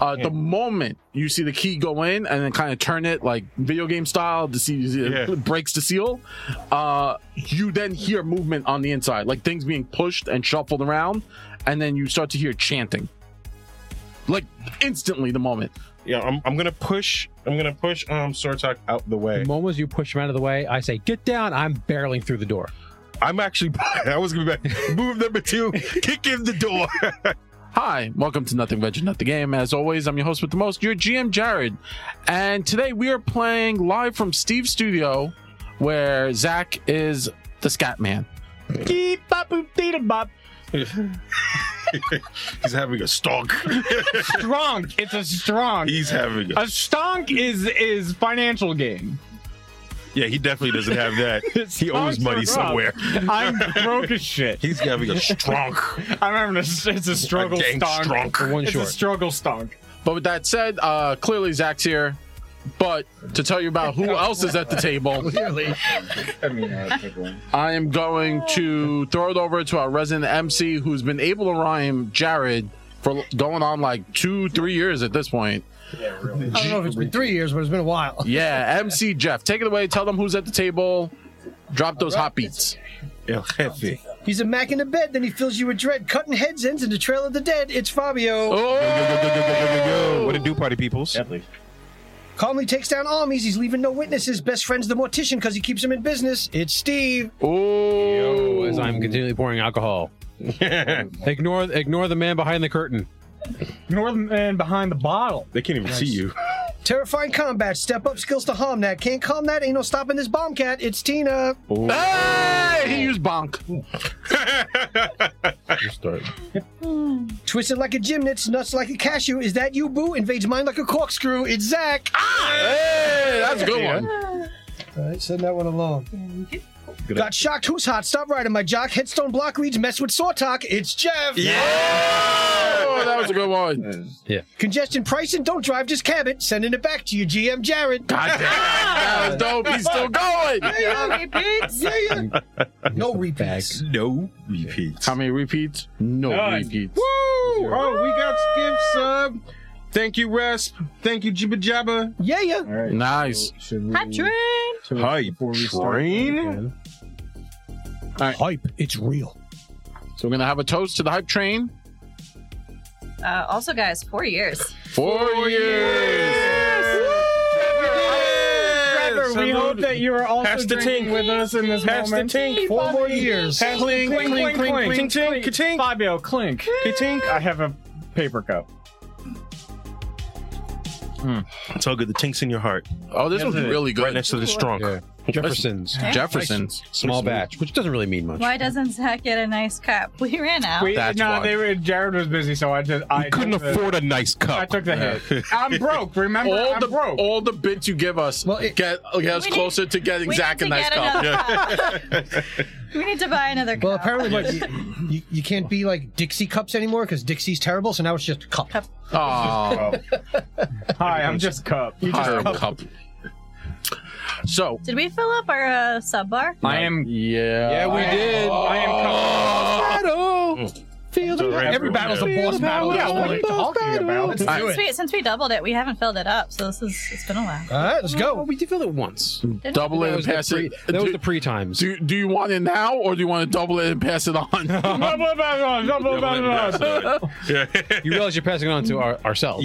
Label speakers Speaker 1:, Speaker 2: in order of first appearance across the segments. Speaker 1: Uh, The moment you see the key go in and then kind of turn it like video game style to see
Speaker 2: Yeah.
Speaker 1: it breaks the seal, uh, you then hear movement on the inside, like things being pushed and shuffled around, and then you start to hear chanting. Like instantly, the moment.
Speaker 2: Yeah, I'm, I'm gonna push. I'm gonna push um Sortok out the way.
Speaker 3: The moment as you push him out of the way, I say, "Get down!" I'm barreling through the door.
Speaker 2: I'm actually. I was gonna be like, move number two, kick in the door.
Speaker 1: Hi, welcome to Nothing Veg, Not the Game. As always, I'm your host with the most, your GM Jared. And today we are playing live from Steve's studio where Zach is the scat man.
Speaker 2: He's having a stonk.
Speaker 4: strong. It's a strong.
Speaker 2: He's having a.
Speaker 4: A stonk is is financial game.
Speaker 2: Yeah, he definitely doesn't have that. He owes
Speaker 4: Stonks are
Speaker 2: money
Speaker 4: rough.
Speaker 2: somewhere.
Speaker 4: I'm broke as shit.
Speaker 2: He's having a stronk.
Speaker 4: I'm having a. It's a struggle
Speaker 2: a dang
Speaker 4: stonk.
Speaker 2: stronk.
Speaker 3: One
Speaker 4: It's
Speaker 3: short.
Speaker 4: a struggle stonk.
Speaker 1: But with that said, uh, clearly Zach's here. But to tell you about who else is at the table,
Speaker 5: I mean, I think one.
Speaker 1: I am going to throw it over to our resident MC who's been able to rhyme Jared for going on like two, three years at this point.
Speaker 6: I don't know if it's been three years, but it's been a while.
Speaker 1: Yeah, MC Jeff, take it away. Tell them who's at the table. Drop those hot beats.
Speaker 2: El jefe.
Speaker 6: He's a Mac in the bed, then he fills you with dread, cutting heads, ends in the trail of the dead. It's Fabio.
Speaker 1: Oh!
Speaker 2: What a do party, peoples.
Speaker 6: Calmly takes down armies. He's leaving no witnesses. Best friend's the mortician because he keeps him in business. It's Steve.
Speaker 1: Oh,
Speaker 3: As I'm continually pouring alcohol. ignore, ignore the man behind the curtain.
Speaker 4: Ignore the man behind the bottle.
Speaker 2: They can't even see you.
Speaker 6: Terrifying combat. Step up skills to harm that. Can't calm that. Ain't no stopping this bomb cat. It's Tina.
Speaker 1: Hey, he used bonk.
Speaker 6: Twisted like a gymnast. Nuts like a cashew. Is that you, boo? Invades mine like a corkscrew. It's Zach.
Speaker 1: Hey, that's a good one.
Speaker 6: All right, send that one along. Got shocked. Who's hot? Stop riding my jock. Headstone block reads. Mess with Sawtalk. It's Jeff.
Speaker 1: Oh, that was a good one.
Speaker 6: Congestion pricing, don't drive, just cab it. Sending it back to you, GM Jared.
Speaker 1: God damn, that was dope. He's still going.
Speaker 6: Yeah, yeah. No repeats.
Speaker 2: No repeats.
Speaker 1: How many repeats? No
Speaker 4: None.
Speaker 1: repeats.
Speaker 2: Oh, we got skip sub. Thank you, Resp. Thank you, Jibba Jabba.
Speaker 6: Yeah, yeah.
Speaker 5: All right.
Speaker 1: Nice.
Speaker 5: Should we?
Speaker 7: Hot train.
Speaker 5: should we-
Speaker 2: Hype
Speaker 5: before we start,
Speaker 2: train?
Speaker 5: okay.
Speaker 6: Hype, it's real.
Speaker 1: So we're gonna have a toast to the hype train.
Speaker 7: Uh, also, guys, four years.
Speaker 1: Four, years.
Speaker 4: Trevor, we hope that you are also
Speaker 2: Pass the
Speaker 4: drinking
Speaker 2: tink.
Speaker 4: with us in this
Speaker 2: Pass the
Speaker 4: moment.
Speaker 2: tink.
Speaker 6: Four more years.
Speaker 4: Pass the
Speaker 2: Clink,
Speaker 4: tink,
Speaker 2: clink, clink,
Speaker 4: clink,
Speaker 2: clink,
Speaker 4: clink.
Speaker 2: ka-tink.
Speaker 4: Fabio, clink.
Speaker 2: Ka-tink.
Speaker 4: I have a paper cup.
Speaker 2: It's all good. The tink's in your heart.
Speaker 1: Oh, this was really
Speaker 2: Right
Speaker 1: good.
Speaker 2: next to the strong.
Speaker 3: Jefferson's
Speaker 1: Jefferson's.
Speaker 3: small batch, which doesn't really mean much.
Speaker 7: Why doesn't Zach get a nice cup? We ran out.
Speaker 4: We,
Speaker 1: That's
Speaker 4: no,
Speaker 1: why.
Speaker 4: they were. Jared was busy, so I just I took the-
Speaker 2: a nice
Speaker 4: I
Speaker 2: cup.
Speaker 4: took the hit. I'm broke. Remember,
Speaker 1: All
Speaker 4: I'm
Speaker 1: the
Speaker 4: broke.
Speaker 1: all the bits you give us
Speaker 6: Well, it-
Speaker 1: get get us
Speaker 7: We need-
Speaker 1: closer to getting
Speaker 7: We
Speaker 1: Zach a
Speaker 7: need to
Speaker 1: nice
Speaker 7: get
Speaker 1: cup.
Speaker 7: another cup. we need to buy another cup.
Speaker 6: Well, apparently, like, you, you, you can't be like Dixie cups anymore because Dixie's terrible, so now it's just cup.
Speaker 1: Aw.
Speaker 4: Hi, I'm just cup. You just
Speaker 1: Higher
Speaker 4: cup.
Speaker 1: cup. So
Speaker 7: Did we fill up our uh, sub bar?
Speaker 4: I am.
Speaker 1: yeah,
Speaker 3: Yeah, we did.
Speaker 4: I am cup.
Speaker 6: Feel the-
Speaker 2: Right.
Speaker 6: Every battle's a boss battle.
Speaker 4: Yeah,
Speaker 6: That's
Speaker 4: what are you talking about?
Speaker 6: Let's do
Speaker 7: Since
Speaker 6: it.
Speaker 7: we, since we doubled it, we haven't filled it up, so this is it's been a while.
Speaker 6: All right, let's
Speaker 3: Oh,
Speaker 6: go.
Speaker 3: we did fill it once.
Speaker 1: double it
Speaker 3: That
Speaker 1: and
Speaker 3: was, the
Speaker 1: pass
Speaker 3: pre,
Speaker 1: it.
Speaker 3: that was
Speaker 1: Do-
Speaker 3: the pre times.
Speaker 1: Do, do you want it now or do you want to double it and pass it on?
Speaker 4: Blah, blah, blah, blah, blah, blah, blah, blah.
Speaker 2: yeah.
Speaker 3: You realize you're passing it on to our, ourselves.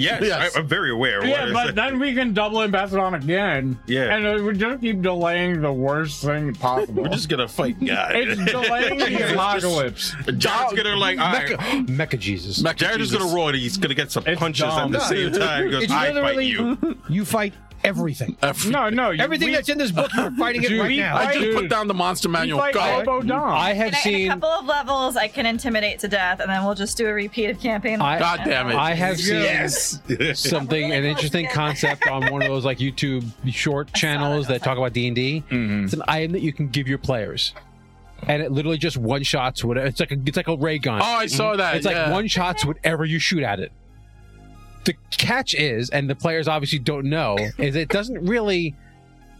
Speaker 2: Yes,
Speaker 1: Yes.
Speaker 2: I, I'm very aware.
Speaker 4: Yeah, but then we can double and pass it on again.
Speaker 2: Yeah.
Speaker 4: And uh, we just keep delaying the worst thing possible.
Speaker 2: we're just gonna fight God.
Speaker 4: it's delaying
Speaker 2: It's
Speaker 4: the
Speaker 2: just-
Speaker 4: apocalypse.
Speaker 2: Jared's gonna like, all
Speaker 3: Mecha,
Speaker 2: right.
Speaker 3: Mecha Jesus.
Speaker 1: Mecha
Speaker 2: Jared is
Speaker 1: Oh, Jesus.
Speaker 2: gonna roll and he's gonna get some
Speaker 4: It's
Speaker 2: punches
Speaker 4: dumb.
Speaker 2: at the same time. He goes,
Speaker 6: It's
Speaker 2: I fight
Speaker 6: literally-
Speaker 2: you.
Speaker 6: You fight everything.
Speaker 1: F-
Speaker 4: No, no. You,
Speaker 6: Everything
Speaker 4: we,
Speaker 6: that's in this book, you're fighting it
Speaker 4: Dude,
Speaker 6: right
Speaker 4: we-
Speaker 6: now.
Speaker 1: I just
Speaker 4: Dude.
Speaker 1: put down the monster
Speaker 4: we
Speaker 1: manual.
Speaker 4: fight
Speaker 1: Go.
Speaker 4: Robo Dom.
Speaker 3: I have
Speaker 7: In a, in
Speaker 3: seen.
Speaker 7: a couple of levels, I can intimidate to death, and then we'll just do a repeat of campaign.
Speaker 3: I-
Speaker 1: God damn it.
Speaker 3: I have seen something
Speaker 7: Really
Speaker 3: an
Speaker 7: close
Speaker 3: interesting
Speaker 7: again.
Speaker 3: concept on one of those like YouTube short channels
Speaker 7: that.
Speaker 3: that talk about D and D. It's an item that you can give your players, and it literally just one shots whatever. It's like a, it's like a ray gun.
Speaker 1: oh, I saw that.
Speaker 3: Mm, it's like
Speaker 1: yeah.
Speaker 3: one shots whatever you shoot at it. The catch is, and the players obviously don't know, is it doesn't really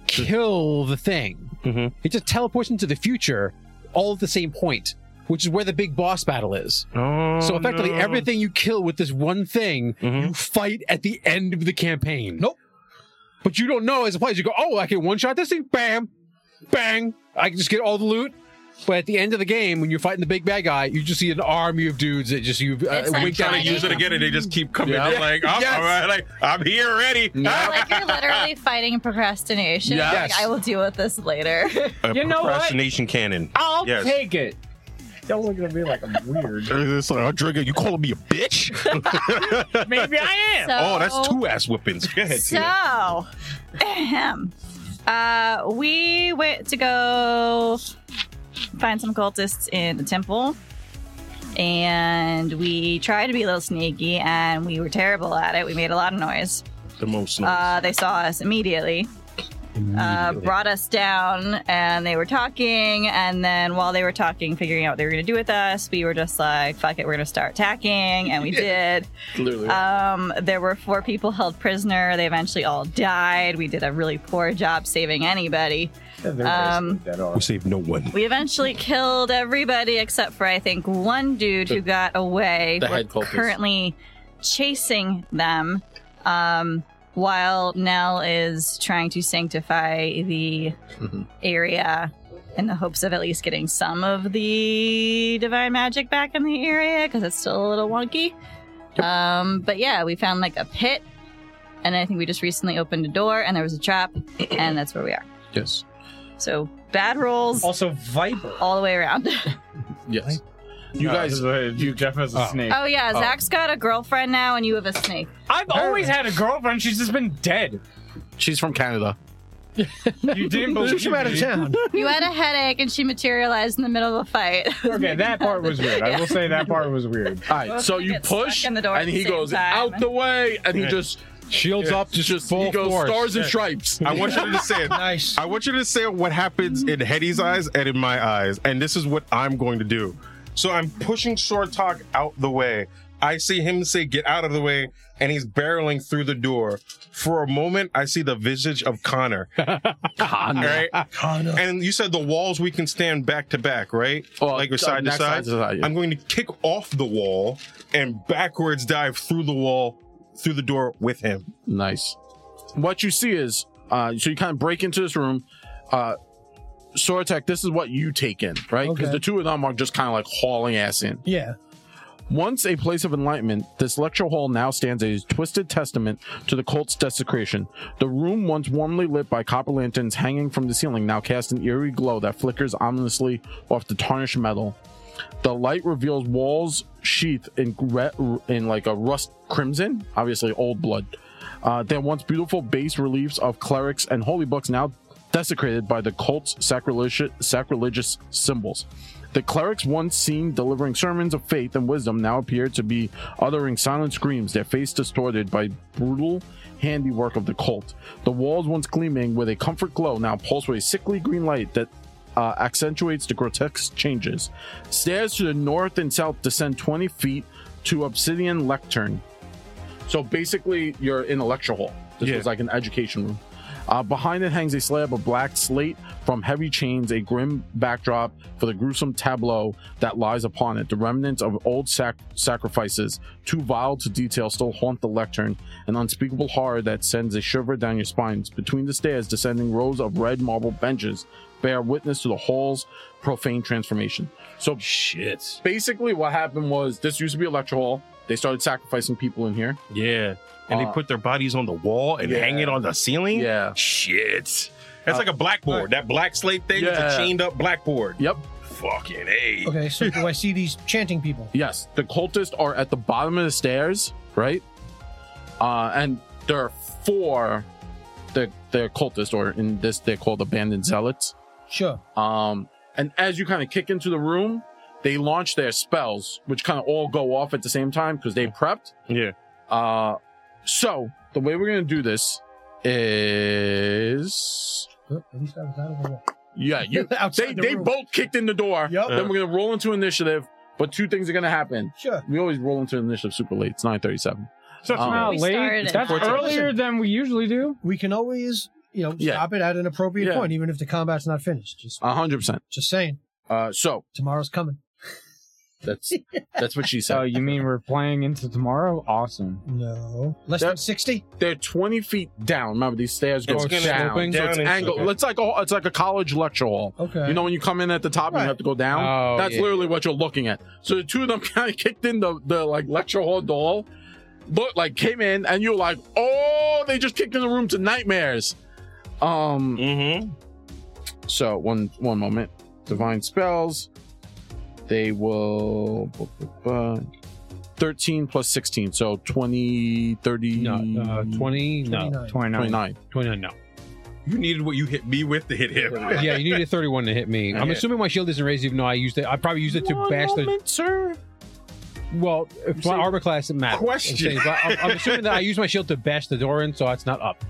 Speaker 3: kill the thing.
Speaker 2: Mhm.
Speaker 1: Mm-hmm.
Speaker 3: It just teleports into the future, all at the same point. which is where the big boss battle is.
Speaker 1: Oh,
Speaker 3: so effectively,
Speaker 1: no.
Speaker 3: everything you kill with this one thing,
Speaker 1: Mhm.
Speaker 3: you fight at the end of the campaign.
Speaker 6: Nope.
Speaker 3: But you don't know as a player. You go, oh, I can one shot this thing. Bam, bang. I can just get all the loot. But at the end of the game, when you're fighting the big bad guy, you just see an army of dudes that just you've uh,
Speaker 8: It's like
Speaker 3: winked at.
Speaker 2: trying to use it again, and they just keep coming.
Speaker 1: Yeah.
Speaker 2: They're like, I'm,
Speaker 3: Yes.
Speaker 2: all right, like, I'm here already.
Speaker 8: like you're literally fighting procrastination. You're
Speaker 1: Yes.
Speaker 8: Like, I will deal with this later.
Speaker 2: A
Speaker 4: You know what?
Speaker 2: Uh, procrastination cannon.
Speaker 4: I'll
Speaker 2: Yes.
Speaker 4: take it.
Speaker 5: Y'all looking at me like I'm weird.
Speaker 2: It's like, Andrea, you calling me a bitch?
Speaker 4: Maybe I am.
Speaker 8: So,
Speaker 2: oh, that's two ass whippings. Go ahead. Tina.
Speaker 7: So, ahem. Uh, we went to go find some cultists in the temple. And we tried to be a little sneaky, and we were terrible at it. We made a lot of noise.
Speaker 1: the most.
Speaker 7: Uh, they saw us immediately, uh, brought us down, and they were talking. And then while they were talking, figuring out what they were going to do with us, we were just like, fuck it, we're going to start attacking. And we did.
Speaker 1: Literally.
Speaker 7: Um, there were four people held prisoner. They eventually all died. We did a really poor job saving anybody. Um,
Speaker 2: we saved no one.
Speaker 7: We eventually killed everybody except for I think one dude who got away.
Speaker 1: the
Speaker 7: We're
Speaker 1: head cultist.
Speaker 7: currently chasing them. Um, while Nell is trying to sanctify the
Speaker 1: Mhm.
Speaker 7: area in the hopes of at least getting some of the divine magic back in the area because it's still a little wonky. Um, but yeah, we found like a pit, and I think we just recently opened a door, and there was a trap, and that's where we are.
Speaker 1: yes.
Speaker 7: So bad rolls
Speaker 6: Also, Viper.
Speaker 7: all the way around.
Speaker 1: Yes. You guys.
Speaker 4: you Jeff has
Speaker 3: Oh.
Speaker 4: snake.
Speaker 7: Oh yeah, Zach's got a girlfriend now, and you have a snake.
Speaker 4: I've always had a girlfriend. She's just been dead.
Speaker 1: She's from Canada.
Speaker 4: You didn't believe
Speaker 6: Push him out of
Speaker 4: me.
Speaker 6: town.
Speaker 7: You had a headache, and she materialized in the middle of a fight.
Speaker 4: Okay, that part was weird. I will say that part was weird.
Speaker 1: All right. So you
Speaker 7: Gets stuck
Speaker 1: push,
Speaker 7: in the door at
Speaker 1: and
Speaker 7: the
Speaker 1: he
Speaker 7: same
Speaker 1: goes
Speaker 7: time.
Speaker 1: out the way, and he just
Speaker 3: Shields up, just,
Speaker 1: just
Speaker 3: full
Speaker 1: he goes
Speaker 3: force.
Speaker 1: stars and stripes.
Speaker 2: I want you to understand.
Speaker 6: Nice.
Speaker 2: I want you to say what happens in Hetty's eyes and in my eyes, and this is what I'm going to do. So I'm pushing Short Talk out the way. I see him say, get out of the way, and he's barreling through the door. For a moment, I see the visage of Connor.
Speaker 1: Ah,
Speaker 2: Connor. Right? Connor. And you said the walls we can stand back to back, right?
Speaker 1: Well,
Speaker 2: like we're
Speaker 1: uh,
Speaker 2: side to
Speaker 1: next
Speaker 2: side.
Speaker 1: yeah.
Speaker 2: I'm going to kick off the wall and backwards dive through the wall, through the door with him.
Speaker 1: Nice. What you see is, uh, so you kind of break into this room. Uh, Sortek, this is what you take in, right? Because
Speaker 6: Okay.
Speaker 1: the two of them are just kind of like hauling ass in.
Speaker 6: Yeah.
Speaker 1: Once a place of enlightenment, this lecture hall now stands as a twisted testament to the cult's desecration. The room, once warmly lit by copper lanterns hanging from the ceiling, now casts an eerie glow that flickers ominously off the tarnished metal. The light reveals walls sheathed in re- in like a rust crimson, obviously old blood. Uh, then once beautiful bas reliefs of clerics and holy books now desecrated by the cult's sacrilegious, sacrilegious symbols. The clerics once seen delivering sermons of faith and wisdom now appear to be uttering silent screams, their face distorted by brutal handiwork of the cult. The walls once gleaming with a comfort glow now pulse with a sickly green light that uh, accentuates the grotesque changes. Stairs to the north and south descend 20 feet to obsidian lectern. So basically, you're in a lecture hall. This
Speaker 2: Yeah.
Speaker 1: is like an education room. Uh, behind it hangs a slab of black slate from heavy chains, a grim backdrop for the gruesome tableau that lies upon it. The remnants of old sac- sacrifices, too vile to detail, still haunt the lectern, an unspeakable horror that sends a shiver down your spines. Between the stairs, descending rows of red marble benches bear witness to the hall's profane transformation. So
Speaker 3: Shit.
Speaker 1: basically what happened was this used to be a lecture hall. They started sacrificing people in here.
Speaker 2: Yeah. And
Speaker 1: Uh,
Speaker 2: they put their bodies on the wall and
Speaker 1: yeah.
Speaker 2: hang it on the ceiling.
Speaker 1: Yeah.
Speaker 2: Shit. That's
Speaker 1: Uh,
Speaker 2: like a blackboard. That black slate thing is
Speaker 1: Yeah.
Speaker 2: a chained up blackboard.
Speaker 1: Yep.
Speaker 2: Fucking A.
Speaker 6: Okay, so do I see these chanting people?
Speaker 1: Yes. The cultists are at the bottom of the stairs, right? Uh, and there are four the the cultists, or in this they're called abandoned zealots.
Speaker 6: Sure.
Speaker 1: Um, and as you kind of kick into the room, they launch their spells, which kind of all go off at the same time because they prepped.
Speaker 2: Yeah.
Speaker 1: Uh, so the way we're gonna do this is
Speaker 6: Oh, At least I was out of the wall.
Speaker 1: yeah, you
Speaker 6: Outside
Speaker 1: They
Speaker 6: the
Speaker 1: they
Speaker 6: room.
Speaker 1: both Uh, kicked in the door.
Speaker 6: Yup.
Speaker 1: Then we're gonna roll into initiative, but two things are gonna happen.
Speaker 6: Sure.
Speaker 1: We always roll into initiative super late. It's nine thirty-seven.
Speaker 4: So that's
Speaker 1: Um,
Speaker 4: not
Speaker 7: We
Speaker 4: late.
Speaker 7: started at
Speaker 4: That's
Speaker 7: nine.
Speaker 4: earlier than we usually do.
Speaker 6: We can always, you know,
Speaker 1: Yeah.
Speaker 6: stop it at an appropriate
Speaker 1: Yeah. Uh,
Speaker 6: point, even if the combat's not finished. Just,
Speaker 1: A hundred percent.
Speaker 6: just saying.
Speaker 1: Uh, so
Speaker 6: Tomorrow's coming.
Speaker 1: That's that's what she
Speaker 4: Oh,
Speaker 2: Uh,
Speaker 1: said.
Speaker 4: you mean we're playing into tomorrow? Awesome.
Speaker 6: No. Less than
Speaker 1: That-
Speaker 6: 60?
Speaker 1: They're twenty feet down. Remember these stairs go
Speaker 2: It's
Speaker 1: down,
Speaker 2: gonna go
Speaker 1: so
Speaker 2: down
Speaker 1: it's
Speaker 2: into-
Speaker 1: angle.
Speaker 2: okay.
Speaker 1: It's like a it's like a college lecture hall.
Speaker 6: Okay.
Speaker 1: You know when you come in at the top and
Speaker 6: Right.
Speaker 1: you have to go down.
Speaker 3: Oh,
Speaker 1: That's
Speaker 3: yeah.
Speaker 1: literally what you're looking at. So the two of them kind of kicked in the, the like lecture hall door, look like came in, and you're like, oh, they just kicked in the room to nightmares. Um.
Speaker 2: Mm-hmm.
Speaker 1: So one one moment, divine spells. They will bu- bu- bu- thirteen plus sixteen, so 20, 30,
Speaker 3: No, uh, 20, no,
Speaker 6: 29.
Speaker 4: 29.
Speaker 1: 29.
Speaker 3: 29, no.
Speaker 2: You needed what you hit me with to hit him.
Speaker 3: Yeah, you needed 31 to hit me. I'm
Speaker 2: Yeah.
Speaker 3: assuming my shield isn't raised, even though I used it. I probably used it to
Speaker 1: One
Speaker 3: bash the.
Speaker 1: moment, sir.
Speaker 3: Well, if my
Speaker 2: See,
Speaker 3: armor class, it matters.
Speaker 2: question.
Speaker 3: I'm, saying, but I'm- I'm assuming that I used my shield to bash the door in, so it's not up.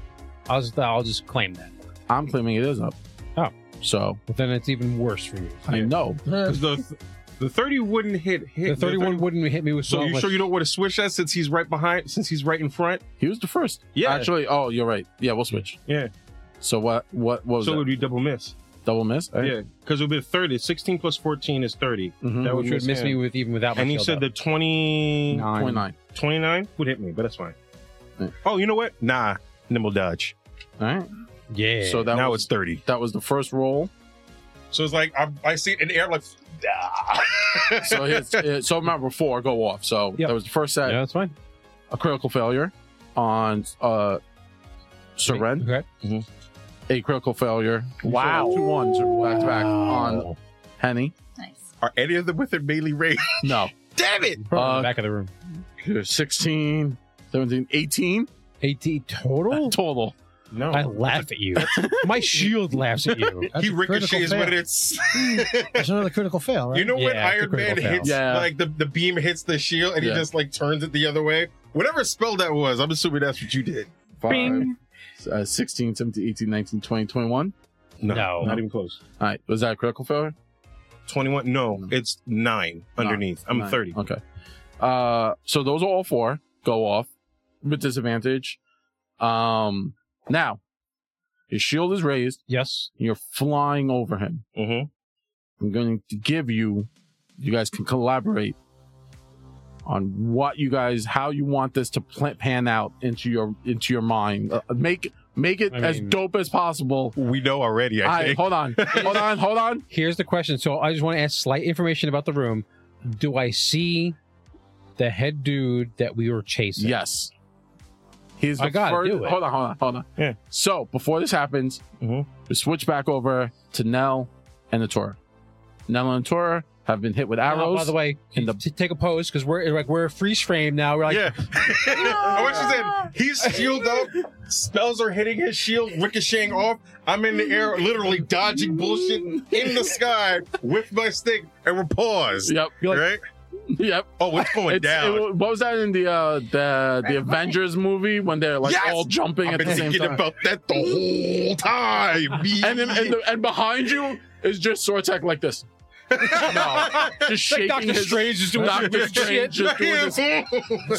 Speaker 3: I'll just, I'll just claim that.
Speaker 1: I'm claiming it is up.
Speaker 3: Oh.
Speaker 1: So
Speaker 3: But then it's even worse for you.
Speaker 1: I know.
Speaker 2: 'Cause the th- the thirty wouldn't hit
Speaker 3: The
Speaker 2: hit
Speaker 3: 31 wouldn't hit me with
Speaker 2: So you
Speaker 3: much-
Speaker 2: sure you don't want to switch that since he's right behind? Since he's right in front?
Speaker 1: He was the first.
Speaker 2: Yeah.
Speaker 1: Actually, oh, you're right. Yeah, we'll switch.
Speaker 2: Yeah.
Speaker 1: So what what, what was
Speaker 2: So it
Speaker 1: that?
Speaker 2: would be double miss.
Speaker 1: double miss? All right.
Speaker 2: Yeah, because it would be 30. 16 plus 14 is 30.
Speaker 1: Mhm.
Speaker 2: That
Speaker 3: which would miss
Speaker 2: him.
Speaker 3: me with even without my
Speaker 2: And he
Speaker 3: shield
Speaker 2: said
Speaker 3: up.
Speaker 2: that 20,
Speaker 4: Nine.
Speaker 1: 29.
Speaker 2: 29 would hit me, but that's fine.
Speaker 1: Yeah.
Speaker 2: Oh, you know what? Nah, nimble dodge.
Speaker 1: All right.
Speaker 3: yeah.
Speaker 1: So that
Speaker 2: now
Speaker 1: was
Speaker 2: it's 30.
Speaker 1: that was the first roll.
Speaker 2: So it's like I, I see it in the air, like, ah.
Speaker 1: So his, uh, so remember four go off. So
Speaker 3: Yep.
Speaker 1: that was the first set.
Speaker 3: yeah, that's fine.
Speaker 1: A critical failure on uh Seren.
Speaker 3: Okay.
Speaker 1: A critical failure.
Speaker 4: Wow.
Speaker 1: Two ones back to back on Henny.
Speaker 8: Nice.
Speaker 2: Are any of them within melee range?
Speaker 1: No.
Speaker 2: Damn it!
Speaker 3: Probably in
Speaker 1: Uh,
Speaker 3: the back of the room.
Speaker 1: 16, 17, 18
Speaker 3: 18 total?
Speaker 1: total.
Speaker 2: No.
Speaker 3: I laugh at you. my shield laughs at you.
Speaker 6: That's
Speaker 2: he
Speaker 6: a critical
Speaker 2: ricochets,
Speaker 6: fail.
Speaker 2: but it's.
Speaker 6: That's another critical fail, right?
Speaker 2: You know when
Speaker 3: Yeah, it's a
Speaker 2: Iron Man
Speaker 3: critical fail.
Speaker 2: hits,
Speaker 1: Yeah.
Speaker 2: like the, the beam hits the shield and
Speaker 1: Yeah.
Speaker 2: he just like turns it the other way? Whatever spell that was, I'm assuming that's what you did.
Speaker 1: Five,
Speaker 4: Bing.
Speaker 1: uh, 16, 17, 18, 19, 20, 21.
Speaker 3: No.
Speaker 2: Oh, Not even close.
Speaker 1: All right. Was that a critical failure?
Speaker 2: 21 no
Speaker 1: No.
Speaker 2: it's 9 underneath i'm
Speaker 1: Nine.
Speaker 2: 30
Speaker 1: Okay. Uh, so those are all four go off with disadvantage. Um, now your shield is raised.
Speaker 3: Yes.
Speaker 1: You're flying over him.
Speaker 2: mm-hmm.
Speaker 1: I'm going to give you. You guys can collaborate on what you guys, how you want this to pl- pan out into your into your mind. Uh, make make it
Speaker 3: I
Speaker 1: as
Speaker 3: mean-
Speaker 1: dope as possible.
Speaker 2: we know already
Speaker 1: All
Speaker 2: i
Speaker 1: right,
Speaker 2: think
Speaker 1: hold on, hold on, hold on.
Speaker 3: Here's the question. So I just want to ask slight information about the room. Do I see the head dude that we were chasing?
Speaker 1: Yes. He's the
Speaker 3: I gotta
Speaker 1: first.
Speaker 3: do it. Mm-hmm.
Speaker 1: Hold on, hold on, hold on.
Speaker 2: Yeah.
Speaker 1: So before this happens,
Speaker 2: Mhm.
Speaker 1: we switch back over to Nell and the Torah. Nell and the Torah have been hit with
Speaker 3: Now,
Speaker 1: arrows.
Speaker 3: by the way,
Speaker 1: in the-
Speaker 3: t- take a pose because we're like we're freeze frame now. We're like,
Speaker 2: yeah i wish you said he's shield up spells are hitting his shield ricocheting off i'm in the air literally dodging bullshit in the sky with my stick and we're paused
Speaker 1: Yep.
Speaker 2: right
Speaker 1: Yep.
Speaker 2: oh what's going
Speaker 1: It's-
Speaker 2: down
Speaker 1: it wa- what was that in the uh, the the
Speaker 8: Red
Speaker 1: Avengers movie when they're like
Speaker 2: Yes!
Speaker 1: all jumping
Speaker 2: i've
Speaker 1: at
Speaker 2: been
Speaker 1: the same
Speaker 2: thinking
Speaker 1: time?
Speaker 2: about that the whole time
Speaker 1: and then and, the, and behind you is just Sortek like this, just shaking his
Speaker 3: Strange is
Speaker 1: Doctor Strange just doing this.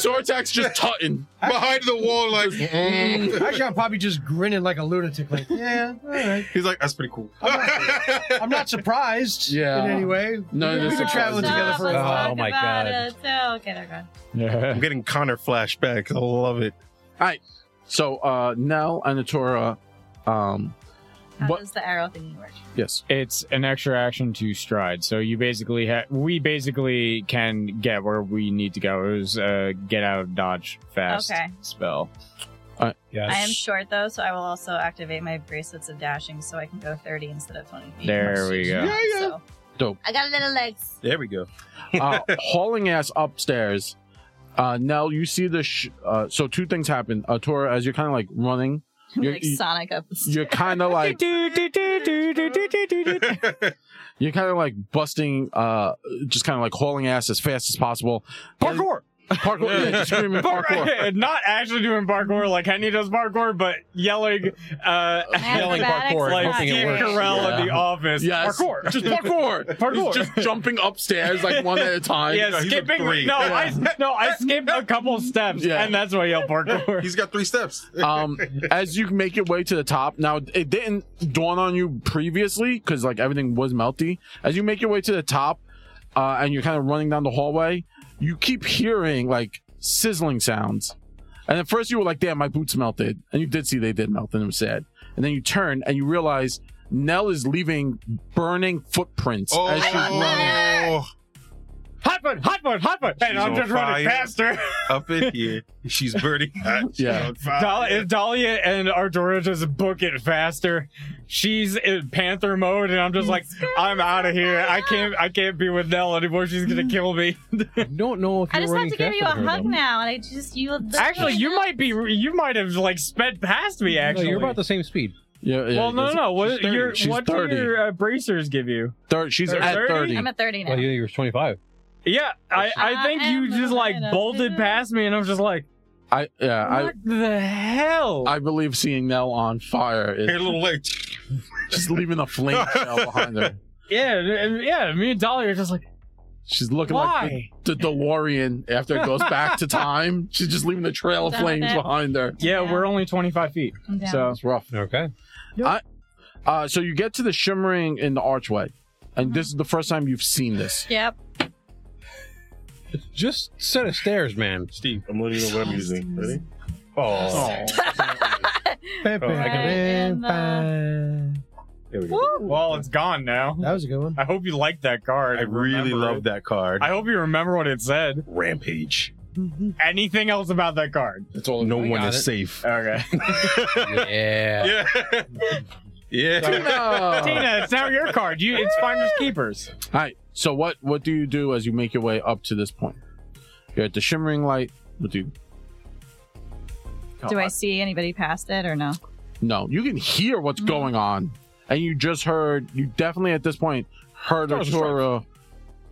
Speaker 1: Sortek's just tutting.
Speaker 2: behind the wall like mm.
Speaker 6: Actually, I'm probably just grinning like a lunatic. Like, yeah, all right.
Speaker 2: He's like, that's pretty cool.
Speaker 6: I'm not surprised
Speaker 1: Yeah.
Speaker 6: in any way.
Speaker 4: Oh,
Speaker 1: No,
Speaker 6: we
Speaker 1: this
Speaker 6: could
Speaker 1: is-
Speaker 6: travel together for a
Speaker 3: Stop.
Speaker 6: while.
Speaker 3: Oh my God.
Speaker 8: So, okay, they're gone.
Speaker 4: Yeah.
Speaker 2: I'm getting Connor flashbacks. I love it.
Speaker 1: So uh, Nell and the Torah, um,
Speaker 8: How
Speaker 1: What-
Speaker 8: does the arrow thingy work?
Speaker 1: yes.
Speaker 4: It's an extra action to stride. So you basically have, we basically can get where we need to go. It was uh, get out of dodge fast
Speaker 8: Okay.
Speaker 4: spell.
Speaker 8: I am short though, so I will also activate my bracelets of dashing so I can go 30 instead of 20 feet.
Speaker 4: There we go.
Speaker 2: Yeah, yeah.
Speaker 8: So-
Speaker 1: Dope.
Speaker 8: I got little legs.
Speaker 2: There we go.
Speaker 1: uh, hauling ass upstairs. Uh, Nell, you see the sh- uh, so two things happen. Uh, Tora, as you're kind of like running, You're-
Speaker 8: like
Speaker 1: you-
Speaker 8: Sonic up the
Speaker 1: you're kind of like
Speaker 4: Do, do, do, do, do, do, do, do, do.
Speaker 1: you're kind of like busting, uh, just kind of like hauling ass as fast as possible. Parkour, parkour, yeah, just screaming parkour.
Speaker 4: Parkour. Not actually doing parkour like Henny does parkour, but yelling, uh,
Speaker 3: Yelling
Speaker 8: Acrobatics
Speaker 3: parkour,
Speaker 8: and
Speaker 4: like
Speaker 3: hoping
Speaker 4: Steve
Speaker 3: it works.
Speaker 4: Carell in the
Speaker 1: Yeah.
Speaker 4: office.
Speaker 1: Yes,
Speaker 4: Parkour.
Speaker 1: just parkour,
Speaker 4: Parkour.
Speaker 1: just jumping upstairs like one at a time.
Speaker 4: Yeah,
Speaker 2: No, he's a
Speaker 4: skipping.
Speaker 2: three.
Speaker 4: No,
Speaker 1: Yeah.
Speaker 4: I no, I skipped a couple steps,
Speaker 1: Yeah.
Speaker 4: and that's why I yell parkour.
Speaker 2: He's got three steps.
Speaker 1: um as you make your way to the top now it didn't dawn on you previously because like everything was melty as you make your way to the top uh, and you're kind of running down the hallway, you keep hearing like sizzling sounds. And at first you were like, damn, my boots melted. And you did see they did melt, and it was sad. And then you turn and you realize Nell is leaving burning footprints
Speaker 2: Oh,
Speaker 1: as she's running.
Speaker 4: Hot one, hot one, hot one. And
Speaker 2: She's
Speaker 4: I'm
Speaker 2: on
Speaker 4: just running
Speaker 2: fire.
Speaker 4: past her.
Speaker 2: up in here. She's burning hot. She's
Speaker 1: Yeah.
Speaker 2: on fire.
Speaker 4: Dahlia, Dahlia and Ardora just book it faster. She's in panther mode, and I'm just like, I'm out of here. I can't, I can't be with Nell anymore. She's gonna kill me.
Speaker 3: I don't know if
Speaker 8: I
Speaker 3: you're
Speaker 8: just have
Speaker 3: running
Speaker 8: to give you a
Speaker 3: faster than her,
Speaker 8: hug
Speaker 3: though.
Speaker 8: now, and I just you.
Speaker 4: Actually, you might be, you might have like sped past me. Actually,
Speaker 3: No, you're about the same speed.
Speaker 1: Yeah, yeah,
Speaker 4: well, no, no,
Speaker 1: it's-
Speaker 4: no. What,
Speaker 1: she's 30.
Speaker 4: your,
Speaker 1: She's
Speaker 4: what do
Speaker 1: 30.
Speaker 4: your uh, bracers give you?
Speaker 1: Thir- she's
Speaker 4: Or
Speaker 1: at
Speaker 4: 30?
Speaker 1: 30.
Speaker 8: I'm at 30 now.
Speaker 3: Well, you think you were 25.
Speaker 4: Yeah, I, I
Speaker 8: I
Speaker 4: think
Speaker 8: am
Speaker 4: you just
Speaker 8: a
Speaker 4: like
Speaker 8: little
Speaker 4: bolted
Speaker 8: bit-
Speaker 4: past me, and I'm just like,
Speaker 1: I yeah,
Speaker 4: what the hell?
Speaker 1: I I believe seeing Nell on fire
Speaker 2: Her
Speaker 1: is
Speaker 2: little leg.
Speaker 1: she's leaving a flame trail behind her.
Speaker 4: yeah, and- yeah. Me and Dolly are just like,
Speaker 1: She's looking
Speaker 4: why?
Speaker 1: like the, the DeLorean after it goes back to time. She's just leaving the trail of
Speaker 7: Stop
Speaker 1: flames
Speaker 7: it.
Speaker 1: behind her.
Speaker 4: yeah, we're only 25 feet,
Speaker 7: I'm down.
Speaker 4: so
Speaker 1: That's rough.
Speaker 3: Okay.
Speaker 1: Uh, so you get to the shimmering in the archway, and this is the first time you've seen this.
Speaker 7: Yep.
Speaker 3: Just set of stairs, man.
Speaker 2: Steve, I'm letting you know what I'm using. Ready?
Speaker 4: Oh. uh,
Speaker 2: There we go.
Speaker 4: well, it's gone now.
Speaker 5: That was a good one.
Speaker 4: I hope you liked that card.
Speaker 2: I really
Speaker 4: Remember
Speaker 2: love
Speaker 4: it.
Speaker 2: that card.
Speaker 4: I hope you remember what it said.
Speaker 2: Rampage.
Speaker 4: Anything else about that card?
Speaker 1: That's all.
Speaker 2: No
Speaker 3: I
Speaker 2: one
Speaker 3: got
Speaker 2: is
Speaker 3: it.
Speaker 2: safe.
Speaker 4: Okay.
Speaker 3: yeah.
Speaker 2: Yeah. yeah.
Speaker 1: All
Speaker 4: Tina, it's now your card. You, it's finders keepers.
Speaker 1: right. So what what do you do as you make your way up to this point? You're at the shimmering light. What do you?
Speaker 7: Do I see anybody past it or no?
Speaker 1: No, you can hear what's
Speaker 2: Mm.
Speaker 7: Mhm.
Speaker 1: going on, and you just heard. You definitely at this point heard
Speaker 3: That was a strike.
Speaker 1: Artura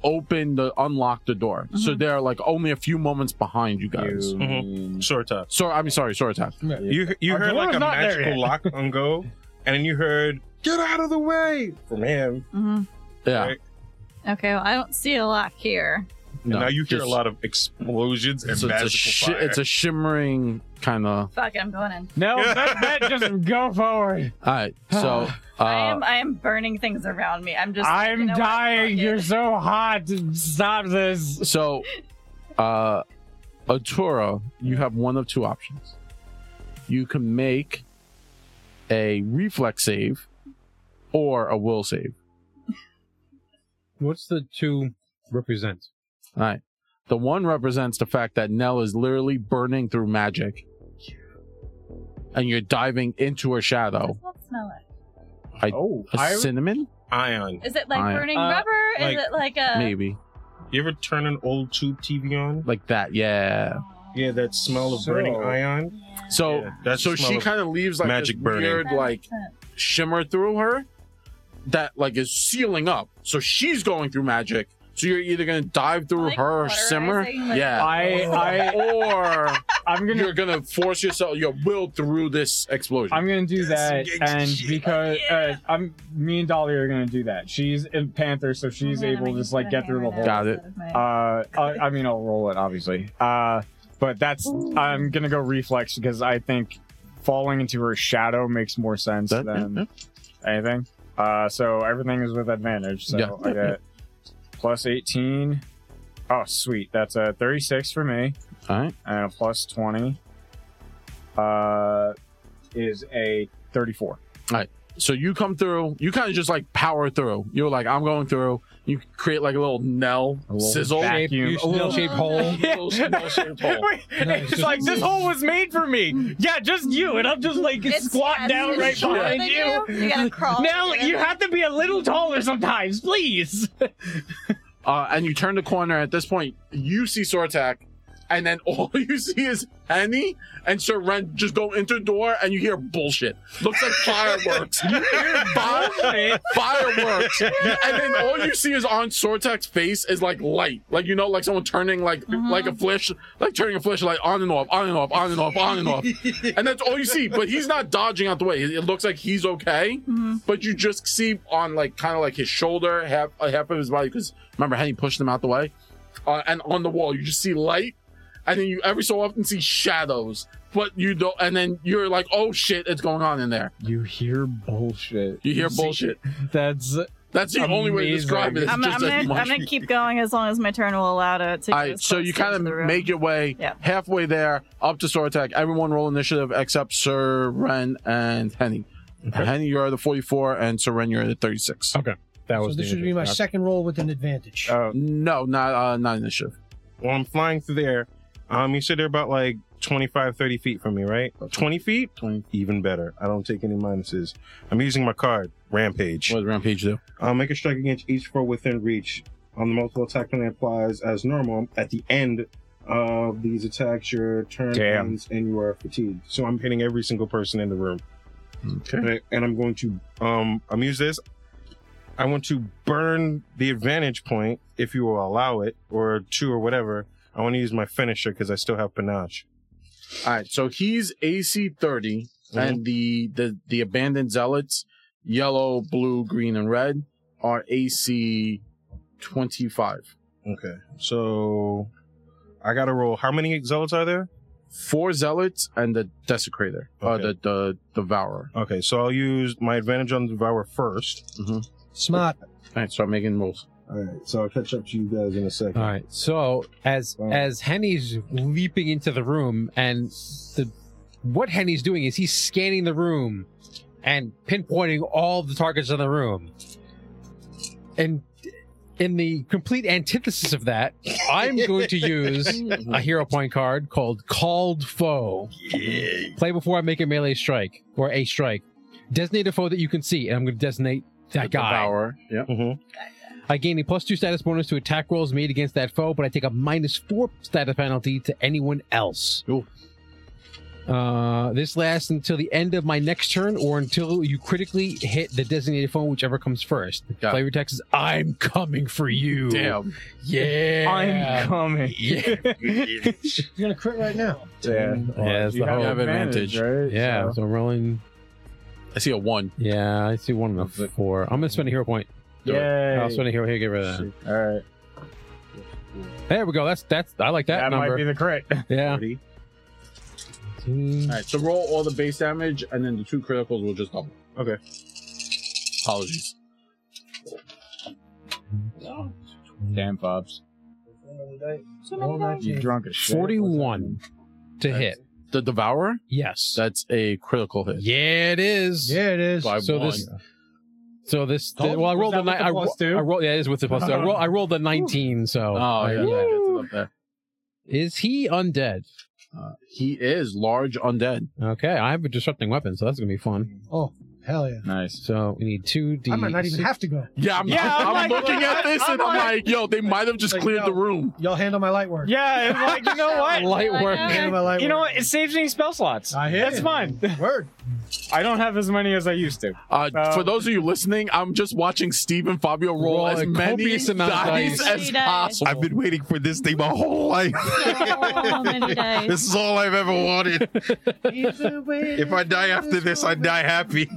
Speaker 1: open the unlock the door. So
Speaker 2: Mm-hmm.
Speaker 7: Mhm.
Speaker 1: they're like only a few moments behind you guys.
Speaker 2: Short top.
Speaker 1: So I'm sorry, sorry, Tap.
Speaker 2: Mm-hmm. You you
Speaker 4: Our
Speaker 2: heard like
Speaker 4: door's
Speaker 2: a
Speaker 4: not there
Speaker 2: magical lock on go, and then you heard "Get out of the way" from him.
Speaker 7: hmm
Speaker 1: Yeah,
Speaker 2: Right.
Speaker 7: Okay, well, I don't see a lock here.
Speaker 2: And
Speaker 1: no,
Speaker 2: now you hear
Speaker 1: just-
Speaker 2: a lot of explosions and
Speaker 1: So it's,
Speaker 2: magical
Speaker 1: a shi-
Speaker 2: fire.
Speaker 1: it's a shimmering kind of.
Speaker 7: Fuck it, I'm going in.
Speaker 4: No, that, that just go forward.
Speaker 1: All right, so
Speaker 7: I
Speaker 1: uh,
Speaker 7: am I am burning things around me. I'm just
Speaker 4: I'm
Speaker 7: you know what,
Speaker 4: dying.
Speaker 7: fuck it.
Speaker 4: You're so hot. Stop this.
Speaker 1: so uh, Atura, you have one of two options. You can make a reflex save or a will save.
Speaker 3: What's the two represent?
Speaker 1: All right. The one represents the fact that Nell is literally burning through magic. And you're diving into her shadow.
Speaker 7: Does that smell like-
Speaker 4: Oh,
Speaker 1: A cinnamon?
Speaker 2: Ion.
Speaker 7: Is it like
Speaker 1: I-
Speaker 7: burning
Speaker 4: uh,
Speaker 7: rubber?
Speaker 2: like,
Speaker 7: Is it like a
Speaker 1: Maybe.
Speaker 2: You ever turn an old tube TV on?
Speaker 1: Like that, yeah.
Speaker 7: Oh,
Speaker 2: Yeah, that smell of burning
Speaker 4: So-
Speaker 2: ion.
Speaker 1: So
Speaker 2: Yeah, that's
Speaker 1: Oh, so
Speaker 2: the
Speaker 1: she
Speaker 2: smell of
Speaker 1: kind of leaves like
Speaker 2: magic
Speaker 1: this
Speaker 2: burning.
Speaker 1: weird like shimmer through her that like is sealing up. So she's going through magic. So you're either gonna dive through
Speaker 7: Like
Speaker 1: her simmer,
Speaker 7: cauterizing, like-
Speaker 1: yeah,
Speaker 4: I, I,
Speaker 1: or
Speaker 4: I'm gonna
Speaker 1: you're gonna force yourself, your will through this explosion.
Speaker 4: I'm gonna do that,
Speaker 2: Yes,
Speaker 4: and
Speaker 2: yes,
Speaker 4: because uh, I'm, me and Dolly are gonna do that. She's a panther, so she's
Speaker 7: Oh, man,
Speaker 4: able
Speaker 7: I'm
Speaker 4: to just like
Speaker 7: gonna
Speaker 4: get through the
Speaker 7: hammer
Speaker 4: hole.
Speaker 1: Got
Speaker 7: that
Speaker 1: it.
Speaker 7: out of my-
Speaker 4: Uh, I, I mean, I'll roll it, obviously. Uh, but that's I'm gonna go reflex because I think falling into her shadow makes more sense
Speaker 1: That-
Speaker 4: than anything. Uh, so everything is with advantage. So
Speaker 1: Yeah.
Speaker 4: I get plus 18. Oh, sweet! That's a 36 for me
Speaker 1: All right,
Speaker 4: and a plus 20 uh, is a 34.
Speaker 1: so you come through you kind of just like power through you're like i'm going through you create like a little knell sizzle
Speaker 4: back-
Speaker 3: Shape,
Speaker 4: Vacuum.
Speaker 3: you
Speaker 1: Oh,
Speaker 3: snail shaped hole.
Speaker 1: Little- little shaped hole.
Speaker 4: Wait,
Speaker 3: No,
Speaker 4: Oh. it's
Speaker 3: it's just-
Speaker 4: like this hole was made for me. Yeah, just you, and I'm just like
Speaker 7: It's-
Speaker 4: squat
Speaker 7: yeah,
Speaker 4: down
Speaker 7: it's
Speaker 4: right
Speaker 7: shorter
Speaker 4: behind
Speaker 7: than
Speaker 4: you.
Speaker 7: You gotta crawl.
Speaker 4: Now
Speaker 7: to get in
Speaker 4: you
Speaker 7: there.
Speaker 4: have to be a little taller sometimes, please.
Speaker 1: uh, and you turn the corner at this point you see sortak and then all you see is Annie and Sir Ren just go into the door and you hear bullshit. Looks like fireworks. You hear fi- fireworks. And then all you see is on Sortak's face is like light. Like you know, like someone turning like like a flash like turning a flashlight on and off, on and off, on and off, on and off. and that's all you see. But he's not dodging out the way. It it looks like he's okay,
Speaker 7: Mm-hmm.
Speaker 1: but you just see on like kind of like his shoulder, half uh, half of his body. Because remember, Henny pushed him out the way, uh, and on the wall you just see light, and then you every so often see shadows. But you don't, and then you're like, oh shit, it's going on in there.
Speaker 4: You hear bullshit.
Speaker 1: You hear bullshit.
Speaker 4: That's
Speaker 1: That's the only way to describe it. It's
Speaker 7: I'm, I'm,
Speaker 1: just a
Speaker 7: gonna, I'm
Speaker 1: monkey.
Speaker 7: gonna keep going as long as my turn will allow to. to
Speaker 1: All
Speaker 7: get
Speaker 1: right,
Speaker 7: as
Speaker 1: so
Speaker 7: close
Speaker 1: you
Speaker 7: to
Speaker 1: kind
Speaker 7: the
Speaker 1: of
Speaker 7: room.
Speaker 1: make your way
Speaker 7: Yeah.
Speaker 1: halfway there up to Sortek. Everyone roll initiative except Sir Ren and Henny. Henny, you're at the 44, and Sir Ren, you're at the 36.
Speaker 3: That
Speaker 6: So
Speaker 3: was
Speaker 6: this
Speaker 3: the
Speaker 6: should be my
Speaker 3: initiative.
Speaker 6: second roll with an advantage.
Speaker 2: Uh,
Speaker 1: No, not uh, not initiative.
Speaker 2: well, I'm flying through the air. Um, you said they're about like 25, 30 feet from me, right? 20 feet?
Speaker 1: 20.
Speaker 2: Even better. I don't take any minuses. I'm using my card, Rampage.
Speaker 1: What does Rampage do?
Speaker 2: I'll Uh, make a strike against each foe within reach. On the multiple attack penalty applies as normal. At the end of these attacks, your turn
Speaker 4: Damn.
Speaker 2: ends and you are fatigued. So I'm hitting every single person in the room,
Speaker 1: Okay.
Speaker 2: and, I, and I'm going to um I'm use this. I want to burn the advantage point if you will allow it, or two or whatever. I want to use my finisher because I still have panache.
Speaker 1: All right, so he's AC 30, and the, the, the abandoned zealots, yellow, blue, green, and red, are AC 25.
Speaker 2: Okay, so I got to roll. How many zealots are there?
Speaker 1: Four zealots and the desecrator, or
Speaker 2: Okay.
Speaker 1: the, the devourer.
Speaker 2: Okay, so I'll use my advantage on the devour first.
Speaker 6: Smart.
Speaker 1: All right, start making rolls.
Speaker 2: All right, so I'll catch up to you guys in a second.
Speaker 3: All right. So as
Speaker 2: Wow.
Speaker 3: as Henny's leaping into the room, and the what Henny's doing is he's scanning the room and pinpointing all the targets in the room. And in the complete antithesis of that, I'm going to use a hero point card called Called Foe. Play before I make a melee strike or a strike. Designate a foe that you can see, and I'm going to designate that
Speaker 1: The
Speaker 3: guy.
Speaker 1: Devourer. Yep.
Speaker 2: Mm-hmm.
Speaker 3: I gain a plus two status bonus to attack rolls made against that foe, but I take a minus four status penalty to anyone else.
Speaker 1: Ooh.
Speaker 3: Uh, this lasts until the end of my next turn or until you critically hit the designated foe, which whichever comes first.
Speaker 1: Got it.
Speaker 3: Flavor text is I'm coming for you.
Speaker 1: Damn.
Speaker 3: Yeah.
Speaker 4: I'm coming.
Speaker 3: Yeah.
Speaker 6: You're gonna crit right now.
Speaker 2: Yeah.
Speaker 3: Yeah, that's
Speaker 4: You
Speaker 3: the
Speaker 4: have
Speaker 1: You
Speaker 3: whole.
Speaker 1: have advantage.
Speaker 4: right?
Speaker 3: Yeah, so. I'm rolling.
Speaker 1: I see a one.
Speaker 3: Yeah, I see one of the four. I'm gonna spend a hero point.
Speaker 1: Do it.
Speaker 4: Yay.
Speaker 3: I'll spend a hero here. Get rid of that.
Speaker 4: All right.
Speaker 3: There we go. That's that's. I like that,
Speaker 4: That, might be
Speaker 3: number.
Speaker 4: the crit.
Speaker 3: yeah.
Speaker 1: All right, so roll all the base damage, and then the two criticals will just double.
Speaker 2: Okay.
Speaker 1: Apologies.
Speaker 4: Damn, Bobs. You drunk as shit.
Speaker 3: Forty-one to hit.
Speaker 1: The Devourer,
Speaker 3: Yes.
Speaker 1: that's a critical hit.
Speaker 3: yeah, it is.
Speaker 6: Yeah, it is.
Speaker 1: By
Speaker 3: So
Speaker 1: one.
Speaker 3: this- So this.
Speaker 4: Told you.
Speaker 3: well, I
Speaker 4: Was
Speaker 3: rolled the,
Speaker 4: that
Speaker 3: ni-
Speaker 4: with the
Speaker 3: I,
Speaker 4: plus
Speaker 3: ro-
Speaker 4: two?
Speaker 3: I rolled. Yeah, it is with the plus two. I, roll, I rolled the nineteen.
Speaker 1: Oh,
Speaker 3: So. I
Speaker 1: yeah.
Speaker 3: got
Speaker 1: yeah,
Speaker 3: that.
Speaker 1: gets it up there.
Speaker 3: Is he undead?
Speaker 1: Uh, he is large undead.
Speaker 3: Okay, I have a disrupting weapon, so that's gonna be fun.
Speaker 6: Oh, hell yeah.
Speaker 4: Nice.
Speaker 3: So we need two D.
Speaker 6: I might not even have to go.
Speaker 1: Yeah, I'm,
Speaker 4: Yeah,
Speaker 1: I'm,
Speaker 4: I'm like-
Speaker 1: looking at this and I'm like, yo, they might have just
Speaker 6: Like,
Speaker 1: cleared
Speaker 6: no.
Speaker 1: the room.
Speaker 6: Y'all handle my light work.
Speaker 4: Yeah, it's like you know what?
Speaker 3: light work.
Speaker 7: "Oh,
Speaker 6: Handle my light
Speaker 4: You know
Speaker 6: work.
Speaker 4: what? It saves me spell slots.
Speaker 6: I hear
Speaker 4: That's
Speaker 6: you.
Speaker 4: fine.
Speaker 6: Word.
Speaker 4: I don't have as many as I used to.
Speaker 1: Uh,
Speaker 4: Um,
Speaker 1: for those of you listening, I'm just watching Steve and Fabio roll,
Speaker 3: Roll
Speaker 1: as
Speaker 3: a
Speaker 1: many
Speaker 3: copious
Speaker 1: dice,
Speaker 3: amount of dice.
Speaker 1: as
Speaker 7: Three dice.
Speaker 1: possible.
Speaker 2: I've been waiting for this thing my whole life.
Speaker 7: So many dice.
Speaker 2: this is all I've ever wanted. if I die after this, I die happy.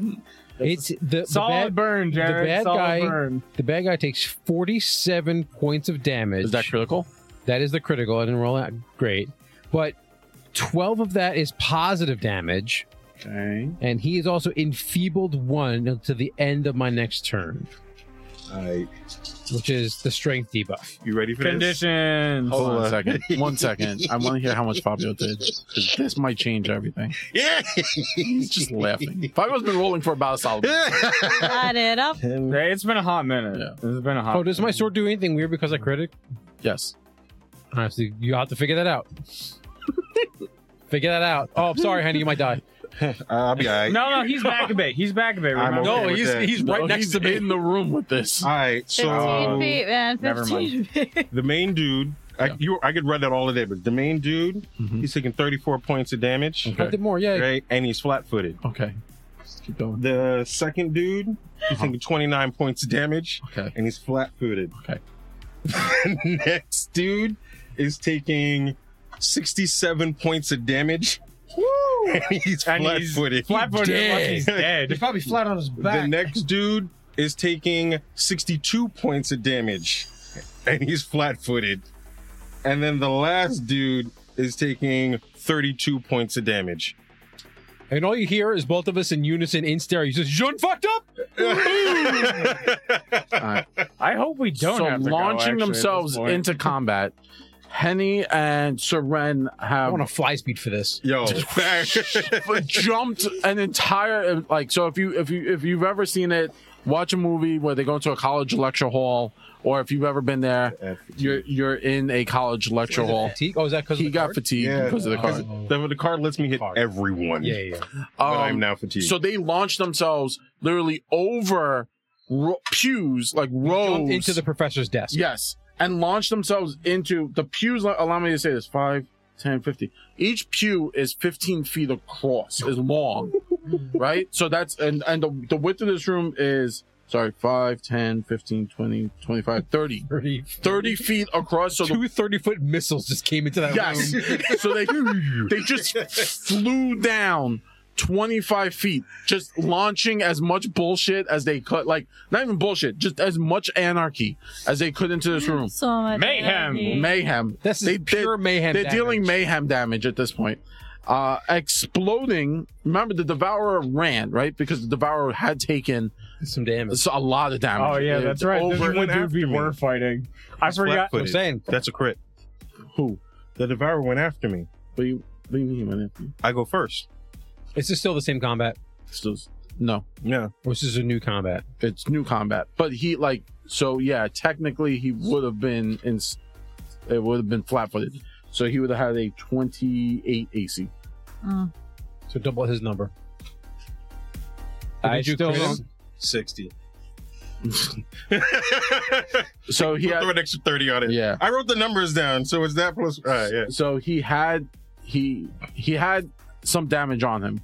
Speaker 3: It's the, the
Speaker 4: Solid
Speaker 3: bad.
Speaker 4: burn, Jared.
Speaker 3: bad
Speaker 4: Solid
Speaker 3: guy-
Speaker 4: burn.
Speaker 3: The bad guy takes forty-seven points of damage.
Speaker 1: Is that critical?
Speaker 3: That is the critical. I didn't roll that great, but twelve of that is positive damage.
Speaker 1: Okay.
Speaker 3: And he is also enfeebled one until the end of my next turn,
Speaker 2: Alright.
Speaker 3: which is the strength debuff.
Speaker 2: You ready for this?
Speaker 4: Conditions.
Speaker 1: Hold on a
Speaker 2: Hold
Speaker 1: second. One second. I want to hear how much Fabio did. 'cause This might change everything.
Speaker 2: Yeah.
Speaker 1: He's just laughing. Fabio's been rolling for about a solid.
Speaker 7: Light it up.
Speaker 4: Right, it's been a hot minute. It's been a hot.
Speaker 3: Oh, does my sword do anything weird because I critic?
Speaker 1: Yes.
Speaker 3: Honestly, you have to figure that out. figure that out. Oh, I'm sorry, honey, you might die.
Speaker 2: I'll be alright.
Speaker 4: No, no, he's back a bit. He's back a bit.
Speaker 2: I'm
Speaker 4: Remember?
Speaker 2: okay with that.
Speaker 1: No, he's in the room with this.
Speaker 2: Alright,
Speaker 7: 15
Speaker 2: so um,
Speaker 7: feet, man.
Speaker 4: never
Speaker 7: 15 feet.
Speaker 2: the main dude. I, you, I could run that all day, but the main dude,
Speaker 1: Mhm.
Speaker 2: he's taking 34 points of damage,
Speaker 3: I did more, yeah.
Speaker 2: right? And he's flat footed.
Speaker 1: Okay. Keep going.
Speaker 2: The second dude, he's taking 29 points of damage,
Speaker 1: Okay.
Speaker 2: and he's flat footed.
Speaker 1: Okay.
Speaker 2: Next dude is taking 67 points of damage. And he's
Speaker 4: And
Speaker 2: flat
Speaker 4: he's
Speaker 2: footed.
Speaker 4: flat footed. Like he's
Speaker 6: He's
Speaker 4: dead.
Speaker 6: probably flat on his
Speaker 2: The
Speaker 6: back.
Speaker 2: next dude is taking 62 points of damage. And he's flat footed. And then the last dude is taking 32 points of damage.
Speaker 3: And all you hear is both of us in unison in stereo. You just Jun fucked up.
Speaker 4: I hope we don't
Speaker 1: so
Speaker 4: have to go,
Speaker 1: launching
Speaker 4: actually, at this
Speaker 1: themselves
Speaker 4: point.
Speaker 1: into combat. Henny and Soren
Speaker 3: I
Speaker 1: have
Speaker 3: want a fly speed for this.
Speaker 2: Yo, fact.
Speaker 1: jumped an entire like. So if you if you if you've ever seen it, watch a movie where they go into a college lecture hall, or if you've ever been there, you're you're in a college lecture hall.
Speaker 3: Fatigue? Oh, is that because
Speaker 1: He
Speaker 3: of the
Speaker 1: got
Speaker 3: card?
Speaker 1: fatigued
Speaker 2: Yeah,
Speaker 1: because of the
Speaker 2: because
Speaker 1: card.
Speaker 2: the, the card lets me hit
Speaker 3: Card.
Speaker 2: everyone.
Speaker 3: Yeah, yeah.
Speaker 2: But I'm
Speaker 1: Um,
Speaker 2: now fatigued.
Speaker 1: So they launched themselves literally over ro- pews, like rows
Speaker 3: Jumped into the professor's desk.
Speaker 1: Yes. And launch themselves into the pews. Allow me to say this 5, 10, 50. Each pew is 15 feet across, is long, right? So that's, and, and the, the width of this room is, sorry, 5, 10, 15, 20, 25, 30.
Speaker 3: 30,
Speaker 1: 30 feet across. So the,
Speaker 3: two 30 foot missiles just came into that
Speaker 1: yes.
Speaker 3: room.
Speaker 1: So they, they just flew down. 25 feet, just launching as much bullshit as they could. Like, not even bullshit, just as much anarchy as they could into this room.
Speaker 7: So much
Speaker 4: Mayhem.
Speaker 7: energy.
Speaker 1: Mayhem.
Speaker 3: This is
Speaker 1: They- they-
Speaker 3: pure mayhem.
Speaker 1: They're
Speaker 3: damage.
Speaker 1: dealing mayhem damage at this point. Uh, exploding. Remember, the Devourer ran right because the Devourer had taken
Speaker 3: some damage.
Speaker 1: s- a lot of damage.
Speaker 4: Oh yeah,
Speaker 1: It-
Speaker 4: that's right. This
Speaker 1: Over
Speaker 4: is the
Speaker 2: went
Speaker 4: dude
Speaker 2: after
Speaker 4: we
Speaker 2: me.
Speaker 4: were fighting. I forgot.
Speaker 3: I'm
Speaker 2: Flat-footed.
Speaker 3: saying.
Speaker 2: That's a crit.
Speaker 1: who?
Speaker 2: The Devourer went after me.
Speaker 1: What do you, what do you mean? man?
Speaker 2: I go first.
Speaker 3: Is this still the same combat?
Speaker 1: It's just- no,
Speaker 2: Yeah.
Speaker 3: Or is this a new combat?
Speaker 1: it's new combat. But he like so yeah. Technically, he would have been in. s- It would have been flat footed, so he would have had a twenty eight AC.
Speaker 8: Mm.
Speaker 3: So double his number.
Speaker 4: I
Speaker 3: Did you
Speaker 4: still
Speaker 3: crit him?
Speaker 4: don't-
Speaker 2: 60. Throw
Speaker 1: So he had
Speaker 2: an extra 30 on it.
Speaker 1: yeah.
Speaker 2: I wrote the numbers down, so it's that plus. Uh, yeah.
Speaker 1: so he had he he had some damage on him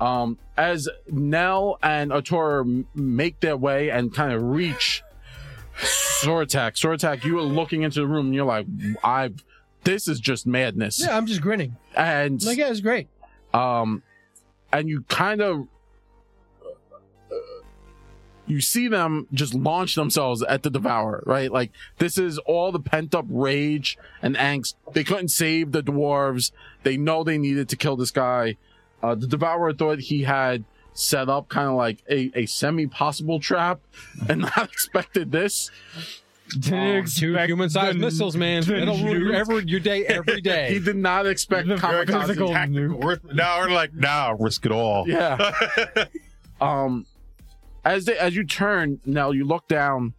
Speaker 1: um as nell and ator m- make their way and kind of reach Zoratak, Zoratak, you are looking into the room and you're like i this is just madness
Speaker 6: Yeah, I'm just grinning.
Speaker 1: and
Speaker 6: Like, yeah, it's great.
Speaker 1: um and you kind of you see them just launch themselves at the devourer right like this is all the pent up rage and angst they couldn't save the dwarves they know they needed to kill this guy uh, the devourer thought he had set up kind of like a, a semi possible trap and not expected this
Speaker 4: Didn't
Speaker 3: Two
Speaker 4: expect
Speaker 3: human sized
Speaker 4: the-
Speaker 3: missiles, man.
Speaker 4: the
Speaker 3: It'll ruin your,
Speaker 4: nuke.
Speaker 3: every, your day every
Speaker 1: he
Speaker 3: day.
Speaker 1: did not expect
Speaker 4: The
Speaker 1: kamikaze
Speaker 4: physical nuke.
Speaker 2: Worth, now we're like, nah, risk it all.
Speaker 1: yeah um as they as you turn now you look down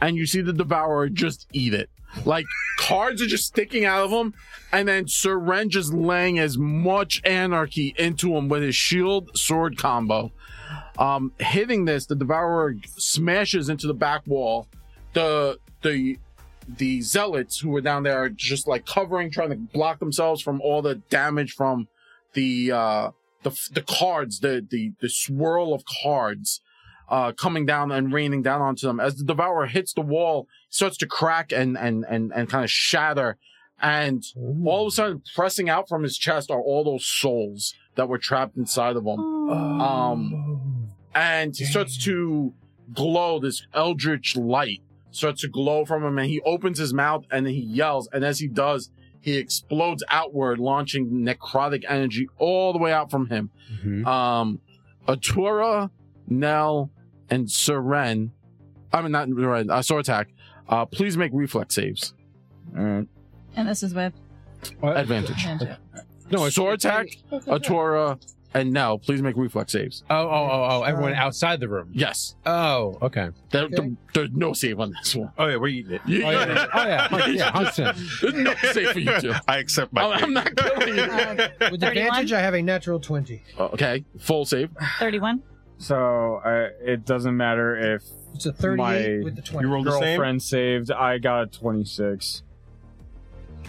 Speaker 1: and you see the devourer just eat it like cards are just sticking out of him and then Soren just laying as much anarchy into him with his shield sword combo um hitting this the devourer smashes into the back wall the the the zealots who were down there are just like covering trying to block themselves from all the damage from the uh the the cards, the the the swirl of cards uh, coming down and raining down onto them. As the devourer hits the wall, it starts to crack and and and and kind of shatter. And all of a sudden, pressing out from his chest are all those souls that were trapped inside of him. Um, and he starts to glow this eldritch light starts to glow from him, and he opens his mouth and then he yells. And as he does, he explodes outward, launching necrotic energy all the way out from him.
Speaker 4: Mm-hmm.
Speaker 3: Mhm.
Speaker 1: Um, Atura, Nell, and Soren. I mean, not Soren, uh, Sortak. Uh, please make reflex saves.
Speaker 7: And this is with
Speaker 1: Advantage.
Speaker 7: ninja.
Speaker 3: No, it's
Speaker 1: Sortak, Atura, and Nell, please make reflex saves.
Speaker 3: Oh, oh, oh, oh. Everyone outside the room.
Speaker 1: Yes.
Speaker 3: Oh, okay.
Speaker 1: There,
Speaker 6: Okay.
Speaker 1: there- there's no save on this one.
Speaker 2: Oh, yeah, we're eating it.
Speaker 1: You-
Speaker 3: Oh, yeah. Oh, yeah. Oh, yeah. 100%.
Speaker 1: There's no save for you two.
Speaker 2: I accept my.
Speaker 1: I'm, I'm not killing you.
Speaker 6: With
Speaker 7: 31?
Speaker 6: advantage, I have a natural 20.
Speaker 1: Uh, Okay, full save.
Speaker 7: 31.
Speaker 4: So I, it doesn't matter if
Speaker 6: It's a 38
Speaker 4: My-
Speaker 6: with the
Speaker 2: you
Speaker 6: 20.
Speaker 2: rolled the same.
Speaker 4: girlfriend saved. I got a twenty-six.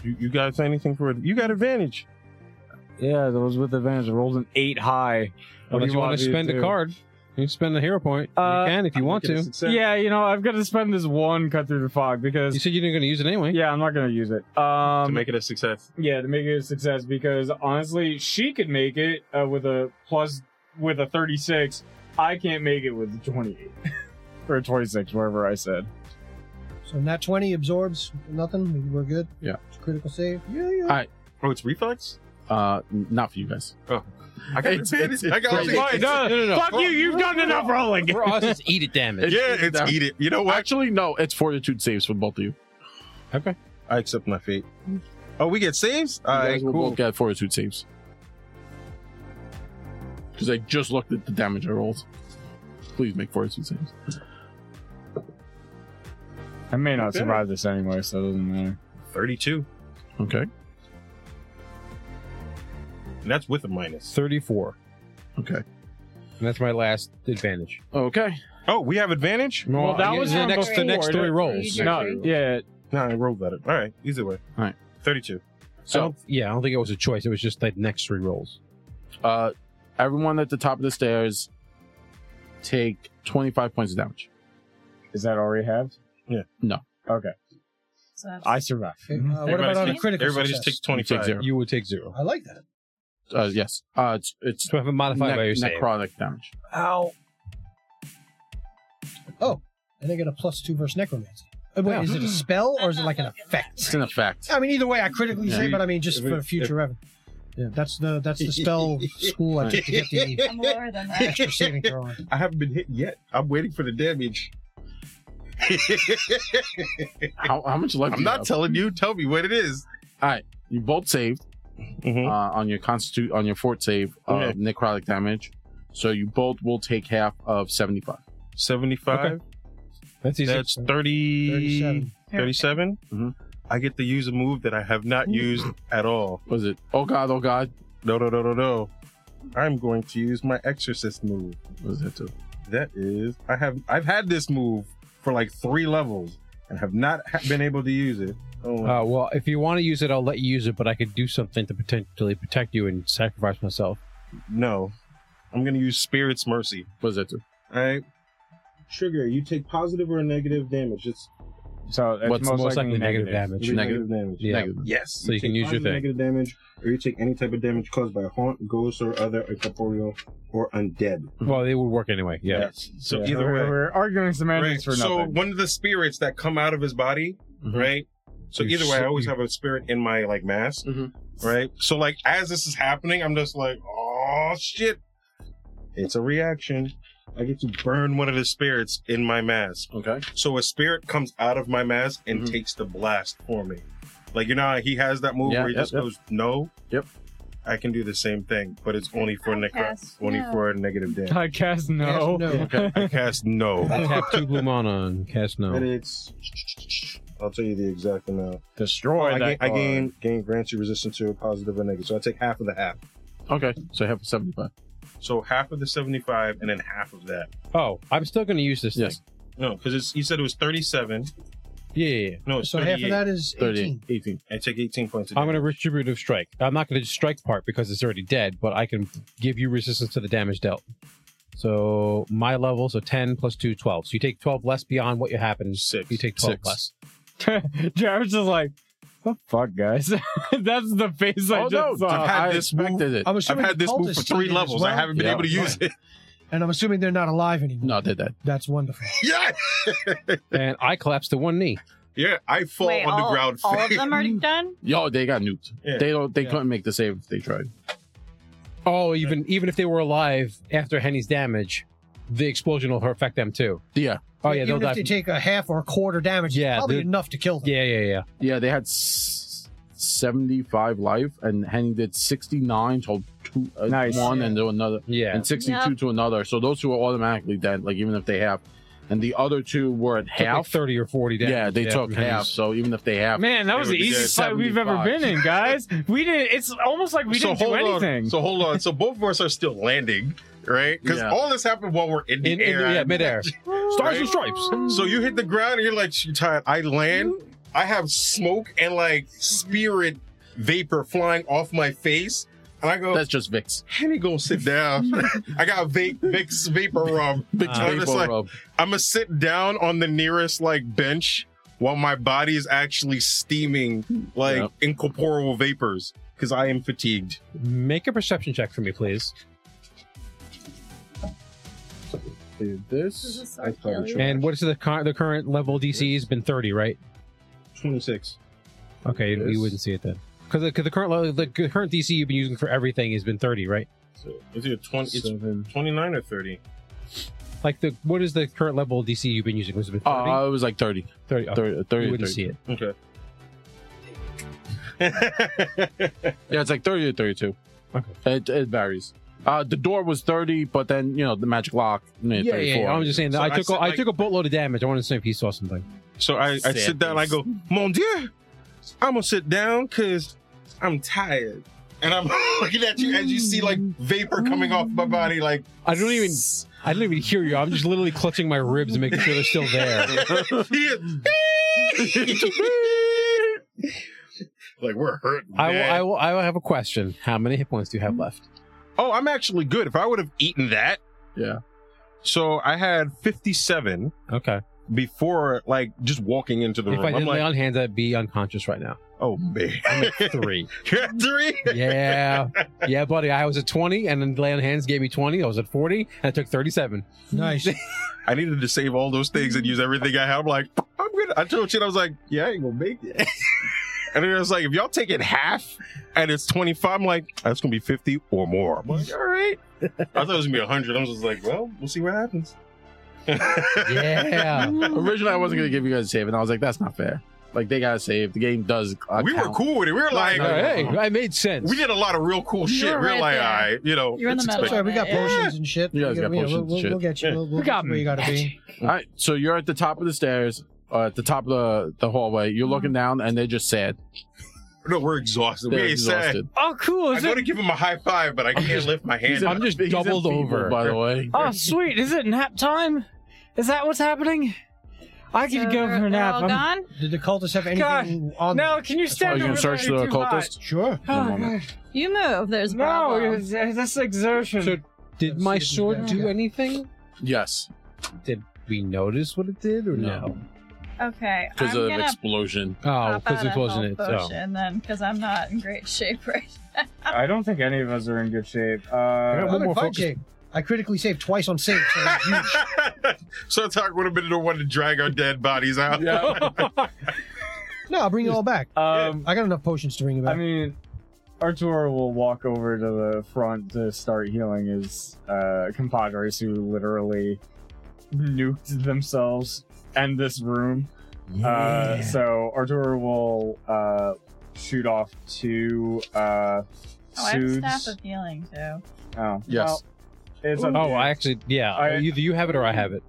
Speaker 2: You, you got anything for it? You got advantage.
Speaker 4: Yeah, that was with advantage. I rolled an eight high. What do
Speaker 3: Unless you want to
Speaker 4: me
Speaker 3: spend a
Speaker 4: do?
Speaker 3: card, you can spend a hero point.
Speaker 4: Uh,
Speaker 3: you can if you want to.
Speaker 4: Yeah, you know I've got to spend this one cut through the fog
Speaker 3: You
Speaker 4: because
Speaker 3: said you didn't going to use it anyway.
Speaker 4: yeah, I'm not gonna use it. Um,
Speaker 2: to make it a success.
Speaker 4: yeah, to make it a success because honestly, she could make it uh, with a plus with a 36. I can't make it with a 28 or a 26, whatever I said.
Speaker 6: So that 20 absorbs nothing. We're good.
Speaker 1: Yeah.
Speaker 6: It's a critical save. Yeah, yeah.
Speaker 1: I-
Speaker 2: Oh, it's reflex.
Speaker 1: Uh, n- not for you guys.
Speaker 2: I got
Speaker 1: It's-
Speaker 2: the bandage.
Speaker 1: it's-
Speaker 2: I got
Speaker 1: it's crazy.
Speaker 2: the bandage.
Speaker 3: No, no, no.
Speaker 4: Fuck you, you've done enough rolling.
Speaker 3: For us, it's eat it damage.
Speaker 2: Yeah, it's
Speaker 1: down.
Speaker 2: eat it. You know what?
Speaker 1: Actually, no. It's fortitude saves for both of you.
Speaker 2: I accept my fate.
Speaker 6: Mm.
Speaker 2: Oh, we get saves? All
Speaker 1: you
Speaker 2: right,
Speaker 1: guys will
Speaker 2: cool.
Speaker 1: both get fortitude saves. Because I just looked at the damage I rolled. Please make fortitude saves.
Speaker 4: I may not survive this anyway, so it doesn't matter.
Speaker 2: 32.
Speaker 1: Okay.
Speaker 2: And that's with a minus.
Speaker 3: 34.
Speaker 1: Okay.
Speaker 3: And that's my last advantage.
Speaker 1: Okay.
Speaker 2: Oh, we have advantage?
Speaker 4: Well, that
Speaker 3: yeah,
Speaker 4: was
Speaker 3: the
Speaker 4: from
Speaker 3: next, the next
Speaker 4: before.
Speaker 3: three rolls.
Speaker 8: You
Speaker 4: No,
Speaker 8: do.
Speaker 4: yeah,
Speaker 2: No, I rolled that. All right, either way.
Speaker 1: All right.
Speaker 2: 32.
Speaker 3: I
Speaker 1: So,
Speaker 3: don't- yeah, I don't think it was a choice. It was just the next three rolls.
Speaker 1: uh, everyone at the top of the stairs take 25 points of damage.
Speaker 4: is that already halved?
Speaker 2: Yeah.
Speaker 1: No.
Speaker 4: Okay,
Speaker 8: So that's-
Speaker 4: I survived.
Speaker 6: Uh, what
Speaker 2: Everybody
Speaker 6: about on a
Speaker 2: takes-
Speaker 6: critical
Speaker 2: Everybody
Speaker 6: success?
Speaker 2: just takes 25.
Speaker 1: Take zero.
Speaker 3: You would take zero.
Speaker 6: I like that.
Speaker 1: Uh, yes. Uh, it's it's
Speaker 3: So I have a modified by your
Speaker 1: nec-
Speaker 3: save.
Speaker 1: necrotic damage.
Speaker 6: Ow. Oh, and I get a plus two versus necromancy. Uh, Wait,
Speaker 3: Yeah.
Speaker 2: Mm-hmm.
Speaker 6: is it a spell or is it like an effect?
Speaker 1: It's an effect.
Speaker 6: I mean, either way, I critically
Speaker 1: Yeah.
Speaker 6: say, but I mean, just
Speaker 2: If we-
Speaker 6: for future reference. Yeah, that's the that's the spell school I took to get the
Speaker 8: I'm lower than that.
Speaker 6: extra saving throw. on.
Speaker 2: I haven't been hit yet. I'm waiting for the damage.
Speaker 1: How, how much life? do
Speaker 2: I'm
Speaker 1: you
Speaker 2: not
Speaker 1: have?
Speaker 2: telling you. Tell me what it is.
Speaker 1: you both saved uh, on your constitute on your fort save of
Speaker 2: Okay.
Speaker 1: necrotic damage. So you both will take half of 75.
Speaker 2: 75.
Speaker 3: That's easy.
Speaker 2: That's 30,
Speaker 6: 37.
Speaker 2: 37?
Speaker 1: Mhm.
Speaker 2: I get to use a move that I have not used at all.
Speaker 1: Was it? Oh god! Oh god!
Speaker 2: No, no, no, no, no. I'm going to use my exorcist move.
Speaker 1: What was that too?
Speaker 2: That is, I have, I've had this move for like three levels and have not ha- been able to use it. Oh,
Speaker 3: Uh, well, if you want to use it, I'll let you use it, but I could do something to potentially protect you and sacrifice myself.
Speaker 2: no. I'm going to use Spirit's Mercy.
Speaker 1: What was that too?
Speaker 2: All right. Trigger, you take positive or negative damage. It's
Speaker 4: So it's
Speaker 1: What's
Speaker 4: most, likely, negative,
Speaker 3: damage?
Speaker 1: Negative. negative
Speaker 2: damage.
Speaker 3: Yeah.
Speaker 1: Negative.
Speaker 2: Yes.
Speaker 3: So you can
Speaker 2: take
Speaker 3: use your
Speaker 2: positive,
Speaker 3: thing.
Speaker 2: Negative damage, or you take any type of damage caused by a haunt, ghost, or other incorporeal or undead.
Speaker 3: Well, it would work anyway. Yeah.
Speaker 2: Yes. So
Speaker 4: Yeah.
Speaker 2: either
Speaker 4: We're,
Speaker 2: way.
Speaker 4: we're arguing semantics
Speaker 2: Right.
Speaker 4: for
Speaker 2: So
Speaker 4: nothing.
Speaker 2: one of the spirits that come out of his body,
Speaker 1: Mhm.
Speaker 2: right? So
Speaker 3: You
Speaker 2: either way, I
Speaker 3: sl-
Speaker 2: always
Speaker 3: you-
Speaker 2: have a spirit in my like mask,
Speaker 1: Mhm.
Speaker 2: right? So like as this is happening, I'm just like, oh shit! It's a reaction. I get to burn one of the spirits in my mask.
Speaker 1: Okay.
Speaker 2: So a spirit comes out of my mask and
Speaker 1: Mhm.
Speaker 2: takes the blast for me. Like you know, how he has that move
Speaker 1: Yeah,
Speaker 2: where he
Speaker 1: yep,
Speaker 2: just
Speaker 1: yep.
Speaker 2: goes no.
Speaker 1: Yep.
Speaker 2: I can do the same thing, but it's only for necro,
Speaker 8: Cast
Speaker 2: only
Speaker 8: no.
Speaker 2: for negative damage.
Speaker 4: I guess no.
Speaker 6: Yes, no.
Speaker 1: Okay.
Speaker 2: I cast no,
Speaker 3: I tap two blue mana and cast
Speaker 2: and
Speaker 3: no.
Speaker 2: it's. I'll tell you the exact amount.
Speaker 4: Destroy
Speaker 2: I, gain,
Speaker 4: that.
Speaker 2: I
Speaker 4: card.
Speaker 2: gain gain grants you resistance to a positive or negative, so I take half of the half.
Speaker 1: Okay. So half of 75.
Speaker 2: So half of the seventy-five, and then half of that.
Speaker 3: Oh, I'm still going to use this
Speaker 1: Yes.
Speaker 2: No, because you said it was thirty-seven.
Speaker 3: thing. Yeah, yeah, yeah.
Speaker 2: No, it's
Speaker 6: So half
Speaker 2: Oh, thirty-eight.
Speaker 6: of that is
Speaker 1: 30.
Speaker 6: 18.
Speaker 1: 18.
Speaker 2: I take eighteen points. Of
Speaker 3: I'm going to
Speaker 2: damage.
Speaker 3: retributive strike. I'm not going to strike part because it's already dead, but I can give you resistance to the damage dealt. So my level, so 10 plus 2, 12. So you take 12 less beyond what you happen.
Speaker 2: Six.
Speaker 3: You take 12
Speaker 1: Six.
Speaker 3: less.
Speaker 4: Jared's just like, the fuck, guys. That's the face I
Speaker 1: oh
Speaker 4: just
Speaker 1: no!
Speaker 4: saw.
Speaker 2: I've had
Speaker 1: I
Speaker 2: this move-
Speaker 1: expected it.
Speaker 6: I'm assuming
Speaker 2: I've had
Speaker 6: the
Speaker 2: this move for
Speaker 6: cultists
Speaker 2: three
Speaker 6: did it as
Speaker 2: levels. I
Speaker 6: well,
Speaker 2: haven't been
Speaker 1: Yeah.
Speaker 2: able to use it.
Speaker 6: and I'm assuming they're not alive anymore.
Speaker 1: No, they're dead.
Speaker 6: That's wonderful.
Speaker 2: Yeah,
Speaker 3: and I collapse to one knee.
Speaker 2: yeah. I fall
Speaker 8: Wait,
Speaker 2: on
Speaker 8: all,
Speaker 2: the ground.
Speaker 8: all of them are done?
Speaker 1: Yo, they got nuked.
Speaker 2: Yeah.
Speaker 1: They don't. They
Speaker 2: Yeah.
Speaker 1: couldn't make the save if they tried.
Speaker 3: Oh, even even if they were alive after Henny's damage, the explosion will affect them too.
Speaker 1: Yeah.
Speaker 3: Oh yeah, they'll
Speaker 6: E- Even
Speaker 3: die.
Speaker 6: if they take a half or a quarter damage,
Speaker 3: Yeah,
Speaker 6: it's probably
Speaker 3: they're-
Speaker 6: enough to kill them.
Speaker 3: yeah, yeah, yeah.
Speaker 1: Yeah. They had s- 75 life, and Henning did 69 to two, uh,
Speaker 4: Nice.
Speaker 1: one, and to another.
Speaker 3: Yeah.
Speaker 1: and 62
Speaker 7: Yep.
Speaker 1: to another. So those two are automatically dead, like even if they have. And the other two were at
Speaker 3: Took like
Speaker 1: half.
Speaker 3: 30 or 40 damage.
Speaker 1: yeah, they took
Speaker 3: from
Speaker 1: half.
Speaker 3: Henny's.
Speaker 1: So even if they have,
Speaker 4: Man, that was
Speaker 2: They
Speaker 4: the
Speaker 2: would be
Speaker 4: easiest
Speaker 1: dead.
Speaker 4: fight we've ever
Speaker 1: 75.
Speaker 4: been in, guys. We didn't. It's almost like we didn't do anything.
Speaker 2: on. So hold on. So both of us are still landing, right? Because
Speaker 1: Yeah.
Speaker 2: all this happened while we're in the
Speaker 3: In, in,
Speaker 2: air.
Speaker 3: yeah, midair.
Speaker 2: Stars and
Speaker 3: stripes.
Speaker 8: Mm.
Speaker 2: So you hit the ground and you're like, "Shit, tired. I land. I have smoke and like spirit vapor flying off my face. And I go,
Speaker 1: that's just Vix.
Speaker 2: Henny gonna sit down. I got vape, Vic's vapor rub.
Speaker 1: Vix
Speaker 2: I'm just
Speaker 1: vapor
Speaker 2: like-
Speaker 1: rub.
Speaker 2: I'm gonna sit down on the nearest like bench while my body is actually steaming like
Speaker 1: Yep.
Speaker 2: incorporeal vapors because I am fatigued.
Speaker 3: Make a perception check for me, please.
Speaker 1: Did
Speaker 8: This
Speaker 1: this.
Speaker 8: is so silly.
Speaker 3: And what is the current the E current level DC has been 30, right?
Speaker 2: 26.
Speaker 3: Okay, you-
Speaker 1: Yes.
Speaker 3: you wouldn't see it then. Because the, 'cause the current level, the current DC you've been using for everything has been thirty, right?
Speaker 2: So is it a 20, it's
Speaker 5: Seven.
Speaker 2: 29 or 30?
Speaker 3: Like the what is the current level of DC you've been using? Was it been 30?
Speaker 1: Uh, it was like uh, 30.
Speaker 3: 30. Okay,
Speaker 1: 30, 30,
Speaker 3: you wouldn't
Speaker 1: 30.
Speaker 3: see it.
Speaker 2: Okay.
Speaker 1: Yeah, it's like 30 or 32.
Speaker 3: Okay.
Speaker 1: It, it varies. Uh, the door was 30, but then, you know, the magic lock, yeah,
Speaker 3: Yeah, yeah,
Speaker 1: 34.
Speaker 3: yeah. I'm just saying. That
Speaker 2: So
Speaker 3: I
Speaker 2: I
Speaker 3: took
Speaker 2: said,
Speaker 3: a, I
Speaker 2: like-
Speaker 3: took a boatload of damage. I wanted to see if he saw something.
Speaker 2: So I, I
Speaker 5: Sad
Speaker 2: sit down, I
Speaker 5: face.
Speaker 2: go, Mon Dieu, I'm gonna sit down because I'm tired. And I'm looking at you as you see like vapor coming off my body, like
Speaker 3: I don't even I don't even hear you. I'm just literally clutching my ribs and making sure they're still there.
Speaker 2: like we're hurt.
Speaker 3: I will, I will I will have a question. How many hit points do you have left?
Speaker 2: oh, I'm actually good. If I would have eaten that,
Speaker 1: Yeah.
Speaker 2: So I had 57
Speaker 3: Okay.
Speaker 2: before, like just walking into the
Speaker 3: If
Speaker 2: room.
Speaker 3: I
Speaker 2: I'm
Speaker 3: didn't lay
Speaker 2: like,
Speaker 3: on hands, I'd be unconscious right now.
Speaker 2: oh man,
Speaker 3: I'm at three.
Speaker 2: You're at three.
Speaker 3: Yeah. Yeah, buddy. I was at twenty and then lay on hands gave me twenty. I was at forty and I took thirty seven.
Speaker 6: Nice.
Speaker 2: I needed to save all those things and use everything I had. I'm like, I'm gonna. I told shit. I was like, yeah, I ain't gonna make it. and then I was like, if y'all take it half and it's 25, I'm like, that's gonna be 50 or more. I'm like, all right. I thought it was gonna be 100. I was just like, well, we'll see what happens.
Speaker 3: Yeah.
Speaker 1: Originally, I wasn't going to give you guys a save, and I was like, that's not fair. Like, they got to save. The game does. Uh,
Speaker 2: we were
Speaker 1: count.
Speaker 2: cool with it. We were like,
Speaker 3: All right, hey, I made sense.
Speaker 2: we did a lot of real cool
Speaker 7: You
Speaker 2: shit.
Speaker 7: were
Speaker 2: We
Speaker 7: right
Speaker 2: are like,
Speaker 7: there.
Speaker 2: all right, you know,
Speaker 7: You're in the
Speaker 2: it's
Speaker 7: middle.
Speaker 2: expected.
Speaker 6: Sorry, we got
Speaker 7: Yeah.
Speaker 6: potions and shit.
Speaker 1: You guys
Speaker 6: We
Speaker 1: got
Speaker 6: we-
Speaker 1: potions
Speaker 6: we'll,
Speaker 1: and
Speaker 6: we'll-
Speaker 1: shit.
Speaker 6: we'll get you.
Speaker 4: Yeah.
Speaker 6: We'll, we'll
Speaker 4: We got
Speaker 6: get you where you gotta be.
Speaker 1: All right, so you're at the top of the stairs, uh, at the top of the, the hallway.
Speaker 8: Mm-hmm.
Speaker 1: You're looking down, and they're just sad.
Speaker 2: No, we're exhausted.
Speaker 1: They're
Speaker 2: we ain't sad.
Speaker 1: exhausted.
Speaker 4: Oh, cool.
Speaker 2: I'm
Speaker 4: Is
Speaker 2: going to
Speaker 4: it?
Speaker 2: give him a high five, but I can't lift my hand.
Speaker 3: I'm just
Speaker 1: He's in
Speaker 3: doubled
Speaker 1: feeble,
Speaker 3: over.
Speaker 1: by the way.
Speaker 4: Oh, sweet. Is it nap time? Is that what's happening? I could
Speaker 8: So
Speaker 4: go
Speaker 8: they're-
Speaker 4: for a
Speaker 7: oh,
Speaker 4: nap.
Speaker 8: They're all
Speaker 4: I'm-
Speaker 8: gone?
Speaker 6: Did the cultists have anything on them?
Speaker 4: No, can you
Speaker 1: Are
Speaker 4: stand
Speaker 1: you
Speaker 4: over
Speaker 1: going to
Speaker 4: there?
Speaker 1: search the
Speaker 4: It's too hot.
Speaker 1: occultist?
Speaker 6: Sure.
Speaker 1: One
Speaker 4: Oh,
Speaker 1: moment.
Speaker 4: gosh.
Speaker 7: You move. There's
Speaker 4: no,
Speaker 7: problem.
Speaker 4: it's- it's- this exertion.
Speaker 3: So did my
Speaker 6: Let's see if
Speaker 3: sword
Speaker 6: we
Speaker 3: do
Speaker 6: got-
Speaker 3: anything?
Speaker 1: Yes,
Speaker 3: Did we notice what it did or no?
Speaker 8: Okay.
Speaker 1: because
Speaker 8: I'm
Speaker 1: of
Speaker 8: gonna
Speaker 1: explosion.
Speaker 3: Oh,
Speaker 8: pop
Speaker 3: because
Speaker 8: out a
Speaker 3: it
Speaker 8: health
Speaker 3: wasn't it. so.
Speaker 8: potion then, because I'm not in great shape right
Speaker 4: I don't think any of us are in good shape.
Speaker 6: I'm
Speaker 4: Uh,
Speaker 3: one more
Speaker 6: in fight
Speaker 3: focus.
Speaker 6: shape. I critically saved twice on save. So it's huge.
Speaker 2: so Tark would have been the one to drag our dead bodies out.
Speaker 6: no, I'll bring it all back.
Speaker 4: um,
Speaker 6: I got enough potions to bring it
Speaker 4: I
Speaker 6: back.
Speaker 4: mean, Artur will walk over to the front to start healing his uh, compadres who literally nuked themselves and this room. Uh, so Artur will uh, shoot off two uh,
Speaker 8: Oh, I have a staff
Speaker 4: soothes.
Speaker 8: of healing too.
Speaker 4: Oh,
Speaker 1: Yes.
Speaker 4: well, it's up to
Speaker 3: Oh,
Speaker 4: you.
Speaker 3: I actually, yeah.
Speaker 4: I-
Speaker 3: either you have it or I have it.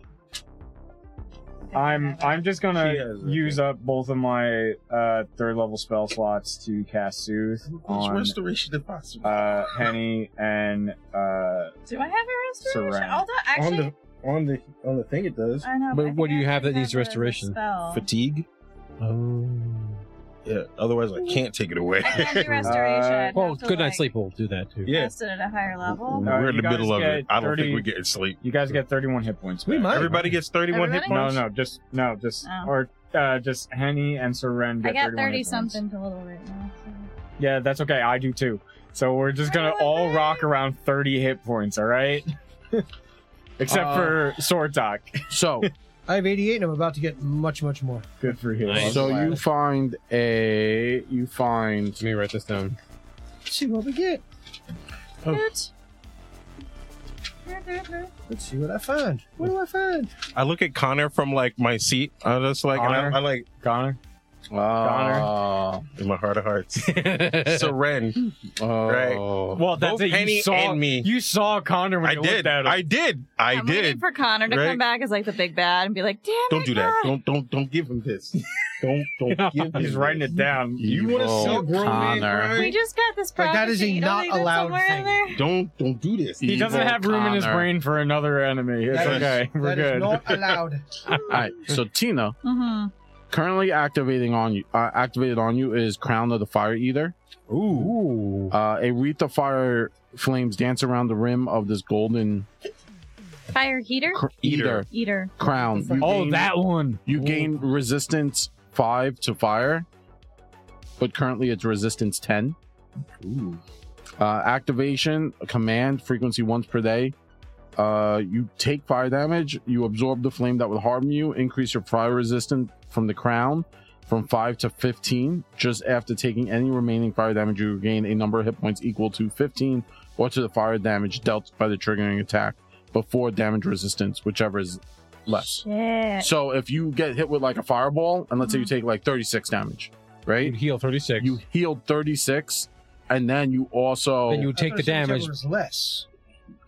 Speaker 4: I'm I'm just
Speaker 2: She
Speaker 4: gonna
Speaker 2: has it,
Speaker 4: use up both of my uh, third level spell slots to cast soothe on
Speaker 2: restoration if possible?
Speaker 4: uh, Henny and uh,
Speaker 8: Do I have a restoration?
Speaker 4: Saran.
Speaker 8: Although actually,
Speaker 2: on the on the thing it does.
Speaker 8: I know.
Speaker 3: But
Speaker 8: I think
Speaker 3: what do
Speaker 8: I
Speaker 3: you have
Speaker 8: actually
Speaker 3: that needs
Speaker 8: a- a
Speaker 3: restoration?
Speaker 8: spell.
Speaker 2: Fatigue.
Speaker 3: Oh.
Speaker 2: Yeah. Otherwise, I can't take it away.
Speaker 8: I can't do restoration. I'd
Speaker 3: Well,
Speaker 8: have to,
Speaker 3: Oh,
Speaker 8: like,
Speaker 3: good night's sleep will do that too.
Speaker 2: Yeah.
Speaker 8: Cast it at a higher level.
Speaker 4: Uh,
Speaker 2: We're in
Speaker 4: you
Speaker 2: the middle of
Speaker 4: guys
Speaker 2: it.
Speaker 4: get
Speaker 2: I don't think
Speaker 4: 30
Speaker 2: we're getting sleep.
Speaker 4: you guys get 31 hit points.
Speaker 6: We
Speaker 4: back.
Speaker 6: might.
Speaker 2: Everybody gets 31 hit
Speaker 8: Everybody?
Speaker 4: No,
Speaker 2: points.
Speaker 4: no, just no, just
Speaker 8: Oh.
Speaker 4: or uh, just Henny and Seren get
Speaker 8: I got
Speaker 4: 31 hit
Speaker 8: 30
Speaker 4: points.
Speaker 8: something to little right now. so-
Speaker 4: Yeah, that's okay. I do too. So we're just gonna all rock around 30 hit points. All right. Except
Speaker 1: Uh,
Speaker 4: for Sortok.
Speaker 1: So,
Speaker 6: I have 88 and I'm about to get much, much more.
Speaker 4: Good for you.
Speaker 3: Nice.
Speaker 1: so you find a you find
Speaker 3: Let me write this down.
Speaker 6: Let's see what we get.
Speaker 1: Oh.
Speaker 8: Bitch.
Speaker 3: Oh.
Speaker 6: Let's see what I find. What do I find?
Speaker 2: I look at Connor from like my seat. I just like, and I,
Speaker 4: Connor?
Speaker 2: I like
Speaker 4: Connor.
Speaker 1: Uh, Ah,
Speaker 2: in my heart of hearts.
Speaker 3: so,
Speaker 2: Seren.
Speaker 1: oh,
Speaker 4: Well, that's
Speaker 2: Both
Speaker 4: it. You
Speaker 2: Henny
Speaker 4: saw
Speaker 2: and me.
Speaker 4: You saw Connor when
Speaker 2: I
Speaker 4: you
Speaker 2: did.
Speaker 4: looked at him.
Speaker 2: I did. I
Speaker 7: I'm waiting
Speaker 2: did.
Speaker 7: for Connor to
Speaker 2: Right?
Speaker 7: come back as like the big bad and be like, "Damn
Speaker 2: Don't
Speaker 7: it,
Speaker 2: do that.
Speaker 7: God."
Speaker 2: Don't don't don't give him this. Don't don't give him.
Speaker 4: He's writing it down.
Speaker 2: You want to
Speaker 1: Evil
Speaker 2: see a grown
Speaker 1: Connor.
Speaker 2: man cry?
Speaker 7: We just got this
Speaker 6: Like,
Speaker 7: prophecy.
Speaker 6: that is a
Speaker 7: You don't
Speaker 6: not
Speaker 7: think that's
Speaker 6: allowed
Speaker 7: somewhere in
Speaker 6: thing.
Speaker 7: there?
Speaker 2: Don't don't do this.
Speaker 4: He doesn't
Speaker 1: Evil
Speaker 4: have room in his
Speaker 1: Connor.
Speaker 4: brain for another enemy. It's
Speaker 6: That is-
Speaker 4: okay. We're
Speaker 6: That is
Speaker 4: good.
Speaker 6: not allowed.
Speaker 1: All right, so Tina,
Speaker 7: Mhm.
Speaker 1: currently activating on you, uh, activated on you is Crown of the Fire Eater.
Speaker 2: Ooh.
Speaker 1: Uh, a wreath of fire flames dance around the rim of this golden
Speaker 7: Fire heater?
Speaker 1: cr- eater
Speaker 7: Eater.
Speaker 1: crown. You
Speaker 4: oh,
Speaker 1: gain-
Speaker 4: that one.
Speaker 1: you gain resistance five to fire, but currently it's resistance ten.
Speaker 2: Ooh.
Speaker 1: Uh, activation command frequency once per day. Uh, you take fire damage. You absorb the flame that would harm you. Increase your fire resistance from the crown from 5 to 15. Just after taking any remaining fire damage, you regain a number of hit points equal to 15 or to the fire damage dealt by the triggering attack before damage resistance, whichever is less.
Speaker 7: Eh.
Speaker 9: Shit.
Speaker 1: So if you get hit with like a fireball, and let's say you
Speaker 7: Mm-hmm.
Speaker 1: take like 36 damage,
Speaker 3: You
Speaker 1: right?
Speaker 3: heal 36.
Speaker 1: You healed 36, and then you also,
Speaker 3: then you take the damage.
Speaker 6: Is less.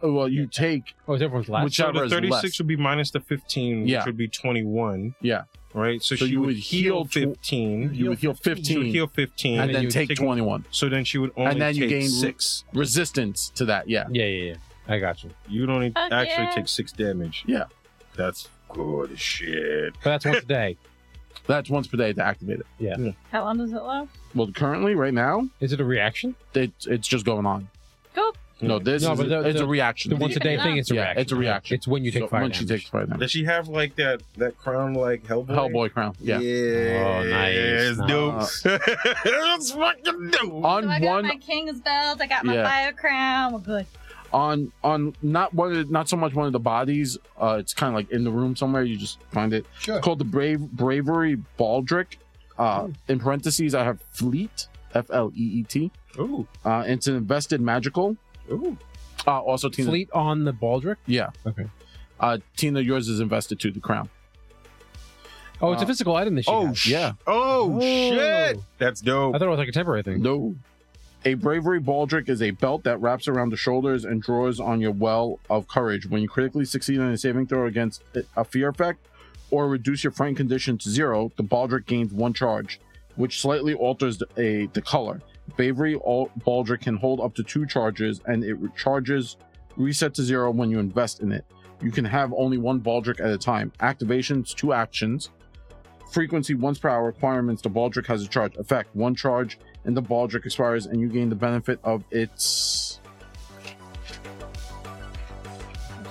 Speaker 1: well, you take
Speaker 3: Oh, everyone's last.
Speaker 1: Which-
Speaker 2: So
Speaker 1: Whichever
Speaker 2: the
Speaker 1: is
Speaker 2: 36
Speaker 1: less.
Speaker 2: would be minus the 15,
Speaker 1: Yeah.
Speaker 2: which would be 21.
Speaker 1: Yeah.
Speaker 2: Right? So,
Speaker 1: So
Speaker 2: she
Speaker 1: you
Speaker 2: would
Speaker 1: would heal
Speaker 2: heal
Speaker 1: tw-
Speaker 2: 15.
Speaker 1: you would heal
Speaker 2: She
Speaker 1: 15,
Speaker 2: would heal 15.
Speaker 1: and, then
Speaker 3: you
Speaker 1: take
Speaker 2: take-
Speaker 1: 21
Speaker 2: so then she would only
Speaker 1: and then you
Speaker 2: take
Speaker 1: gain
Speaker 2: six.
Speaker 1: resistance to that. Yeah.
Speaker 3: yeah, yeah, yeah. I got you.
Speaker 2: You would only
Speaker 9: Fuck
Speaker 2: actually
Speaker 9: yeah.
Speaker 2: take six damage.
Speaker 1: Yeah.
Speaker 2: That's good as shit.
Speaker 3: But that's once a day.
Speaker 1: That's once per day to activate it.
Speaker 9: How long does it last?
Speaker 1: Well, currently, right now,
Speaker 3: Is it a reaction?
Speaker 1: it, it's just going on.
Speaker 9: Go.
Speaker 1: No, this
Speaker 3: No,
Speaker 1: is
Speaker 3: but the-
Speaker 1: it's
Speaker 3: the-
Speaker 1: a reaction.
Speaker 3: The once a day thing. It's a
Speaker 1: Yeah,
Speaker 3: reaction.
Speaker 1: it's a reaction.
Speaker 3: It's when you take
Speaker 1: So
Speaker 3: fire
Speaker 1: when she
Speaker 3: damage.
Speaker 1: takes fire damage.
Speaker 2: Does she have like that that crown like Hellboy?
Speaker 1: Hellboy crown. Yeah.
Speaker 2: Yeah.
Speaker 3: Oh, nice.
Speaker 2: It's dope. it's fucking dope.
Speaker 1: On
Speaker 7: So I got
Speaker 1: one,
Speaker 7: my king's belt. I got my
Speaker 1: Yeah.
Speaker 7: fire crown. We're good.
Speaker 1: on on not one, of, not so much one of the bodies. Uh, it's kind of like in the room somewhere. You just find it.
Speaker 6: Sure.
Speaker 1: It's called the Brave Bravery Baldric. Uh, in parentheses, I have Fleet. F L E E T.
Speaker 2: Ooh.
Speaker 1: Uh, it's an invested magical.
Speaker 2: Ooh.
Speaker 1: Uh, also, Tina.
Speaker 3: Fleet on the Baldric.
Speaker 1: Yeah.
Speaker 3: Okay.
Speaker 1: Uh, Tina, yours is invested to the crown.
Speaker 3: Oh, it's
Speaker 1: Uh,
Speaker 3: a physical item that she
Speaker 2: Oh,
Speaker 3: has.
Speaker 2: sh-
Speaker 1: Yeah.
Speaker 2: Oh,
Speaker 3: Oh.
Speaker 2: shit. That's dope.
Speaker 3: I thought it was like a temporary thing.
Speaker 1: No. A bravery baldric is a belt that wraps around the shoulders and draws on your well of courage. When you critically succeed on a saving throw against a fear effect or reduce your frightened condition to zero, the baldric gains one charge, which slightly alters the, a, the color. Bravery al- baldric can hold up to two charges, and it recharges reset to zero when you invest in it. You can have only one baldric at a time. Activations, two actions. Frequency once per hour requirements. The baldric has a charge. Effect one charge and the baldric expires and you gain the benefit of its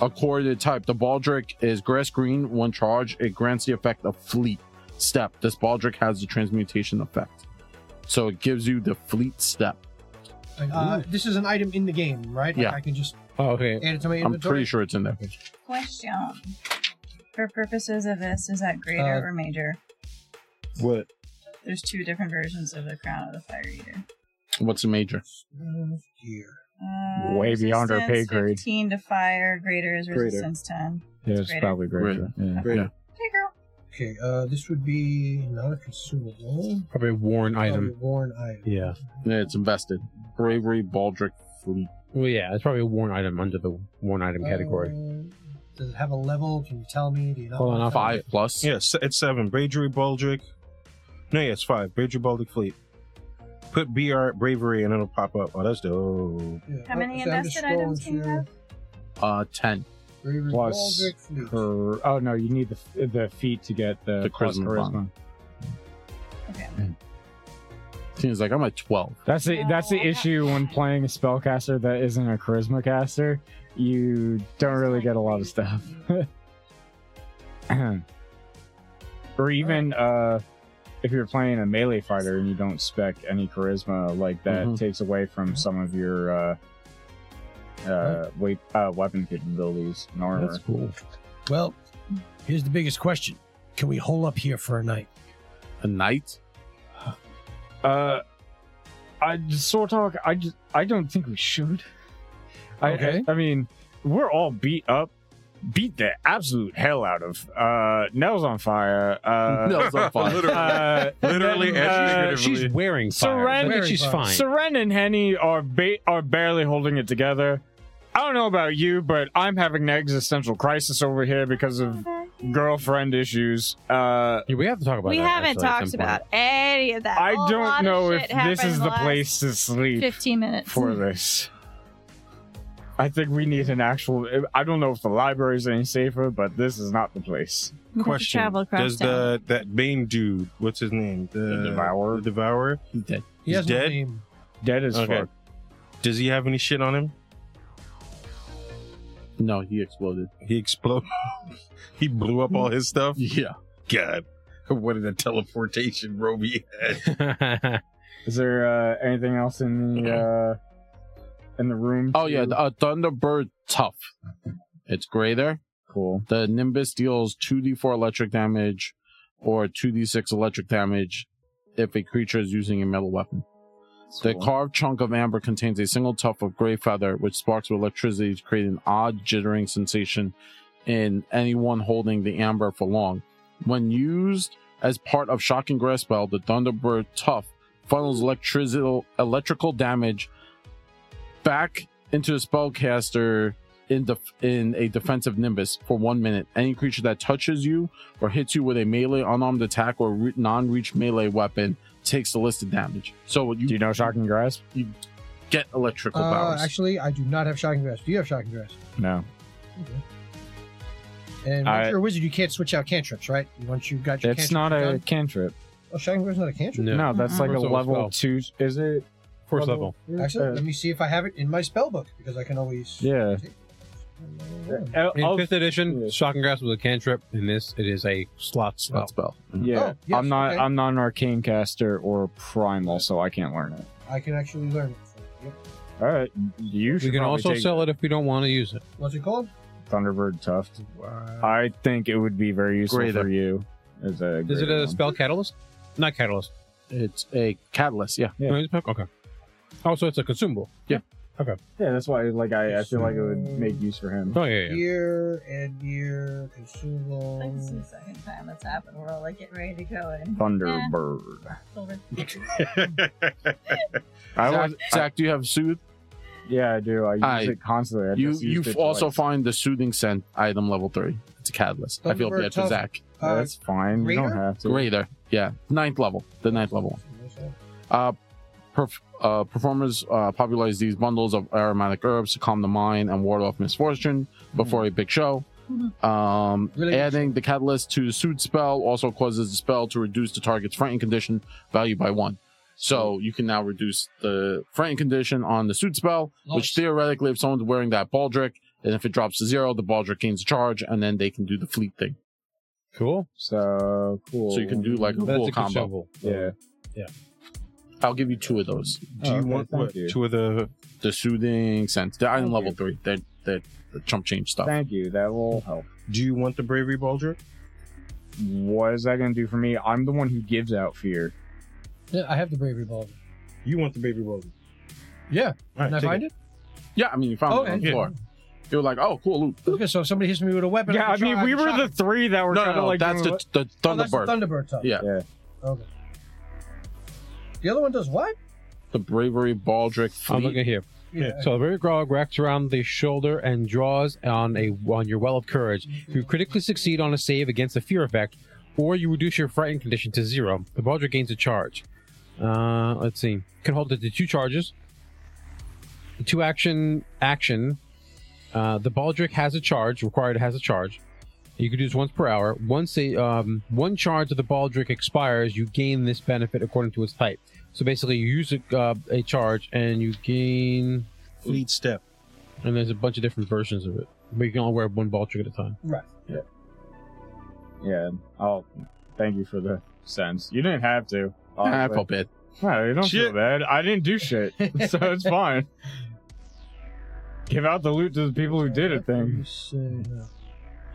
Speaker 1: accorded type. The baldric is grass green, one charge. It grants the effect of fleet step. This baldric has the transmutation effect. So it gives you the fleet step.
Speaker 6: Uh, this is an item in the game, right?
Speaker 1: Yeah.
Speaker 6: Like I can just
Speaker 3: Oh, okay.
Speaker 6: add it to my
Speaker 1: I'm pretty
Speaker 6: inventory.
Speaker 1: sure it's in there.
Speaker 7: Question. For purposes of this, is that greater
Speaker 6: Uh,
Speaker 7: or major?
Speaker 2: What?
Speaker 7: There's two different versions of the crown of the fire eater.
Speaker 1: What's the major?
Speaker 6: Oh, dear.
Speaker 7: Uh,
Speaker 4: Way beyond our
Speaker 7: resistance
Speaker 4: pay grade.
Speaker 7: 15 to fire, greater is
Speaker 4: Greater.
Speaker 7: resistance 10.
Speaker 4: Yeah,
Speaker 7: Greater.
Speaker 4: probably greater. Yeah.
Speaker 1: Yeah.
Speaker 7: Hey girl.
Speaker 6: Okay, uh, this would be not a consumable.
Speaker 3: Probably a worn
Speaker 6: Probably
Speaker 3: item.
Speaker 6: a worn item.
Speaker 3: Yeah.
Speaker 1: Yeah, It's invested. Bravery, baldric, fleet.
Speaker 3: Well, yeah, it's probably a worn item under the worn item category.
Speaker 6: Uh, does it have a level? Can you tell me? Do you know?
Speaker 3: Hold on, I'll
Speaker 1: Five plus.
Speaker 2: Yeah, se- it's seven. Bravery Baldric. No, yeah, it's five. Bravery Baldric Fleet. Put BR Bravery and it'll pop up. Oh, that's dope.
Speaker 6: Yeah,
Speaker 7: How many
Speaker 6: okay, I'm
Speaker 7: invested
Speaker 6: just
Speaker 7: items
Speaker 6: scrolling
Speaker 7: can you
Speaker 6: through.
Speaker 7: have?
Speaker 1: Uh, 10.
Speaker 6: Bravery
Speaker 4: Plus
Speaker 6: Baldric Fleet.
Speaker 4: Her, oh no, you need the the feet to get the,
Speaker 1: The
Speaker 4: plus
Speaker 1: charisma bond. Tina's like, I'm at 12.
Speaker 4: That's the that's the
Speaker 7: No, I got
Speaker 4: issue when
Speaker 7: five.
Speaker 4: playing a spellcaster that isn't a charisma caster. You don't really get a lot of stuff. or even uh if you're playing a melee fighter and you don't spec any charisma, like that
Speaker 1: Mhm.
Speaker 4: takes away from some of your uh uh, wait, uh weapon capabilities and armor.
Speaker 1: cool.
Speaker 6: Well, here's the biggest question: Can we hole up here for a night?
Speaker 1: A knight?
Speaker 4: Uh, I just sort talk. I just I don't think we should. I,
Speaker 3: Okay.
Speaker 4: I, I mean, we're all beat up, beat the absolute hell out of. Uh, Nell's on fire. Uh,
Speaker 1: no, it's on fire.
Speaker 2: Literally.
Speaker 4: uh,
Speaker 2: Literally
Speaker 4: then,
Speaker 2: and figuratively.
Speaker 4: uh,
Speaker 3: She's wearing fire.
Speaker 4: Saran-
Speaker 3: I think she's
Speaker 6: Wearing fire.
Speaker 3: fine.
Speaker 4: Seren and Henny are ba- are barely holding it together. I don't know about you, but I'm having an existential crisis over here because of girlfriend issues. Uh,
Speaker 3: Yeah, we have to talk about
Speaker 9: we
Speaker 3: that,
Speaker 9: haven't
Speaker 3: actually, at
Speaker 9: talked
Speaker 3: some point.
Speaker 9: about any of that.
Speaker 4: I
Speaker 9: Whole lot
Speaker 4: don't
Speaker 9: of
Speaker 4: know if
Speaker 9: shit
Speaker 4: this
Speaker 9: happened
Speaker 4: is
Speaker 9: in
Speaker 4: the
Speaker 9: last
Speaker 4: place to sleep.
Speaker 9: 15 minutes.
Speaker 6: Hmm.
Speaker 4: for this. I think we need an actual. I don't know if the library is any safer, but this is not the place.
Speaker 9: We have to
Speaker 2: Question.
Speaker 9: travel across
Speaker 2: Does
Speaker 9: town.
Speaker 2: the that main dude, what's his name? The,
Speaker 4: Devourer?
Speaker 2: The Devourer.
Speaker 6: He
Speaker 2: He's
Speaker 6: has no
Speaker 2: dead?
Speaker 6: name.
Speaker 4: Dead as
Speaker 2: Okay.
Speaker 4: fuck.
Speaker 2: Does he have any shit on him?
Speaker 1: No, he exploded.
Speaker 2: He exploded. he blew up all his stuff.
Speaker 1: Yeah.
Speaker 2: God. What did a teleportation Roby had?
Speaker 4: Oh, Is there uh, anything else in the uh, in the room?
Speaker 1: Oh yeah, the- uh, Thunderbird tough. It's greater.
Speaker 4: cool.
Speaker 1: The Nimbus deals two d4 electric damage or 2d6 electric damage if a creature is using a metal weapon. The carved chunk of amber contains a single tuft of gray feather, which sparks with electricity to create an odd jittering sensation in anyone holding the amber for long. When used as part of shock and grasp spell, the Thunderbird tuft funnels electrical electrical damage back into the spellcaster in def- in a defensive nimbus for one minute. Any creature that touches you or hits you with a melee unarmed attack or re- non-reach melee weapon takes the listed damage. So you
Speaker 5: Do you know shocking grasp?
Speaker 1: get electrical
Speaker 6: Uh,
Speaker 1: powers.
Speaker 6: actually, I do not have shocking grasp. Do you have shocking grasp?
Speaker 5: No.
Speaker 6: And once
Speaker 5: I-
Speaker 6: you're a wizard, you can't switch out cantrips, right? Once you got your
Speaker 5: It's
Speaker 6: cantrip
Speaker 5: not a
Speaker 6: done-
Speaker 5: cantrip.
Speaker 6: Oh, shocking grasp's not a cantrip.
Speaker 3: No.
Speaker 5: No, that's like a
Speaker 3: It's a
Speaker 5: level
Speaker 3: spell.
Speaker 5: two. Is it?
Speaker 3: First
Speaker 6: Well,
Speaker 3: level.
Speaker 6: Actually,
Speaker 5: Uh,
Speaker 6: let me see if I have it in my spell book because I can always.
Speaker 5: Yeah. Uh,
Speaker 3: In
Speaker 5: I'll-
Speaker 3: fifth edition,
Speaker 5: yeah.
Speaker 3: Shock and Grasp was a cantrip. In this, it is a slot spell.
Speaker 1: That spell.
Speaker 5: yeah.
Speaker 6: Oh, yes,
Speaker 5: I'm not.
Speaker 6: okay.
Speaker 5: I'm not an arcane caster or primal, so I can't learn it.
Speaker 6: I can actually learn it. So, yep.
Speaker 5: All right. You should
Speaker 3: We can
Speaker 5: probably
Speaker 3: also
Speaker 5: take
Speaker 3: sell it if we don't want to use it.
Speaker 6: What's it called?
Speaker 5: Thunderbird Tuft.
Speaker 6: Wow.
Speaker 5: I think it would be very useful
Speaker 1: Greater.
Speaker 5: for you. As a
Speaker 3: Is it
Speaker 5: greater
Speaker 3: a
Speaker 5: one.
Speaker 3: spell catalyst? Not catalyst.
Speaker 1: It's a catalyst. Yeah.
Speaker 5: Yeah.
Speaker 3: No, it's a spell- Okay. Also, it's a consumable.
Speaker 4: Yeah, that's why like I, I feel like it would make use for him.
Speaker 3: Oh yeah, yeah.
Speaker 6: Year and year consumable.
Speaker 8: This is the second time that's happened. We're all like getting ready to go in.
Speaker 5: Thunderbird.
Speaker 8: Silver.
Speaker 5: I
Speaker 1: Zach,
Speaker 5: was,
Speaker 1: Zach, do you have soothe?
Speaker 4: Yeah, I do. I use
Speaker 1: I-
Speaker 4: it constantly. I
Speaker 1: You
Speaker 4: just
Speaker 1: you
Speaker 4: used it
Speaker 1: also
Speaker 4: twice.
Speaker 1: find the soothing scent item level three. It's a catalyst. I feel
Speaker 6: Thunderbird
Speaker 1: bad for
Speaker 6: Tuft.
Speaker 1: Zach.
Speaker 6: Uh,
Speaker 4: That's fine. You don't
Speaker 6: greater?
Speaker 4: have to.
Speaker 1: Greater. Yeah. Ninth level. The ninth level. one. Uh, perf- uh, performers uh, popularize these bundles of aromatic herbs to calm the mind and ward off misfortune before a big show. Um,
Speaker 6: Really?
Speaker 1: adding the catalyst to the suit spell also causes the spell to reduce the target's frightened condition value by one. So you can now reduce the frightened condition on the suit spell, which
Speaker 6: Nice.
Speaker 1: theoretically, if someone's wearing that baldric, and if it drops to zero, the baldric gains a charge, and then they can do the fleet thing.
Speaker 3: Cool.
Speaker 4: So cool.
Speaker 1: So you can do like a
Speaker 3: That's
Speaker 1: cool
Speaker 3: a
Speaker 1: combo.
Speaker 3: consumable.
Speaker 4: yeah.
Speaker 1: I'll give you two of those.
Speaker 4: Do you want what?
Speaker 2: Two of the
Speaker 1: the soothing sense. They're item
Speaker 4: Thank
Speaker 1: level
Speaker 4: you.
Speaker 1: three. They're, they're the chump change stuff.
Speaker 4: Thank you. That will help.
Speaker 2: Do you want the bravery bulger?
Speaker 4: What is that going to do for me? I'm the one who gives out fear.
Speaker 6: Yeah, I have the bravery ball.
Speaker 2: You want the bravery bulger?
Speaker 6: Yeah.
Speaker 2: All right,
Speaker 6: Can I
Speaker 2: take
Speaker 6: find it?
Speaker 1: yeah, I mean, you found
Speaker 6: Oh,
Speaker 1: it on
Speaker 6: and-
Speaker 1: the floor. You were like, oh, cool loot.
Speaker 6: Okay, so if somebody hits me with a weapon.
Speaker 5: yeah, I
Speaker 6: can
Speaker 5: mean,
Speaker 6: try-
Speaker 5: we
Speaker 6: can
Speaker 5: were
Speaker 6: shock
Speaker 5: the
Speaker 6: them.
Speaker 5: three that were
Speaker 1: No, no,
Speaker 5: kind of
Speaker 1: no,
Speaker 5: like.
Speaker 1: that's the,
Speaker 5: doing
Speaker 1: the
Speaker 6: Oh, that's the
Speaker 1: Thunderbird.
Speaker 6: Thunderbird type.
Speaker 1: Yeah.
Speaker 4: Yeah.
Speaker 6: Okay. The other one does what?
Speaker 1: the bravery baldric
Speaker 3: I'm
Speaker 1: fleet.
Speaker 3: looking here. So the very grog wraps around the shoulder and draws on a on your well of courage. If you critically succeed on a save against the fear effect, or you reduce your frightened condition to zero, the Baldric gains a charge. Uh, let's see. Can hold it to two charges. Two action action. Uh, the Baldric has a charge. Required has a charge. You can do this once per hour. Once a um, one charge of the Baldric expires, you gain this benefit according to its type. So basically, you use a, uh, a charge and you gain,
Speaker 2: Fleet step.
Speaker 3: and there's a bunch of different versions of it. But you can only wear one ball trick at a time.
Speaker 4: Yeah. I'll thank you for the sense. You didn't have to.
Speaker 1: I
Speaker 4: honestly.
Speaker 1: felt bad.
Speaker 4: No, you don't
Speaker 2: Shit.
Speaker 4: feel bad. I didn't do shit, so it's fine.
Speaker 5: Give out the loot to the people who did it. Thing.
Speaker 6: You say, no.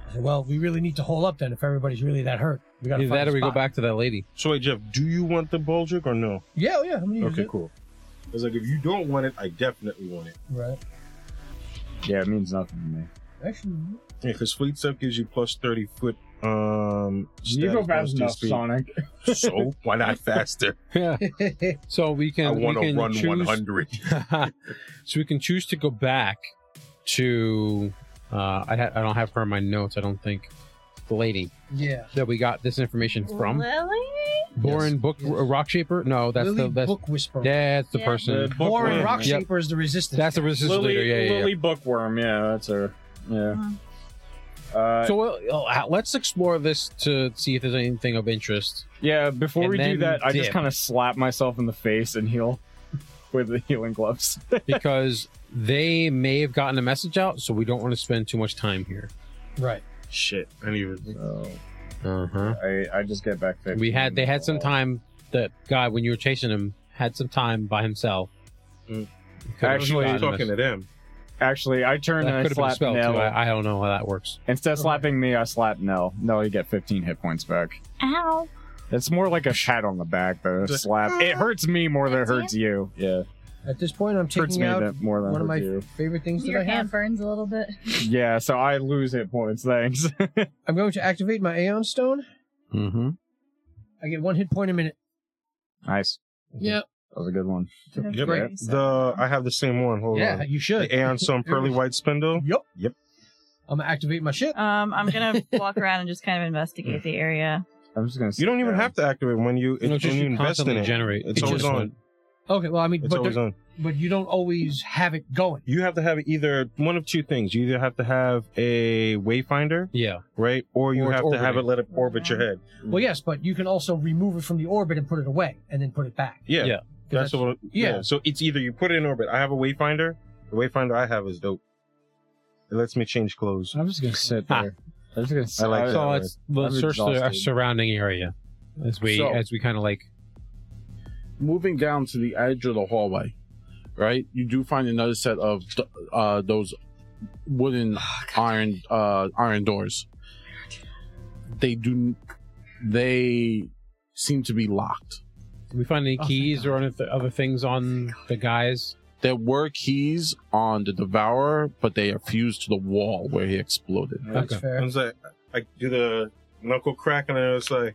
Speaker 6: I said, Well, we really need to hole up then if everybody's really that hurt. We gotta
Speaker 3: Either
Speaker 6: find
Speaker 3: that
Speaker 6: a
Speaker 3: or we go
Speaker 6: spot.
Speaker 3: back to that lady.
Speaker 2: So wait, Jeff, do you want the bulger or no?
Speaker 6: Yeah, oh, yeah. I'm gonna
Speaker 4: Mm-hmm.
Speaker 6: use
Speaker 2: Okay,
Speaker 6: it.
Speaker 2: cool. I was like, if you don't want it, I definitely want it.
Speaker 6: Right.
Speaker 4: Yeah, it means nothing to me.
Speaker 6: Actually,
Speaker 2: Yeah, because fleet step gives you plus thirty foot. Um,
Speaker 4: You go
Speaker 2: status
Speaker 4: fast
Speaker 2: bonus to
Speaker 4: enough,
Speaker 2: speed.
Speaker 4: Sonic.
Speaker 2: So why not faster?
Speaker 3: Yeah. so we
Speaker 2: I
Speaker 3: can. we
Speaker 2: want to
Speaker 3: can
Speaker 2: run
Speaker 3: choose-
Speaker 2: one hundred.
Speaker 3: so we can choose to go back to. Uh, I ha- I don't have her in my notes. I don't think the lady
Speaker 6: yeah.
Speaker 3: that we got this information from.
Speaker 8: Lily?
Speaker 3: Boren Book uh,
Speaker 6: Yes.
Speaker 3: Rock Shaper. No, that's
Speaker 6: Lily
Speaker 3: the that's
Speaker 6: book whisperer.
Speaker 3: that's the
Speaker 8: Yeah.
Speaker 3: person.
Speaker 6: Warren
Speaker 2: Bookworm.
Speaker 6: Rock
Speaker 3: Yep.
Speaker 6: Shaper is the resistance.
Speaker 3: That's the resistance leader. Yeah, yeah, yeah.
Speaker 4: Lily Bookworm. Yeah, that's her. Yeah.
Speaker 8: Mhm.
Speaker 4: Uh,
Speaker 3: So we'll, uh, let's explore this to see if there's anything of interest.
Speaker 4: yeah. Before
Speaker 3: And
Speaker 4: we do
Speaker 3: then
Speaker 4: that, I just
Speaker 3: dip.
Speaker 4: kind of slap myself in the face and heal with the healing gloves.
Speaker 3: because they may have gotten a message out, so we don't want to spend too much time here.
Speaker 6: right.
Speaker 2: Shit, I didn't even.
Speaker 4: So
Speaker 3: Uh huh.
Speaker 4: I, I just get back. 15.
Speaker 3: We had they had some time. That guy, when you were chasing him, had some time by himself.
Speaker 2: Mm.
Speaker 3: Could have
Speaker 2: Actually,
Speaker 3: gotten us.
Speaker 2: talking to them.
Speaker 4: Actually, I turn
Speaker 3: That
Speaker 4: and I
Speaker 3: could have been a
Speaker 4: slap
Speaker 3: spell too.
Speaker 4: Nell.
Speaker 3: I, I don't know how that works.
Speaker 4: Instead of slapping me, I slap Nell. Nell, you get 15 hit points back.
Speaker 7: Ow.
Speaker 4: It's more like a pat on the back than a slap. It hurts me more than it hurts you. Yeah,
Speaker 6: At this point, I'm
Speaker 4: hurts
Speaker 6: taking
Speaker 4: me
Speaker 6: out
Speaker 4: that more than
Speaker 6: one
Speaker 4: it
Speaker 6: of my
Speaker 4: hurts you.
Speaker 6: favorite things
Speaker 10: Your
Speaker 6: that I
Speaker 10: hand
Speaker 6: have.
Speaker 10: burns a little bit.
Speaker 4: Yeah, so I lose hit points. Thanks.
Speaker 6: I'm going to activate my Aeon Stone.
Speaker 1: Mm-hmm.
Speaker 6: I get one hit point a minute.
Speaker 4: nice.
Speaker 6: Yeah.
Speaker 4: That was a good one.
Speaker 2: Yep.
Speaker 6: Great.
Speaker 2: The I have the same one. Hold
Speaker 6: Yeah,
Speaker 2: on.
Speaker 6: you should.
Speaker 2: The Aeon Stone Pearly White Spindle.
Speaker 6: Yup.
Speaker 2: Yep.
Speaker 6: I'm gonna activate my shit.
Speaker 7: Um, I'm gonna walk around and just kind of investigate the area.
Speaker 4: I'm just gonna.
Speaker 2: You don't even have to activate when you
Speaker 3: You know,
Speaker 2: it's
Speaker 3: just
Speaker 2: when you
Speaker 3: you
Speaker 2: invest in
Speaker 3: constantly
Speaker 2: it.
Speaker 3: generate.
Speaker 2: It's always
Speaker 3: just
Speaker 2: on.
Speaker 3: one.
Speaker 6: Okay. Well, I mean,
Speaker 2: It's
Speaker 6: but,
Speaker 2: always
Speaker 6: there-
Speaker 2: on.
Speaker 6: but you don't always have it going.
Speaker 2: You have to have either one of two things. You either have to have a wayfinder,
Speaker 3: Yeah.
Speaker 2: right, or you
Speaker 3: Or it's
Speaker 2: have to have
Speaker 3: orbiting.
Speaker 2: it let it orbit your head.
Speaker 6: Well, yes, but you can also remove it from the orbit and put it away, and then put it back.
Speaker 2: Yeah,
Speaker 3: Yeah.
Speaker 2: that's, what. Yeah.
Speaker 6: yeah.
Speaker 2: so it's either you put it in orbit. I have a wayfinder. The wayfinder I have is dope. It lets me change clothes.
Speaker 4: I'm just gonna sit
Speaker 3: Ha.
Speaker 4: there. I'm just gonna. Sit
Speaker 2: like
Speaker 4: there.
Speaker 2: that.
Speaker 3: So let's let's
Speaker 4: I'm
Speaker 3: search the, our
Speaker 4: exhausted.
Speaker 3: surrounding area as we
Speaker 1: So-
Speaker 3: as we kind of like
Speaker 1: Moving down to the edge of the hallway, right? You do find another set of uh, those wooden iron uh, iron doors. They do. They seem to be locked.
Speaker 3: Did we find any
Speaker 6: Oh, thank
Speaker 3: keys or anyth- other things on the guys?
Speaker 1: There were keys on the Devourer, but they are fused to the wall where he exploded.
Speaker 6: That's
Speaker 3: Okay.
Speaker 2: I
Speaker 6: fair.
Speaker 2: was like, I do the knuckle crack, and I was like,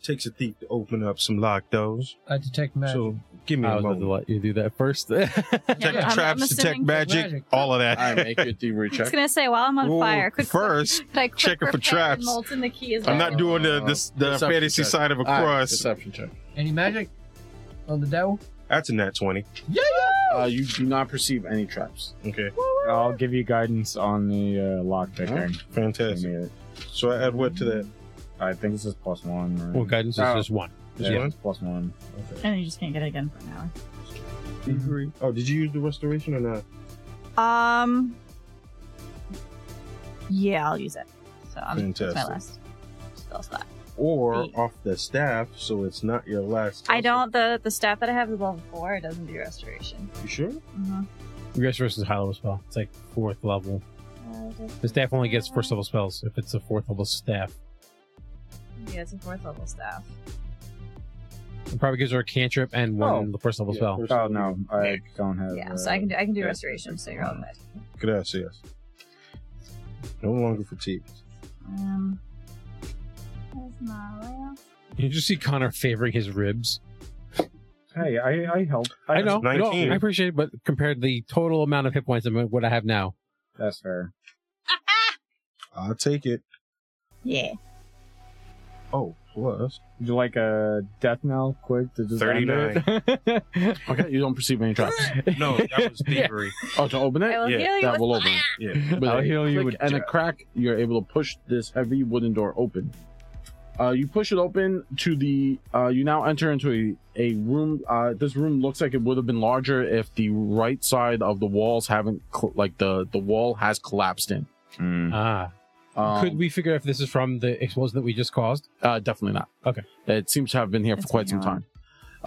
Speaker 2: takes a thief to open up some locked doors.
Speaker 6: I detect magic.
Speaker 2: So give me a moment.
Speaker 3: let you do that first.
Speaker 2: Detect
Speaker 7: I'm- I'm
Speaker 2: traps, detect
Speaker 7: assuming-
Speaker 2: magic,
Speaker 6: Magic.
Speaker 2: all of
Speaker 1: I
Speaker 2: that.
Speaker 1: make your thievery
Speaker 7: I was
Speaker 1: check.
Speaker 7: gonna say while I'm on
Speaker 2: Ooh,
Speaker 7: fire, quick
Speaker 2: First,
Speaker 7: could I quick
Speaker 2: check her for
Speaker 7: repair and
Speaker 2: traps.
Speaker 7: Molten the key as
Speaker 2: I'm
Speaker 7: well?
Speaker 2: not doing the this the
Speaker 1: Deception
Speaker 2: fantasy
Speaker 1: check.
Speaker 2: side of a
Speaker 1: All right,
Speaker 2: cross.
Speaker 1: deception check.
Speaker 6: Any magic on the devil?
Speaker 2: That's a nat twenty.
Speaker 1: Uh, you do not perceive any traps.
Speaker 2: Okay,
Speaker 4: I'll give you guidance on the uh, lock picking. Give
Speaker 2: fantastic.
Speaker 4: me it.
Speaker 2: So I add what to that?
Speaker 4: I think this is plus one. Right?
Speaker 3: well, guidance is
Speaker 4: Oh.
Speaker 3: just one.
Speaker 2: This
Speaker 4: yeah,
Speaker 2: one?
Speaker 4: it's plus one.
Speaker 7: And you just can't get it again for an hour.
Speaker 2: Thievery.
Speaker 1: Mm-hmm.
Speaker 2: Oh, did you use the restoration or not?
Speaker 7: Um. Yeah, I'll use it. So I'm, that's my
Speaker 2: Fantastic.
Speaker 7: last spell slot.
Speaker 2: Or
Speaker 7: Yeah.
Speaker 2: off the staff, so it's not your last.
Speaker 7: I don't. The the staff that I have is level four. It doesn't do restoration.
Speaker 2: You sure?
Speaker 7: Mm-hmm.
Speaker 3: Restoration versus high level spell. It's like fourth level. The staff only gets first level spells if it's a fourth level staff.
Speaker 10: Yeah, it's a fourth level staff.
Speaker 3: It probably gives her a cantrip and one the first level
Speaker 2: Yeah,
Speaker 3: spell.
Speaker 2: first
Speaker 4: Oh
Speaker 2: level.
Speaker 4: no, I don't have.
Speaker 10: Yeah,
Speaker 4: uh,
Speaker 10: so I can do I can do
Speaker 2: yeah.
Speaker 10: restoration. So you're all good.
Speaker 2: Gracias. No longer fatigued.
Speaker 10: Um, that's not real.
Speaker 3: You just see Connor favoring his ribs.
Speaker 4: Hey, I I help.
Speaker 3: I know, I know,
Speaker 2: 19.
Speaker 3: I appreciate it, but compared to the total amount of hit points and what I have now,
Speaker 4: That's fair.
Speaker 2: I'll take it.
Speaker 7: Yeah.
Speaker 2: Oh, plus.
Speaker 4: Would you like a death knell, quick to just end it?
Speaker 1: Okay, you don't perceive any traps.
Speaker 2: No, that was thievery.
Speaker 1: Oh, to open
Speaker 7: I
Speaker 1: it,
Speaker 7: will
Speaker 2: Yeah,
Speaker 7: heal you.
Speaker 1: that
Speaker 7: with
Speaker 1: will
Speaker 7: fire.
Speaker 1: open. it.
Speaker 2: Yeah.
Speaker 1: With
Speaker 4: I'll
Speaker 1: a
Speaker 4: heal you
Speaker 1: click
Speaker 4: with
Speaker 1: and a
Speaker 4: jet.
Speaker 1: crack. You're able to push this heavy wooden door open. Uh, you push it open to the. Uh, you now enter into a, a room. Uh, this room looks like it would have been larger if the right side of the walls haven't cl- like the the wall has collapsed in.
Speaker 4: Mm.
Speaker 3: ah,
Speaker 1: Um,
Speaker 3: could we figure if this is from the explosion that we just caused?
Speaker 1: Uh, definitely not.
Speaker 3: Okay.
Speaker 1: It seems to have been here for
Speaker 7: It's
Speaker 1: quite some
Speaker 7: been
Speaker 1: time.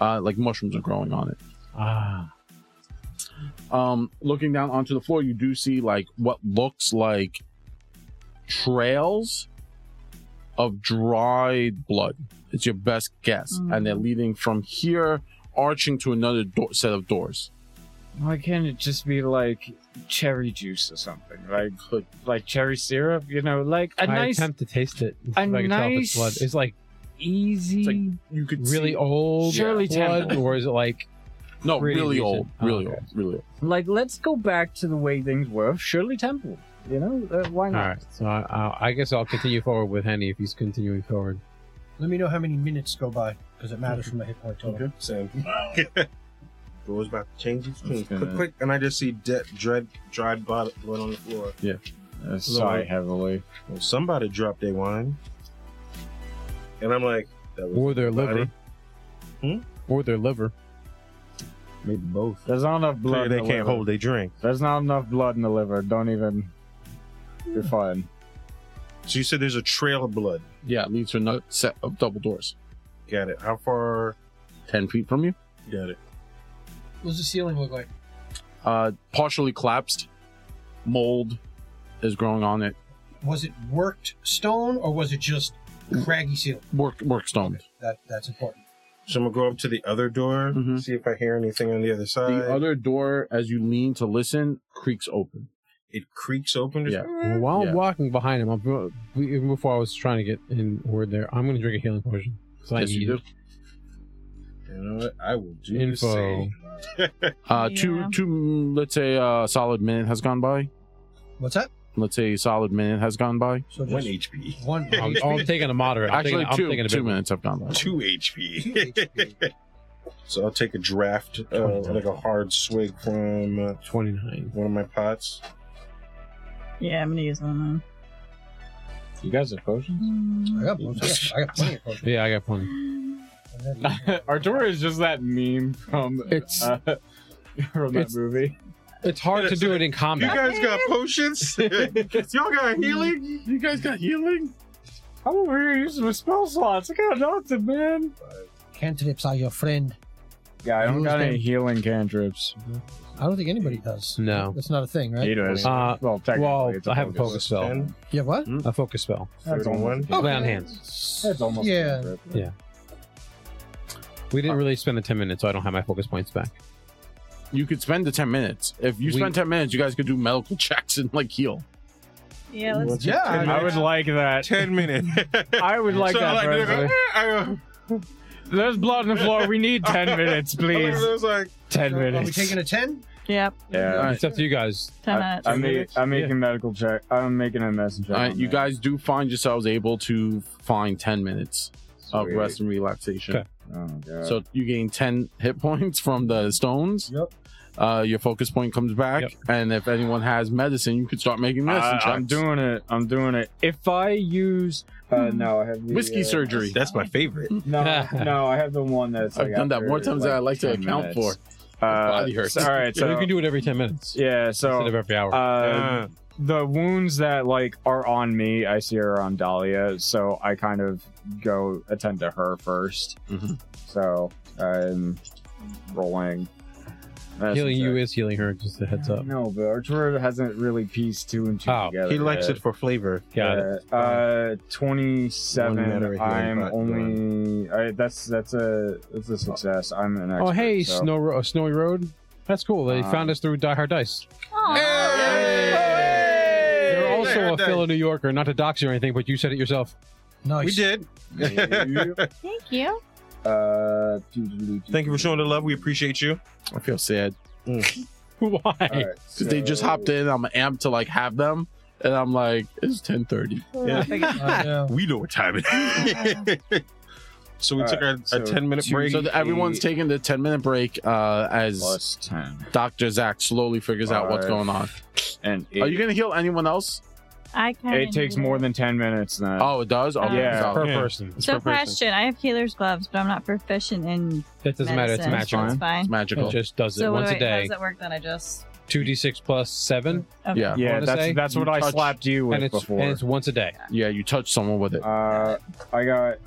Speaker 1: Uh, like mushrooms are growing on it.
Speaker 3: Ah,
Speaker 1: um looking down onto the floor you do see like what looks like trails of dried blood it's your best guess
Speaker 3: Mm.
Speaker 7: Mhm.
Speaker 1: and they're leading from here arching to another door, set of doors
Speaker 4: Why can't it just be like cherry juice or something? Like
Speaker 1: Could-
Speaker 4: like cherry syrup, you know, like a
Speaker 3: I
Speaker 4: nice
Speaker 3: attempt to taste it.
Speaker 4: a
Speaker 3: I can tell if it's
Speaker 4: nice-
Speaker 3: blood. It's like easy,
Speaker 1: you could
Speaker 3: really
Speaker 1: see-
Speaker 3: old
Speaker 4: Shirley
Speaker 3: blood,
Speaker 4: Temple.
Speaker 3: or is it like
Speaker 1: no
Speaker 3: pretty
Speaker 1: really
Speaker 3: decent.
Speaker 1: old
Speaker 3: Oh,
Speaker 1: really
Speaker 3: okay.
Speaker 1: old really old
Speaker 4: like let's go back to the way things were. Shirley Temple, you know, uh, why
Speaker 3: All
Speaker 4: not?
Speaker 3: right, so I, I, I guess I'll continue forward with Henny if he's continuing forward.
Speaker 6: Let me know how many minutes go by because it matters from my hit point total.
Speaker 2: Same. Goes back to changing screen.
Speaker 4: Okay.
Speaker 2: Click, click, and I just see de- dread, dried bod- blood on the floor.
Speaker 4: Uh, sigh heavily.
Speaker 2: Well, somebody dropped their wine. And I'm like, that was
Speaker 3: Or their liver.
Speaker 2: Hmm?
Speaker 3: Or their liver.
Speaker 2: maybe both.
Speaker 4: There's not enough
Speaker 2: Clearly
Speaker 4: blood. in
Speaker 2: they
Speaker 4: the
Speaker 2: can't
Speaker 4: liver.
Speaker 2: hold their drink.
Speaker 4: There's not enough blood in the liver. Don't even. Be fine.
Speaker 2: So you said there's a trail of blood.
Speaker 1: yeah it leads to another set of double doors
Speaker 2: Got it. How far?
Speaker 1: 10 feet from you
Speaker 2: Got it.
Speaker 6: What's the ceiling look like?
Speaker 1: uh partially collapsed mold is growing on it.
Speaker 6: Was it worked stone or was it just craggy seal?
Speaker 1: Work work stone.
Speaker 6: That that's important.
Speaker 2: So I'm gonna go up to the other door,
Speaker 1: Mhm.
Speaker 2: see if I hear anything on Mm-hmm. the other side.
Speaker 1: The other door, as you lean to listen, creaks open.
Speaker 2: it creaks open. Just-
Speaker 1: Yeah.
Speaker 3: While
Speaker 1: Yeah.
Speaker 3: walking behind him, I'm, even before I was trying to get in word there, I'm going to drink a healing potion. So
Speaker 1: Yes, you do.
Speaker 2: You know what? I will do the
Speaker 3: Info.
Speaker 2: same.
Speaker 1: Uh, two
Speaker 7: Yeah.
Speaker 1: two mm, let's say uh, solid minute has gone by.
Speaker 6: What's that?
Speaker 1: Let's say a solid minute has gone by.
Speaker 6: So
Speaker 2: One
Speaker 6: just
Speaker 2: HP,
Speaker 6: one.
Speaker 3: I'm, I'm taking a moderate. I'm
Speaker 1: Actually,
Speaker 3: taking, I'm taking
Speaker 1: two
Speaker 3: a
Speaker 1: two
Speaker 3: bit.
Speaker 1: minutes have gone by.
Speaker 2: two HP. so I'll take a draft, uh, like a hard swig from uh,
Speaker 3: 29.
Speaker 2: one of my pots.
Speaker 7: Yeah, I'm gonna use one of them.
Speaker 4: You guys have potions?
Speaker 6: I got, I got plenty of potions.
Speaker 3: Yeah, I got plenty.
Speaker 4: Artura is just that meme from
Speaker 3: It's-
Speaker 4: uh, from that
Speaker 3: it's-
Speaker 4: movie.
Speaker 3: It's hard to do it in
Speaker 2: You
Speaker 3: combat.
Speaker 2: guys got potions? Y'all got healing?
Speaker 1: You guys got healing?
Speaker 4: I'm over here using my spell slots. I got nothing, man.
Speaker 6: Cantrips are your friend.
Speaker 4: Yeah, I don't
Speaker 6: Use
Speaker 4: got any
Speaker 6: them.
Speaker 4: healing cantrips.
Speaker 6: I don't think anybody does.
Speaker 3: No.
Speaker 6: That's not a thing, right?
Speaker 4: He does.
Speaker 3: Uh,
Speaker 4: well, technically,
Speaker 3: well,
Speaker 4: it's
Speaker 3: I have a
Speaker 4: focus.
Speaker 3: focus spell.
Speaker 2: Ten,
Speaker 6: Yeah. What?
Speaker 3: A focus spell.
Speaker 4: That's almost-
Speaker 2: thirty-one.
Speaker 3: Lay on hands.
Speaker 4: That's almost.
Speaker 6: Yeah.
Speaker 4: cantrip.
Speaker 3: We didn't really spend the 10 minutes, so I don't have my focus points back.
Speaker 1: You could spend the ten minutes. If you
Speaker 3: We-
Speaker 1: spend ten minutes, you guys could do medical checks and like heal.
Speaker 11: Yeah, let's
Speaker 2: What's
Speaker 11: do
Speaker 6: it? Yeah,
Speaker 11: that.
Speaker 4: I would like that.
Speaker 2: Ten minutes.
Speaker 4: I would like
Speaker 2: so
Speaker 4: that.
Speaker 2: I like,
Speaker 4: personally.
Speaker 2: I go,
Speaker 4: There's blood on the floor. We need 10 minutes,
Speaker 2: I
Speaker 4: please.
Speaker 2: was like,
Speaker 4: 10
Speaker 6: So, are we
Speaker 4: minutes.
Speaker 6: taking a ten?
Speaker 7: Yep,
Speaker 1: All
Speaker 4: yeah.
Speaker 1: right.
Speaker 3: It's up to you guys.
Speaker 7: ten minutes.
Speaker 4: I'm, ma- I'm making
Speaker 3: Yeah.
Speaker 4: medical check. I'm making a medicine check.
Speaker 1: All right,
Speaker 4: on
Speaker 1: you
Speaker 4: that.
Speaker 1: guys do find yourselves able to find ten minutes of
Speaker 4: Sweet.
Speaker 1: oh, rest and relaxation.
Speaker 3: Okay.
Speaker 4: Oh, God.
Speaker 1: So you gain 10 hit points from the stones.
Speaker 6: Yep.
Speaker 1: Uh, your focus point comes back,
Speaker 3: Yep.
Speaker 1: and if anyone has medicine, you can start making medicine
Speaker 4: I,
Speaker 1: checks. Hmm.
Speaker 4: I'm doing it. I'm doing it. If I use, uh, no, I have the,
Speaker 1: whiskey
Speaker 4: uh,
Speaker 1: surgery.
Speaker 2: that's my favorite.
Speaker 4: No, no, I have the one that's.
Speaker 1: I've
Speaker 4: like,
Speaker 1: done that more
Speaker 4: after,
Speaker 1: times than I like to
Speaker 4: 10
Speaker 1: account
Speaker 4: minutes.
Speaker 1: My
Speaker 4: Uh,
Speaker 1: body hurts.
Speaker 4: All right,
Speaker 3: So you
Speaker 4: so
Speaker 3: can do it every 10 minutes
Speaker 4: yeah,
Speaker 3: instead of
Speaker 4: so
Speaker 3: every hour.
Speaker 4: uh,
Speaker 2: Uh,
Speaker 4: the wounds that like are on me, I see are on Dahlia, so I kind of go attend to her 1st
Speaker 1: Mhm.
Speaker 4: So I'm rolling. medicine
Speaker 3: healing you
Speaker 4: check.
Speaker 3: is healing her, just a heads up.
Speaker 4: No, but Arturo hasn't really pieced two and two
Speaker 3: Oh,
Speaker 4: together.
Speaker 2: he likes
Speaker 4: yet.
Speaker 2: it for flavor.
Speaker 3: Got it.
Speaker 4: Uh, uh,
Speaker 2: One matter
Speaker 4: twenty-seven.
Speaker 2: of
Speaker 4: I'm
Speaker 2: healing, but-
Speaker 4: only. I, that's that's a that's a success. I'm an expert.
Speaker 3: Oh, hey,
Speaker 4: so.
Speaker 3: Snow Ro- Snowy Road. That's cool. They
Speaker 1: Uh,
Speaker 4: Um,
Speaker 3: found us through Die Hard Dice.
Speaker 7: Aw.
Speaker 3: They're
Speaker 2: Hey!
Speaker 3: also a fellow New Yorker, not to dox you or anything, but you said it yourself.
Speaker 6: Nice.
Speaker 2: We did.
Speaker 7: Thank you.
Speaker 4: Uh,
Speaker 2: Thank you for showing the love. We appreciate you.
Speaker 1: I feel sad
Speaker 3: Why?
Speaker 4: All right,
Speaker 1: because they just hopped in. I'm amped to like have them, and I'm like, it's 10:30.
Speaker 2: Yeah.
Speaker 6: I uh, know.
Speaker 2: We know what time it is. so we
Speaker 4: All
Speaker 2: took
Speaker 4: right,
Speaker 2: our,
Speaker 4: so
Speaker 2: a 10 minute
Speaker 4: two-
Speaker 2: break.
Speaker 1: So the, everyone's taking the 10 minute break uh, as
Speaker 4: plus ten
Speaker 1: Doctor Zach slowly figures out what's
Speaker 4: Five.
Speaker 1: going on.
Speaker 4: and
Speaker 1: Are
Speaker 4: eight.
Speaker 1: you gonna heal anyone else?
Speaker 7: I can.
Speaker 4: it takes more than ten minutes. Then
Speaker 1: Oh, it does. Okay,
Speaker 4: Yeah.
Speaker 1: so-
Speaker 3: per
Speaker 2: Yeah.
Speaker 3: person.
Speaker 7: So,
Speaker 1: per person.
Speaker 7: question: I have healer's gloves, but I'm not proficient in.
Speaker 3: That doesn't matter. It's
Speaker 7: medicine.
Speaker 3: magical.
Speaker 7: It's
Speaker 1: it's
Speaker 7: fine.
Speaker 3: It
Speaker 1: magical.
Speaker 3: just does it
Speaker 7: So what
Speaker 3: once
Speaker 7: do
Speaker 3: a
Speaker 7: I- How
Speaker 3: day.
Speaker 7: does that work then? I just.
Speaker 3: Two d six plus seven,
Speaker 7: Okay.
Speaker 1: Yeah,
Speaker 4: yeah,
Speaker 3: wanna
Speaker 4: that's
Speaker 3: say?
Speaker 4: that's
Speaker 1: You
Speaker 4: what I
Speaker 1: touched-
Speaker 4: slapped you with
Speaker 3: and it's
Speaker 4: before.
Speaker 3: and it's once a day.
Speaker 1: yeah. You touch someone with it.
Speaker 4: uh, I got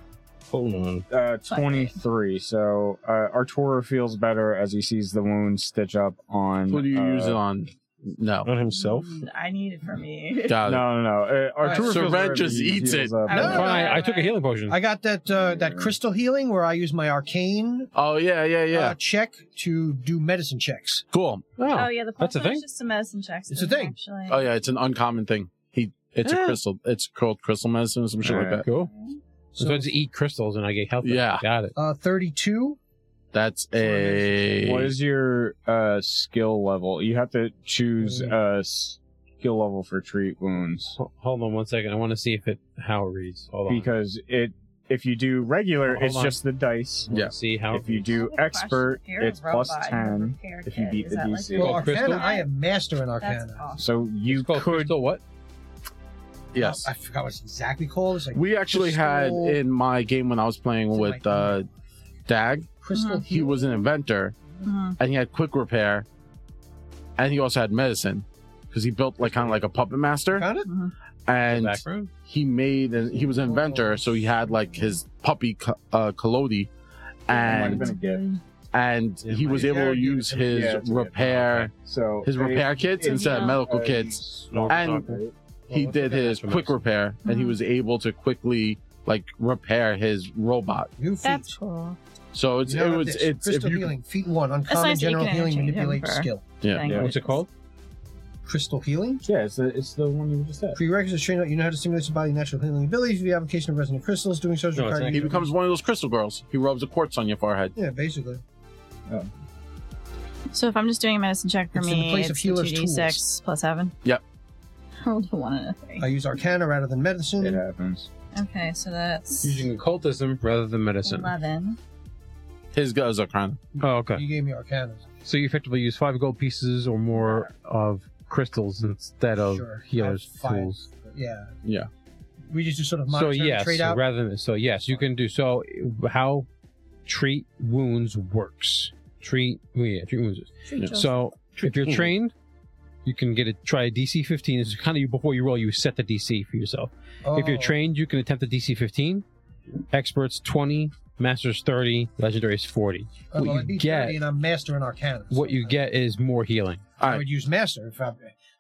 Speaker 2: Hold on.
Speaker 4: uh 23. So uh, Arturo feels better as he sees the wound stitch up on.
Speaker 1: Who do you
Speaker 4: uh,
Speaker 1: use it on? No.
Speaker 2: On himself?
Speaker 7: Mm, I need it for me.
Speaker 1: Got it.
Speaker 4: No, no, no. Uh, Arturo
Speaker 6: Alright.
Speaker 4: feels
Speaker 1: Soren
Speaker 4: better as
Speaker 1: just
Speaker 4: he
Speaker 1: eats
Speaker 4: heals
Speaker 1: it.
Speaker 4: up.
Speaker 7: No,
Speaker 3: Fine.
Speaker 7: no, no,
Speaker 3: I took a
Speaker 7: no.
Speaker 3: healing potion.
Speaker 6: I got that uh, that crystal healing where I use my arcane
Speaker 1: Oh yeah, yeah, yeah.
Speaker 6: uh, check to do medicine checks.
Speaker 1: cool.
Speaker 7: Oh
Speaker 3: oh,
Speaker 7: yeah, the
Speaker 3: That's a
Speaker 7: purple
Speaker 3: thing?
Speaker 7: is just a medicine check. so
Speaker 6: It's a thing.
Speaker 7: Actually.
Speaker 1: Oh yeah, it's an uncommon thing. He, it's
Speaker 3: Yeah.
Speaker 1: a crystal. It's called crystal medicine or some shit like
Speaker 4: Yeah.
Speaker 1: that.
Speaker 3: cool.
Speaker 7: Mm-hmm.
Speaker 3: So,
Speaker 6: So
Speaker 3: I just eat crystals and I get healthy.
Speaker 1: Yeah.
Speaker 3: got it.
Speaker 6: uh, 32.
Speaker 1: That's a.
Speaker 4: What is your uh, skill level? You have to choose
Speaker 3: Mm.
Speaker 4: a skill level for treat wounds
Speaker 3: Ho- Hold on one second. I want to see if it how it reads. Hold on.
Speaker 4: because it. If you do regular,
Speaker 3: Hold
Speaker 4: it's
Speaker 3: on.
Speaker 4: just the dice.
Speaker 3: I wanna
Speaker 1: Yeah.
Speaker 3: See how
Speaker 4: If you
Speaker 7: I have
Speaker 4: do
Speaker 7: a question.
Speaker 4: expert,
Speaker 7: If you're a
Speaker 4: it's plus
Speaker 7: robot, you're a
Speaker 4: ten.
Speaker 7: repair
Speaker 4: if you
Speaker 7: kit.
Speaker 4: beat
Speaker 7: Is
Speaker 4: the
Speaker 7: that like-
Speaker 4: DC.
Speaker 6: Well,
Speaker 3: Well,
Speaker 6: Arcana,
Speaker 3: crystal?
Speaker 6: I am master in
Speaker 7: That's
Speaker 6: Arcana.
Speaker 7: awesome.
Speaker 4: So you
Speaker 3: It's called
Speaker 4: could.
Speaker 3: crystal what?
Speaker 1: Yes.
Speaker 6: I forgot what it's exactly called. It's like
Speaker 1: we actually had
Speaker 6: crystal-
Speaker 1: in my game when I was playing
Speaker 6: Is it
Speaker 1: with
Speaker 6: my-
Speaker 1: uh, Dag.
Speaker 6: crystal
Speaker 1: He was an inventor,
Speaker 7: Mhm.
Speaker 1: and he had quick repair, and he also had medicine because he built like kind of like a puppet master,
Speaker 6: Arcana?
Speaker 1: and
Speaker 3: Background.
Speaker 1: he made and he was an inventor, so he had like his puppy Ka- uh, Kalodi,
Speaker 4: Might have
Speaker 1: and
Speaker 4: been a gift.
Speaker 1: and he was able to use his
Speaker 4: Yeah, it's good.
Speaker 1: repair
Speaker 4: so
Speaker 1: his
Speaker 4: they-
Speaker 1: repair kits
Speaker 4: it-
Speaker 1: instead of
Speaker 4: uh,
Speaker 1: medical
Speaker 4: you
Speaker 1: kits.
Speaker 4: smoke
Speaker 1: And-
Speaker 4: chocolate.
Speaker 1: He did his quick repair, and he
Speaker 7: Mhm.
Speaker 1: was able to quickly like repair his robot.
Speaker 6: New feet.
Speaker 7: That's cool.
Speaker 1: So it's
Speaker 6: You now
Speaker 1: it
Speaker 3: oh,
Speaker 6: have
Speaker 1: was
Speaker 6: this.
Speaker 1: it's if
Speaker 6: crystal
Speaker 1: you
Speaker 6: healing. Feet one.
Speaker 7: nice
Speaker 6: Uncommon
Speaker 7: that you
Speaker 6: general
Speaker 7: can
Speaker 6: healing
Speaker 7: interchange them
Speaker 6: manipulate
Speaker 7: for-
Speaker 6: skill.
Speaker 1: Yeah.
Speaker 7: Thank
Speaker 1: Yeah.
Speaker 3: What's it called?
Speaker 6: Crystal healing.
Speaker 4: Yeah, it's the, it's the one you just said.
Speaker 6: Prerequisites train out. You know how to stimulate your body's natural healing abilities via application of resonant crystals. Doing so is
Speaker 3: No, it's
Speaker 6: required
Speaker 3: not.
Speaker 6: to
Speaker 1: he
Speaker 6: use-
Speaker 1: becomes one of those crystal girls. He rubs a quartz on your forehead.
Speaker 6: Yeah, basically.
Speaker 7: So if I'm just doing a medicine check for
Speaker 6: It's in
Speaker 7: me,
Speaker 6: the place of
Speaker 7: it's
Speaker 6: healer's
Speaker 7: two d six plus seven.
Speaker 1: Yep.
Speaker 7: Rolled a one and a three.
Speaker 6: I use Arcana rather than medicine.
Speaker 4: It happens.
Speaker 7: Okay, so that's
Speaker 3: Using occultism rather than medicine.
Speaker 7: eleven.
Speaker 1: His guns are kind
Speaker 3: Oh, okay.
Speaker 6: You gave me Arcana.
Speaker 3: So you effectively use five gold pieces or more of crystals instead of
Speaker 6: Sure,
Speaker 3: healers
Speaker 6: I have five.
Speaker 3: tools.
Speaker 6: Yeah.
Speaker 1: Yeah.
Speaker 6: We just do sort of
Speaker 3: So
Speaker 6: monitor and
Speaker 3: yes,
Speaker 6: trade out.
Speaker 3: rather than so yes, you can do so. How treat wounds works. Treat oh yeah, treat wounds. So if you're
Speaker 1: wounds.
Speaker 3: trained, you can get a try a DC 15. It's kind of you before you roll, you set the DC for yourself. If you're
Speaker 6: Oh.
Speaker 3: trained, you can attempt a DC 15. Experts 20, masters 30, legendaries 40.
Speaker 6: Oh,
Speaker 3: what
Speaker 6: well,
Speaker 3: you
Speaker 6: I'd be
Speaker 3: get-
Speaker 6: 30 and I'm master in Arcana.
Speaker 3: What
Speaker 6: so
Speaker 3: you
Speaker 6: I-
Speaker 3: get is more healing.
Speaker 6: I would use master if I,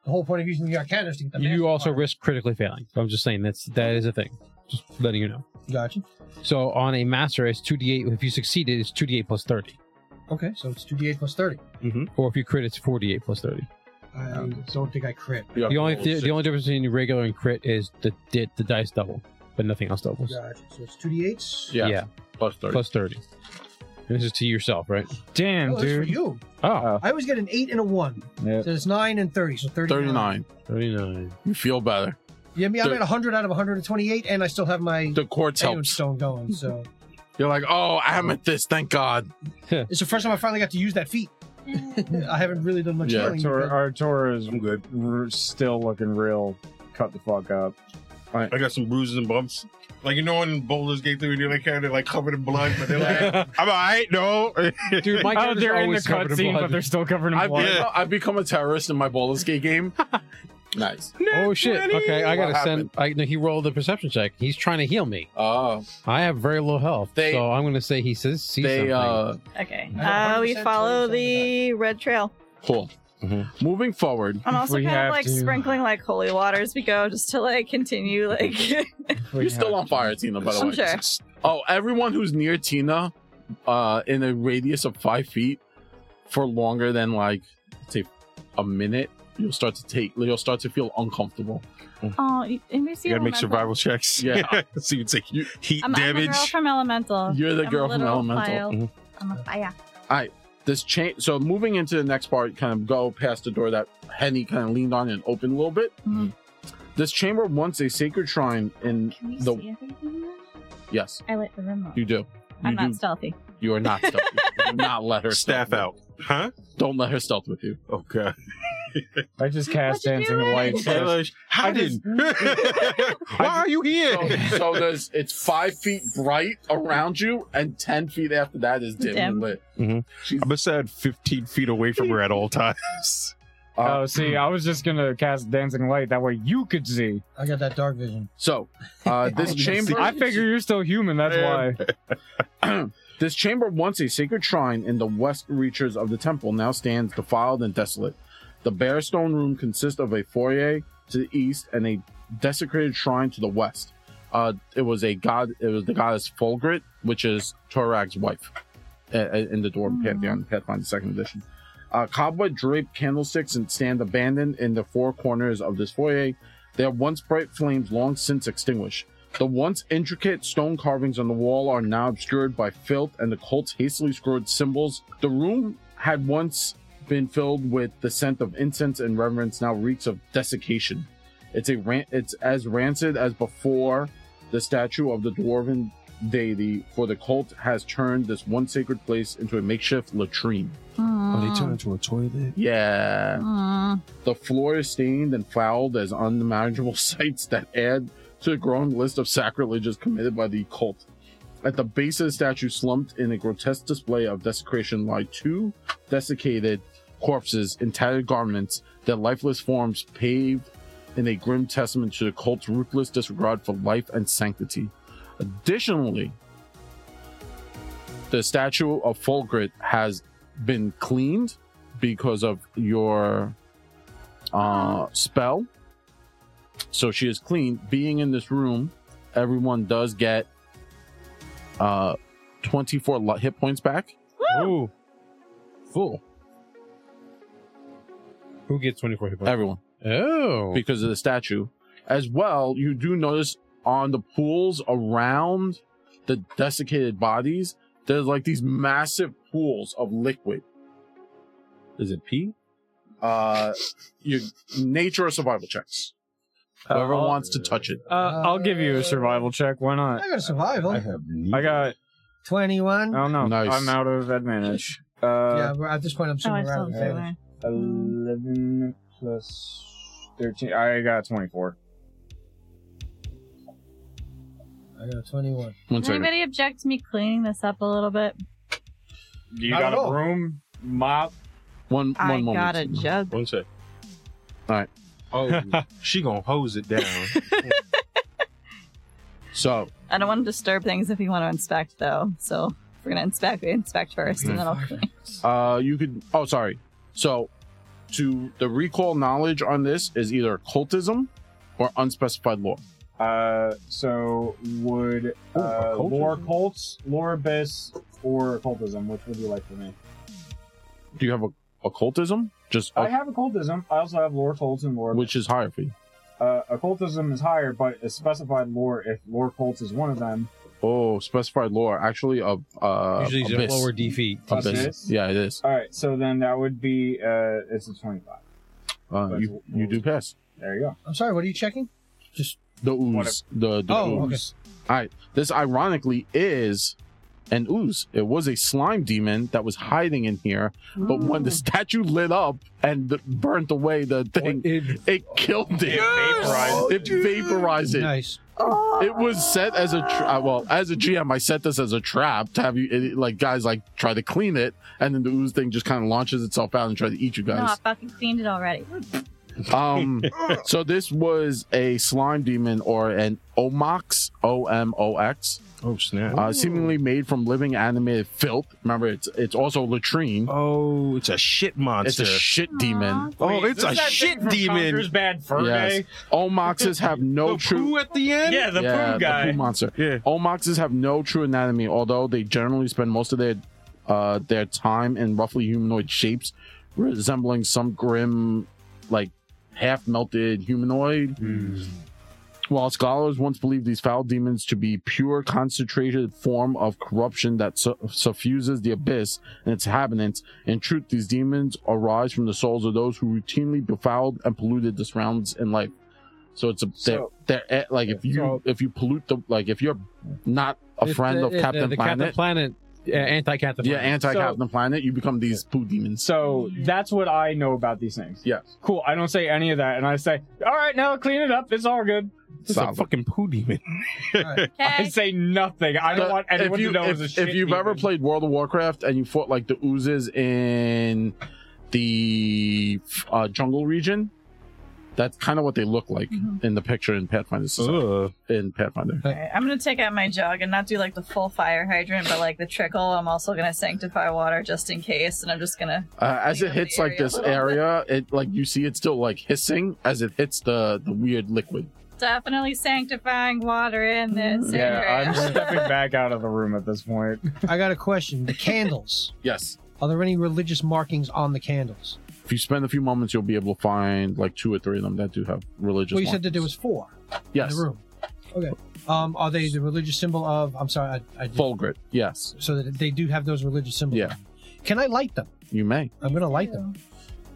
Speaker 6: the whole point of using the Arcana is to get the master
Speaker 3: You also
Speaker 6: part.
Speaker 3: risk critically failing. I'm just saying that's that is a thing. Just letting you know.
Speaker 6: Gotcha.
Speaker 3: So on a master, it's 2d8. If you succeeded, it's 2d8 plus 30.
Speaker 6: Okay, so it's 2d8 plus 30.
Speaker 3: Or if you crit, it's 48 plus 30.
Speaker 6: I don't think I crit.
Speaker 1: of.
Speaker 3: The only the, the only difference between regular and crit is the, the the dice double, but nothing else doubles.
Speaker 6: Gotcha. So it's 2d8s.
Speaker 1: yeah, plus thirty.
Speaker 3: plus 30. And this is to yourself, right?
Speaker 5: Damn,
Speaker 6: oh, that's for
Speaker 5: dude.
Speaker 6: you.
Speaker 3: Oh,
Speaker 6: I always get an 8 and a 1.
Speaker 4: Yeah.
Speaker 6: So it's 9 and 30, so 39.
Speaker 1: 39.
Speaker 3: 39.
Speaker 1: You feel better.
Speaker 6: Yeah, me, I'm
Speaker 1: Thir-
Speaker 6: at 100 out of 128, and I still have my
Speaker 1: The quartz
Speaker 6: Iron
Speaker 1: helps.
Speaker 6: stone going, so.
Speaker 1: You're like, oh, amethyst. Thank God.
Speaker 6: It's the first time I finally got to use that feat. I haven't really done much
Speaker 1: Yeah.
Speaker 6: healing.
Speaker 5: Artura,
Speaker 6: because-
Speaker 5: Artura is
Speaker 2: I'm good.
Speaker 5: r- still looking real cut the fuck up.
Speaker 2: I got some bruises and bumps. Like you know when Boulders Gate 3 and you're like kind of like covered in blood, but they're like, I'm alright, no.
Speaker 3: Dude, my
Speaker 5: Oh,
Speaker 3: character's
Speaker 5: they're in the
Speaker 3: always covered in
Speaker 5: cutscene,
Speaker 3: blood.
Speaker 5: but they're still covered in
Speaker 1: I've,
Speaker 5: blood.
Speaker 1: become, I've become a terrorist in my Baldur's Gate game. nice.
Speaker 3: Oh shit. Okay, I
Speaker 1: What
Speaker 3: gotta send. I, no, he rolled a perception check. He's trying to heal me.
Speaker 1: Oh,
Speaker 3: I have very low health,
Speaker 1: They-
Speaker 3: so I'm gonna say he says see
Speaker 1: they
Speaker 3: something.
Speaker 1: uh,
Speaker 7: Okay.
Speaker 6: I have
Speaker 7: Uh, we
Speaker 6: 100%
Speaker 7: follow
Speaker 6: total
Speaker 7: the red trail.
Speaker 1: cool.
Speaker 7: Mm-hmm.
Speaker 3: Mhm.
Speaker 1: Moving forward,
Speaker 7: I'm also
Speaker 5: we
Speaker 7: kind of
Speaker 5: have
Speaker 7: like
Speaker 5: to-
Speaker 7: sprinkling like holy water as we go, just to like continue like.
Speaker 1: you're still on fire, Tina. By the
Speaker 7: I'm
Speaker 1: way.
Speaker 7: sure.
Speaker 1: Oh, everyone who's near Tina, uh, in a radius of five feet, for longer than like, let's say, a minute, you'll start to take. You'll start to feel uncomfortable.
Speaker 7: oh, you anybody see
Speaker 2: You gotta make
Speaker 7: Elemental?
Speaker 2: survival checks.
Speaker 1: Yeah.
Speaker 2: so you take heat
Speaker 7: I'm, I'm a
Speaker 2: damage.
Speaker 7: girl from Elemental.
Speaker 1: You're the
Speaker 7: Oh, I'm a
Speaker 1: girl from
Speaker 7: literal
Speaker 1: Elemental.
Speaker 7: file.
Speaker 1: Mhm.
Speaker 7: I'm a fire.
Speaker 1: this change. So moving into the next part, kind of go past the door that Henny kind of leaned on and opened a little bit.
Speaker 7: Mhm.
Speaker 1: This chamber once a sacred shrine. In
Speaker 7: Can we
Speaker 1: The-
Speaker 7: see everything? in there?
Speaker 1: yes,
Speaker 7: I lit the room up.
Speaker 1: you do. You
Speaker 7: I'm
Speaker 1: do.
Speaker 7: not stealthy.
Speaker 1: you are not stealth. do not let her
Speaker 2: Staff
Speaker 1: stealth
Speaker 2: out. Huh?
Speaker 1: with- Don't let her stealth with you.
Speaker 2: Oh god.
Speaker 5: I just cast
Speaker 7: What'd you
Speaker 5: Dancing
Speaker 7: do?
Speaker 5: the Lights.
Speaker 1: I
Speaker 2: Hello,
Speaker 1: just-
Speaker 2: Why are you here?
Speaker 1: So, so there's it's five feet bright around you, and ten feet after that is dim,
Speaker 7: Dim.
Speaker 1: and lit.
Speaker 2: I'm a sad 15 feet away from her at all times.
Speaker 1: Uh,
Speaker 5: Oh, see, I was just gonna cast Dancing Light. That way you could see.
Speaker 6: I got that dark vision.
Speaker 1: so uh, this chamber,
Speaker 5: I figure you're still human. That's
Speaker 2: Man.
Speaker 5: why.
Speaker 1: This chamber, once a sacred shrine in the west reaches of the temple, now stands defiled and desolate. The bare stone room consists of a foyer to the east and a desecrated shrine to the west. Uh, it was a god. It was the goddess Fulgrit, which is Torag's wife, uh, uh, in the Dwarven
Speaker 7: Mhm.
Speaker 1: Pantheon, Pathfinder Second Edition. Uh, cobweb draped candlesticks and stand abandoned in the four corners of this foyer. Their once bright flames long since extinguished. The once intricate stone carvings on the wall are now obscured by filth and the cult's hastily scrawled symbols. The room had once been filled with the scent of incense and reverence, now reeks of desiccation. It's a ran- it's as rancid as before. The statue of the dwarven deity for the cult has turned this one sacred place into a makeshift latrine.
Speaker 2: into a toilet?
Speaker 1: Yeah.
Speaker 8: Mm-hmm.
Speaker 7: Mm.
Speaker 1: The floor is stained and fouled as unmanageable sites that add to the growing list of sacrileges committed by the cult. At the base of the statue, slumped in a grotesque display of desecration, lie two desiccated corpses in tattered garments, their lifeless forms paved in a grim testament to the cult's ruthless disregard for life and sanctity. Additionally, the statue of Fulgrit has been cleaned because of your uh, spell. So she is clean. Being in this room, everyone does get uh, 24 li- hit points back.
Speaker 3: Ooh.
Speaker 1: Full.
Speaker 3: Who gets 24 hit points?
Speaker 1: Everyone.
Speaker 3: Oh.
Speaker 1: because of the statue. As well, you do notice on the pools around the desiccated bodies, there's like these massive pools of liquid.
Speaker 3: Is it P?
Speaker 1: Uh, your nature or survival checks. Whoever
Speaker 7: Uh-huh.
Speaker 1: wants to touch it.
Speaker 5: Uh, I'll give you a survival check. Why
Speaker 6: I
Speaker 5: not?
Speaker 6: got a survival.
Speaker 2: I have
Speaker 5: I got. I
Speaker 6: 21.
Speaker 3: Uh,
Speaker 5: don't know.
Speaker 1: Nice.
Speaker 5: I'm out of advantage. Uh,
Speaker 6: yeah, we're, at this point, I'm
Speaker 8: Oh,
Speaker 6: super
Speaker 8: I
Speaker 6: out
Speaker 8: still
Speaker 6: of
Speaker 8: have
Speaker 6: it.
Speaker 8: one.
Speaker 4: 11 plus 13. I got 24.
Speaker 6: I got 21.
Speaker 1: One
Speaker 8: Does
Speaker 1: second.
Speaker 8: anybody object to me cleaning this up a little bit?
Speaker 5: You
Speaker 6: Not
Speaker 5: got
Speaker 6: at all.
Speaker 5: a broom, mop.
Speaker 1: One, one
Speaker 7: I
Speaker 1: moment.
Speaker 7: got a jug.
Speaker 2: One sec.
Speaker 1: All right.
Speaker 2: Oh, she gonna hose it down.
Speaker 1: So,
Speaker 7: I don't want to disturb things if we want to inspect, though. So if we're gonna inspect, we inspect first, and then I'll clean.
Speaker 1: uh, you could. Oh, sorry. So, to the recall knowledge on this is either cultism or unspecified lore.
Speaker 4: Uh, so would uh,
Speaker 2: occultism.
Speaker 4: lore cults, lore abyss, or occultism? Which would you like for me?
Speaker 1: Do you have a occultism? Just
Speaker 4: I have occultism. I also have lore cults and lore.
Speaker 1: which is higher for you?
Speaker 4: uh, occultism is higher, but a specified lore if lore cults is one of them.
Speaker 1: Oh, specified lore. Actually, a uh,
Speaker 3: Usually it's
Speaker 1: abyss.
Speaker 3: a lower defeat.
Speaker 4: Plus
Speaker 1: Abyss.
Speaker 4: this?
Speaker 1: Yeah, it is.
Speaker 4: All right, so then that would be uh, it's a twenty-five.
Speaker 1: Uh, you you do pass
Speaker 4: There you go.
Speaker 6: I'm sorry, what are you checking?
Speaker 1: the ooze. The, the
Speaker 6: Oh, okay.
Speaker 1: ooze. All right. This ironically is an ooze. It was a slime demon that was hiding in here, but when the statue lit up and th- burnt away the thing,
Speaker 3: It-
Speaker 1: it killed it.
Speaker 5: vaporized
Speaker 1: It vaporized it.
Speaker 6: Nice.
Speaker 8: Oh,
Speaker 1: It was set as a tra- uh, well as a GM. I set this as a trap to have you it, like guys like try to clean it, and then the ooze thing just kind of launches itself out and try to eat you
Speaker 8: No, I
Speaker 1: guys.
Speaker 8: fucking cleaned it already.
Speaker 1: Um, so this was a slime demon or an omox, O M O X,
Speaker 2: oh snap!
Speaker 1: uh, seemingly made from living animated filth. Remember, it's it's also latrine.
Speaker 2: Oh, it's a shit
Speaker 1: It's
Speaker 2: monster.
Speaker 1: a shit demon.
Speaker 2: oh, it's a shit demon.
Speaker 5: bad fur
Speaker 1: Yes. Omoxes have no
Speaker 2: The
Speaker 1: Oh, true.
Speaker 2: poo at the end.
Speaker 5: Yeah, the
Speaker 1: yeah,
Speaker 5: poo
Speaker 1: The
Speaker 5: guy.
Speaker 1: poo monster.
Speaker 2: Yeah.
Speaker 1: Omoxes have no true anatomy, although they generally spend most of their uh, their time in roughly humanoid shapes, resembling some grim, like half melted humanoid.
Speaker 3: Hmm.
Speaker 1: While scholars once believed these foul demons to be pure, concentrated form of corruption that su- suffuses the abyss and its inhabitants, in truth, these demons arise from the souls of those who routinely befouled and polluted the surroundings in life. So it's a they're,
Speaker 4: So-
Speaker 1: they're at, like if you
Speaker 3: So-
Speaker 1: if you pollute the like if you're not a
Speaker 3: it's
Speaker 1: friend
Speaker 3: the-
Speaker 1: of
Speaker 3: it's the-
Speaker 1: Captain
Speaker 3: the
Speaker 1: Planet,
Speaker 3: Captain Planet. Yeah, anti Captain
Speaker 1: yeah,
Speaker 3: Planet.
Speaker 1: anti Captain Planet, you become these poo demons.
Speaker 4: So that's what I know about these things.
Speaker 1: Yes.
Speaker 4: Cool. I don't say any of that, and I say, all right, now clean it up. It's all good.
Speaker 2: It's a
Speaker 1: Solid.
Speaker 2: fucking poo demon.
Speaker 6: Alright.
Speaker 4: I
Speaker 8: Okay.
Speaker 4: say nothing. I don't
Speaker 1: The-
Speaker 4: want anyone
Speaker 1: if you,
Speaker 4: to know
Speaker 1: if,
Speaker 4: it's a shit
Speaker 1: if you've ever
Speaker 4: demon.
Speaker 1: played World of Warcraft and you fought like the oozes in the uh, jungle region, that's kind of what they look like
Speaker 8: Mhm.
Speaker 1: in the picture in Pathfinder.
Speaker 2: Ugh.
Speaker 1: In Pathfinder,
Speaker 8: Alright, I'm gonna take out my jug and not do like the full fire hydrant, but like the trickle. I'm also gonna sanctify water just in case, and I'm just gonna.
Speaker 1: uh, as
Speaker 8: Clean
Speaker 1: it
Speaker 8: up
Speaker 1: hits
Speaker 8: the
Speaker 1: like
Speaker 8: area
Speaker 1: this
Speaker 8: a little
Speaker 1: area, it like you see it's still like hissing as it hits the the weird liquid.
Speaker 8: Definitely sanctifying water in this
Speaker 4: Yeah, I'm
Speaker 8: area.
Speaker 4: stepping back out of the room at this point.
Speaker 6: I got a question. The candles.
Speaker 1: Yes.
Speaker 6: Are there any religious markings on the candles?
Speaker 1: If you spend a few moments, you'll be able to find like two or three of them that do have religious.
Speaker 6: well, you said that there was
Speaker 1: markings.
Speaker 6: four in
Speaker 1: yes,
Speaker 6: the room. Okay. Um, are they the religious symbol of? I'm sorry. I, I
Speaker 1: Fulgrit. Yes,
Speaker 6: So that they do have those religious symbols.
Speaker 1: Yeah.
Speaker 6: Can I light them?
Speaker 1: you may.
Speaker 6: I'm gonna light them.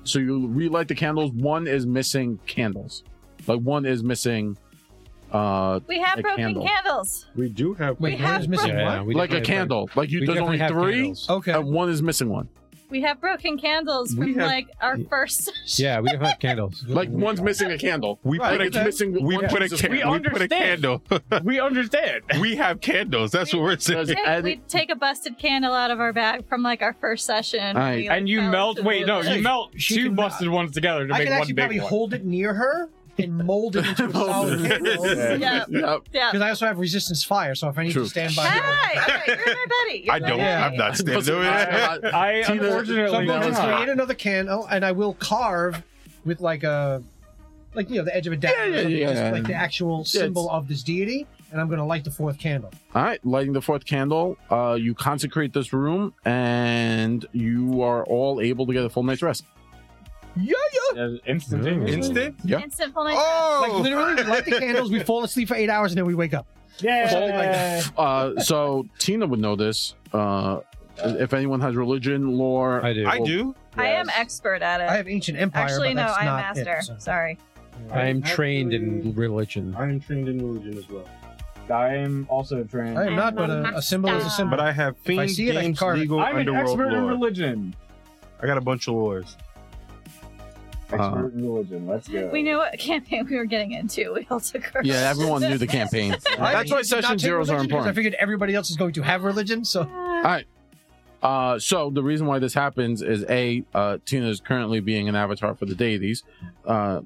Speaker 1: So you relight the candles. One is missing candles, like one is missing, uh,
Speaker 8: We have
Speaker 1: A
Speaker 8: propane
Speaker 1: candle.
Speaker 8: candles.
Speaker 2: We do have.
Speaker 6: Wait,
Speaker 8: We
Speaker 6: one
Speaker 8: have
Speaker 6: is missing
Speaker 3: Yeah,
Speaker 6: one.
Speaker 3: we
Speaker 1: like a
Speaker 3: definitely-
Speaker 1: candle. Like you,
Speaker 3: we
Speaker 1: there's only
Speaker 3: definitely have
Speaker 1: three,
Speaker 3: candles.
Speaker 6: Okay.
Speaker 1: and one is missing one.
Speaker 8: We have broken candles
Speaker 2: We
Speaker 8: from
Speaker 2: have-
Speaker 8: like our first session.
Speaker 3: Yeah, we definitely have candles.
Speaker 1: Like one's missing a candle.
Speaker 2: We
Speaker 6: Right,
Speaker 2: put
Speaker 1: Like
Speaker 2: a
Speaker 1: it's
Speaker 6: okay.
Speaker 1: missing.
Speaker 2: we
Speaker 1: one
Speaker 2: put a
Speaker 1: piece of-
Speaker 2: ca-
Speaker 5: We
Speaker 2: we put a
Speaker 5: understand.
Speaker 2: candle.
Speaker 5: We understand.
Speaker 2: we have candles. That's what we're saying.
Speaker 1: Does
Speaker 8: Hey,
Speaker 1: any-
Speaker 8: we take a busted candle out of our bag from like our first session.
Speaker 1: All right.
Speaker 8: We, like,
Speaker 5: And you
Speaker 8: fell
Speaker 5: melt.
Speaker 8: into
Speaker 5: Wait,
Speaker 8: the-
Speaker 5: no, you melt
Speaker 6: she
Speaker 5: two
Speaker 6: can-
Speaker 5: busted ones together to
Speaker 6: I
Speaker 5: make
Speaker 6: can
Speaker 5: one
Speaker 6: actually
Speaker 5: big
Speaker 6: probably
Speaker 5: one.
Speaker 6: hold it near her and mold it into a solid
Speaker 1: Mold it.
Speaker 6: because
Speaker 7: Yeah.
Speaker 1: Yep.
Speaker 7: Yeah.
Speaker 6: I also have resistance fire, so if I need
Speaker 1: True.
Speaker 6: to stand by,
Speaker 7: Hey, okay, you're my buddy. You're
Speaker 2: I
Speaker 7: my
Speaker 2: don't.
Speaker 7: buddy.
Speaker 2: I'm not standing
Speaker 1: Listen,
Speaker 2: doing
Speaker 1: I-
Speaker 2: it.
Speaker 1: I-
Speaker 5: I
Speaker 1: Tina-
Speaker 6: so I'm
Speaker 5: unfortunately
Speaker 6: going to
Speaker 5: don't have-
Speaker 6: create another candle, and I will carve with like a, like you know, the edge of a dagger,
Speaker 1: Yeah,
Speaker 6: or
Speaker 1: yeah,
Speaker 6: something,
Speaker 1: yeah,
Speaker 6: just
Speaker 1: yeah.
Speaker 6: like the actual
Speaker 1: Yeah,
Speaker 6: symbol of this deity, and I'm going to light the fourth candle.
Speaker 1: All right, lighting the fourth candle. Uh, you consecrate this room, and you are all able to get a full night's rest.
Speaker 6: Yeah, yeah.
Speaker 4: Yeah, instantaneously.
Speaker 2: Instant?
Speaker 1: Yeah.
Speaker 7: Instant full night rest.
Speaker 2: Oh!
Speaker 6: Like literally, we light the candles, we fall asleep for eight hours, and then we wake up. something like
Speaker 5: Yeah.
Speaker 6: that.
Speaker 1: Uh, so Tina would know this. Uh, if anyone has religion lore,
Speaker 3: I do.
Speaker 2: I do.
Speaker 7: I am expert at it.
Speaker 6: I have ancient empire.
Speaker 7: Actually,
Speaker 6: but
Speaker 7: no,
Speaker 6: that's
Speaker 7: I'm
Speaker 6: not it,
Speaker 7: master.
Speaker 6: so-
Speaker 7: Sorry.
Speaker 3: I am trained in religion.
Speaker 2: I am trained in religion as well.
Speaker 4: I'm also trained.
Speaker 6: I am not, but a, a symbol is a
Speaker 7: Master.
Speaker 6: symbol.
Speaker 2: But I have
Speaker 6: I
Speaker 2: fiend,
Speaker 6: see it, I
Speaker 2: games,
Speaker 6: carve
Speaker 2: uh,
Speaker 6: it.
Speaker 2: legal,
Speaker 4: I'm an
Speaker 2: underworld
Speaker 4: expert in
Speaker 2: lore.
Speaker 4: religion.
Speaker 2: I got a bunch of Uh-huh. lores.
Speaker 4: Expert in religion. Let's go.
Speaker 7: We knew what campaign we were getting into. We all took our
Speaker 1: yeah, everyone knew the campaign. That's why
Speaker 6: did not
Speaker 1: session
Speaker 6: take
Speaker 1: zeros are
Speaker 6: religion because I
Speaker 1: important.
Speaker 6: figured everybody else is going to have religion, so
Speaker 1: Uh, so the reason why this happens is a uh, Tina is currently being an avatar for the deities. Uh,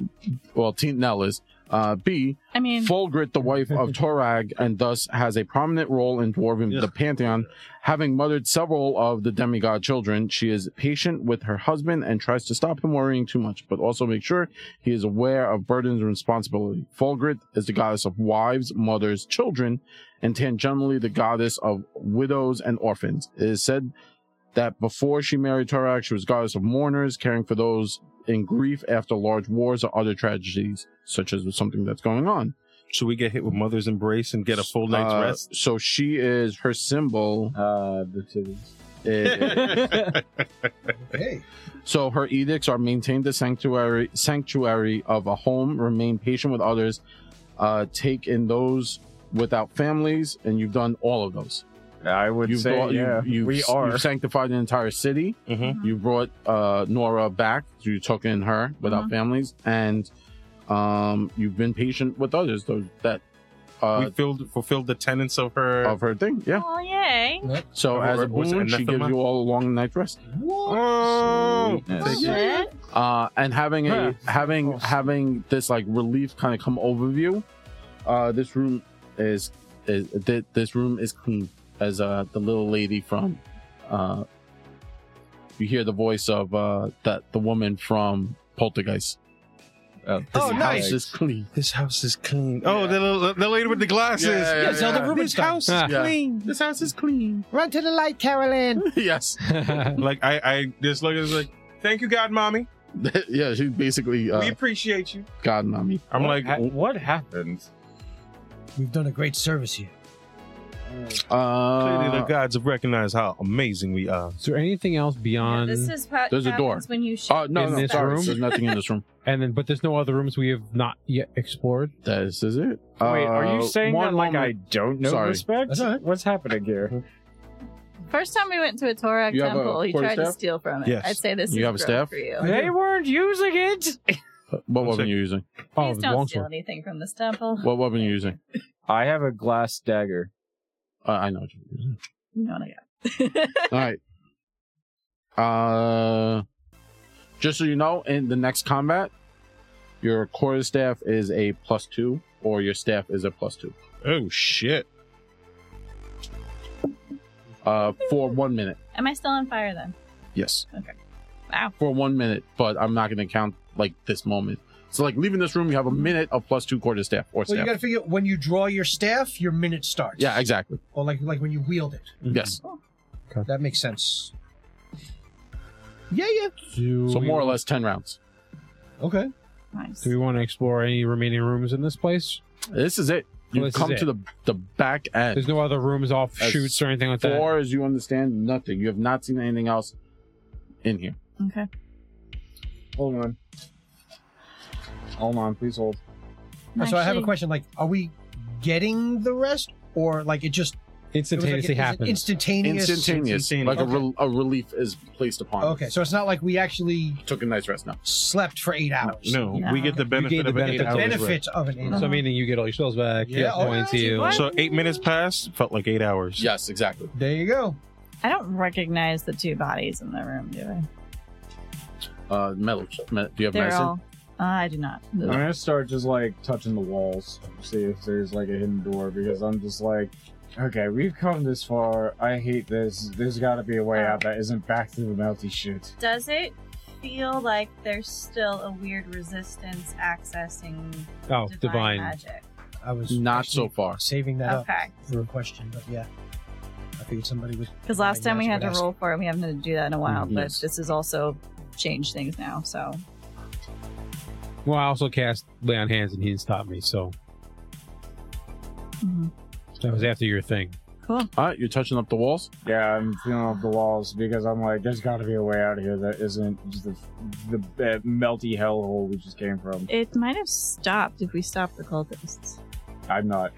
Speaker 1: well, Tina Nell is. Uh, B.
Speaker 7: I mean,
Speaker 1: Fulgrit, the wife of Torag, and thus has a prominent role in dwarven the pantheon. Having mothered several of the demigod children, she is patient with her husband and tries to stop him worrying too much, but also make sure he is aware of burdens and responsibility. Fulgrit is the goddess of wives, mothers, children, and tangentially the goddess of widows and orphans. It is said that before she married Torag, she was goddess of mourners, caring for those in grief after large wars or other tragedies, such as with something that's going on.
Speaker 2: Should we get hit with Mother's Embrace and get a full night's
Speaker 1: Uh,
Speaker 2: rest?
Speaker 1: So she is her symbol.
Speaker 4: Uh, bitches.
Speaker 1: is-
Speaker 6: hey,
Speaker 1: so her edicts are maintain the sanctuary sanctuary of a home, remain patient with others, uh, take in those without families, and you've done all of those.
Speaker 4: I would
Speaker 1: You've
Speaker 4: say,
Speaker 1: brought- you-
Speaker 4: yeah,
Speaker 1: you've-
Speaker 4: we are.
Speaker 1: You've sanctified an entire city.
Speaker 2: Mhm.
Speaker 1: You brought uh, Nora back. You took in her without families, and um, you've been patient with others. Those that
Speaker 2: we
Speaker 1: uh,
Speaker 2: filled, fulfilled the tenets of her.
Speaker 1: of her thing, yeah.
Speaker 7: oh yay!
Speaker 1: So
Speaker 2: Or-
Speaker 1: as a
Speaker 2: or was it
Speaker 1: boon, she gives
Speaker 2: anathema?
Speaker 1: you all a long night rest.
Speaker 2: oh,
Speaker 1: Thank you.
Speaker 7: Shit.
Speaker 1: uh, and having a having having this like relief kind of come over you. Uh, this room is is thi- this room is clean as uh the little lady from uh you hear the voice of uh that the woman from Poltergeist.
Speaker 6: Oh,
Speaker 1: This
Speaker 6: nice.
Speaker 1: house is clean.
Speaker 2: this house is clean. Oh, the, little- the lady with the glasses.
Speaker 1: Yeah, yeah,
Speaker 6: yeah, Zelda
Speaker 1: yeah.
Speaker 6: Rubinstein. Ah.
Speaker 3: Ah.
Speaker 1: Clean. This house is clean.
Speaker 6: Run to the light, Carolyn.
Speaker 1: yes.
Speaker 2: Like I, I just look at it like, thank you, God, mommy.
Speaker 1: yeah, she's basically
Speaker 2: we
Speaker 1: uh,
Speaker 2: appreciate you.
Speaker 1: God mommy.
Speaker 2: I'm like,
Speaker 5: ha- what happened?
Speaker 6: We've done a great service here.
Speaker 2: clearly the
Speaker 1: Uh,
Speaker 2: gods have recognized how amazing we are.
Speaker 3: Is there anything else beyond?
Speaker 8: This is what
Speaker 1: There's a door.
Speaker 8: happens when you shoot.
Speaker 1: uh, no,
Speaker 3: In
Speaker 1: no,
Speaker 3: this
Speaker 1: sorry.
Speaker 3: room?
Speaker 1: There's nothing in this room.
Speaker 3: and then, but there's no other rooms we have not yet explored.
Speaker 1: This is it.
Speaker 5: Wait, are
Speaker 1: Uh,
Speaker 5: you saying that
Speaker 1: one
Speaker 5: like
Speaker 1: moment.
Speaker 5: I don't know
Speaker 1: Sorry.
Speaker 5: respect?
Speaker 6: That's all right.
Speaker 5: What's happening here?
Speaker 7: First time we went to a Torah
Speaker 1: You have a
Speaker 7: temple, he tried to
Speaker 1: quarterstaff?
Speaker 7: steal from it.
Speaker 2: Yes.
Speaker 7: I'd say this
Speaker 1: You
Speaker 7: is
Speaker 1: have a staff?
Speaker 7: growth for you.
Speaker 5: They weren't using it.
Speaker 1: What weapon are you using?
Speaker 3: Oh,
Speaker 7: Please
Speaker 3: the
Speaker 7: don't steal
Speaker 3: longsword.
Speaker 7: anything from this temple.
Speaker 1: What weapon are you using?
Speaker 5: I have a glass dagger.
Speaker 1: Uh, I know. what you're using.
Speaker 7: You know what I got.
Speaker 1: All right. Uh, just so you know, in the next combat, your quarterstaff is a plus two, or your staff is a plus two.
Speaker 2: Oh shit!
Speaker 1: Uh, for one minute.
Speaker 7: Am I still on fire then?
Speaker 1: Yes.
Speaker 7: Okay. Wow.
Speaker 1: For one minute, but I'm not going to count like this moment. So, like leaving this room, you have a minute of plus two quarterstaff or
Speaker 6: Well,
Speaker 1: staff.
Speaker 6: you got to figure when you draw your staff, your minute starts.
Speaker 1: yeah, exactly.
Speaker 6: or like like when you wield it.
Speaker 1: Yes.
Speaker 6: That makes sense. Yeah, yeah.
Speaker 3: Do
Speaker 1: So
Speaker 3: we-
Speaker 1: more or less ten rounds.
Speaker 6: Okay.
Speaker 7: Nice.
Speaker 3: Do we want to explore any remaining rooms in this place?
Speaker 1: This is it. You
Speaker 3: Well, this is
Speaker 1: come
Speaker 3: it.
Speaker 1: to the the back end.
Speaker 3: There's no other rooms off
Speaker 1: As
Speaker 3: shoots or anything like that.
Speaker 1: far as you understand, nothing. You have not seen anything else in here.
Speaker 7: Okay.
Speaker 4: Hold on. Hold on, please hold.
Speaker 1: Oh,
Speaker 6: so I have a
Speaker 7: Actually-
Speaker 6: question. Like, are we getting the rest, or like it just it was like
Speaker 3: Instantaneously
Speaker 6: it was an
Speaker 3: happens.
Speaker 6: Instantaneous.
Speaker 1: Instantaneous,
Speaker 2: instantaneous.
Speaker 1: like a, rel a relief is placed upon.
Speaker 6: Okay, so it's not like we actually
Speaker 1: you. took a nice rest now.
Speaker 6: slept for eight hours.
Speaker 2: No,
Speaker 7: No.
Speaker 2: we get the
Speaker 3: You gain
Speaker 2: benefit
Speaker 3: the
Speaker 2: of an eight
Speaker 3: benefit.
Speaker 2: hours
Speaker 6: Benefit of an eight.
Speaker 5: Mm-hmm.
Speaker 3: so meaning you get all your spells back.
Speaker 6: Yeah,
Speaker 3: Yeah,
Speaker 6: oh,
Speaker 3: points
Speaker 7: yeah,
Speaker 3: you.
Speaker 2: rest. So eight minutes passed, felt like eight hours.
Speaker 1: Yes, exactly.
Speaker 6: There you go.
Speaker 7: I don't recognize the two bodies in the room, do I?
Speaker 1: Uh, metal. Me- do you have
Speaker 7: They're
Speaker 1: medicine?
Speaker 7: all. Uh, I do not.
Speaker 4: I'm gonna start just like touching the walls, see if there's like a hidden door, because I'm just like, okay, we've come this far. I hate this. There's got to be a way out that isn't back to the melty shit.
Speaker 8: Does it feel like there's still a weird resistance accessing
Speaker 3: Oh,
Speaker 8: divine,
Speaker 3: divine.
Speaker 8: magic?
Speaker 6: I was
Speaker 1: Not
Speaker 6: actually
Speaker 1: so far.
Speaker 6: saving that up
Speaker 8: Okay.
Speaker 6: for a question, but yeah, I figured somebody would.
Speaker 7: Because last time we had to
Speaker 6: Yes.
Speaker 7: roll for it, we haven't had to do that in a while,
Speaker 4: Mhm.
Speaker 7: but this has also changed things now, so.
Speaker 3: Well, I also cast lay on hands and he didn't stop me, so that was after your thing.
Speaker 7: Cool.
Speaker 1: All right, you're touching up the walls.
Speaker 4: Yeah, I'm feeling off the walls because I'm like, there's got to be a way out of here that isn't just the the uh, melty hellhole we just came from.
Speaker 7: It might have stopped if we stopped the cultists.
Speaker 4: I'm not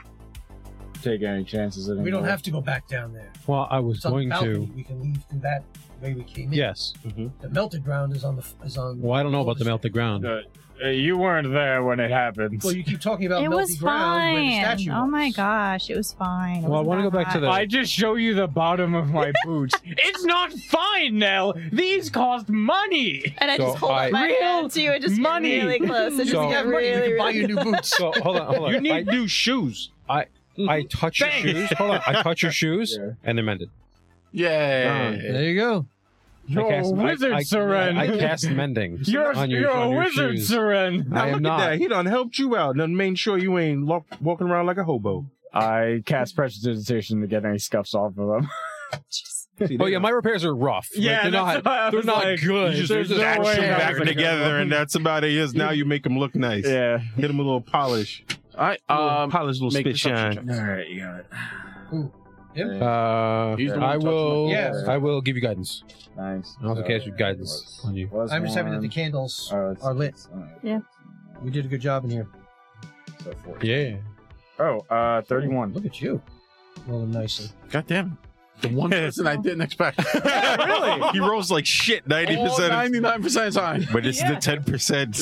Speaker 4: taking any chances anymore.
Speaker 6: We don't have to go back down there.
Speaker 3: Well, I was
Speaker 6: It's on
Speaker 3: going
Speaker 6: the balcony.
Speaker 3: to.
Speaker 6: We can leave through that way we came in.
Speaker 3: Yes.
Speaker 1: Mm-hmm.
Speaker 6: The melted ground is on the f- is on.
Speaker 3: Well, I don't know about the melted ground.
Speaker 5: Uh, uh, you weren't there when it happened.
Speaker 6: Well, you keep talking about
Speaker 7: it
Speaker 6: melted
Speaker 7: was
Speaker 6: ground where the
Speaker 7: fine.
Speaker 6: statue
Speaker 7: Oh my
Speaker 6: was.
Speaker 7: gosh, it was fine. It
Speaker 3: Well, I
Speaker 7: wasn't
Speaker 3: wanna
Speaker 7: that
Speaker 3: go back to
Speaker 7: hot.
Speaker 3: the-
Speaker 5: I just show you the bottom of my boots. it's not fine, Nell. These cost money.
Speaker 7: And I
Speaker 3: So
Speaker 7: just hold
Speaker 3: I-
Speaker 7: up my
Speaker 5: Real
Speaker 7: hand to you and just
Speaker 5: money.
Speaker 7: get really close. And
Speaker 3: So-
Speaker 7: just
Speaker 6: You
Speaker 7: get
Speaker 6: have money.
Speaker 7: really,
Speaker 6: You
Speaker 7: really,
Speaker 6: can buy your new boots.
Speaker 3: So hold on, hold on.
Speaker 5: You need new shoes.
Speaker 3: I, I touch your
Speaker 5: Thanks.
Speaker 3: shoes. Hold on, I touch your shoes,
Speaker 4: Yeah.
Speaker 3: and they're mended.
Speaker 1: Yay!
Speaker 6: There you go.
Speaker 5: You're
Speaker 3: I cast,
Speaker 5: a
Speaker 3: I-
Speaker 5: wizard,
Speaker 3: I,
Speaker 5: Seren.
Speaker 3: I cast mending.
Speaker 5: You're,
Speaker 3: on your-
Speaker 5: you're
Speaker 3: on
Speaker 5: a
Speaker 3: your
Speaker 5: wizard,
Speaker 3: shoes.
Speaker 5: Seren.
Speaker 3: I
Speaker 2: Look at
Speaker 3: am
Speaker 2: that.
Speaker 3: not.
Speaker 2: He done helped you out. Done made sure you ain't lo- walking around like a hobo.
Speaker 4: I cast prestidigitation to get any scuffs off of them.
Speaker 3: Oh yeah, my repairs are rough. Like, they're not.
Speaker 5: why I
Speaker 3: They're
Speaker 5: was
Speaker 3: not
Speaker 5: like,
Speaker 3: good.
Speaker 2: You just
Speaker 5: There's no
Speaker 2: match
Speaker 5: way
Speaker 2: them
Speaker 5: I
Speaker 2: back
Speaker 5: was like,
Speaker 2: together, and that's about it. Is now you make him look nice.
Speaker 4: Yeah.
Speaker 2: Hit him a little polish.
Speaker 1: All right,
Speaker 2: Little
Speaker 1: um,
Speaker 2: polish, little
Speaker 1: make
Speaker 2: spit
Speaker 1: perception
Speaker 2: shine.
Speaker 1: checks.
Speaker 4: right, you got it.
Speaker 3: Uh,
Speaker 1: He's the Uh, one
Speaker 3: I
Speaker 1: touching
Speaker 3: will.
Speaker 1: the
Speaker 6: Yes.
Speaker 3: I will give you guidance.
Speaker 4: Nice.
Speaker 3: I'll also cast you guidance on you.
Speaker 6: I'm just happy that the candles are lit.
Speaker 4: Oh, uh,
Speaker 7: Yeah.
Speaker 6: We did a good job in here.
Speaker 3: Yeah.
Speaker 4: Oh, uh, 31.
Speaker 6: Look at you. Rolling nicely.
Speaker 1: God damn it. The one person I didn't expect.
Speaker 2: really? He rolls like shit ninety
Speaker 5: Oh,
Speaker 1: All
Speaker 2: percent.
Speaker 1: 99% time.
Speaker 2: But it's the ten percent.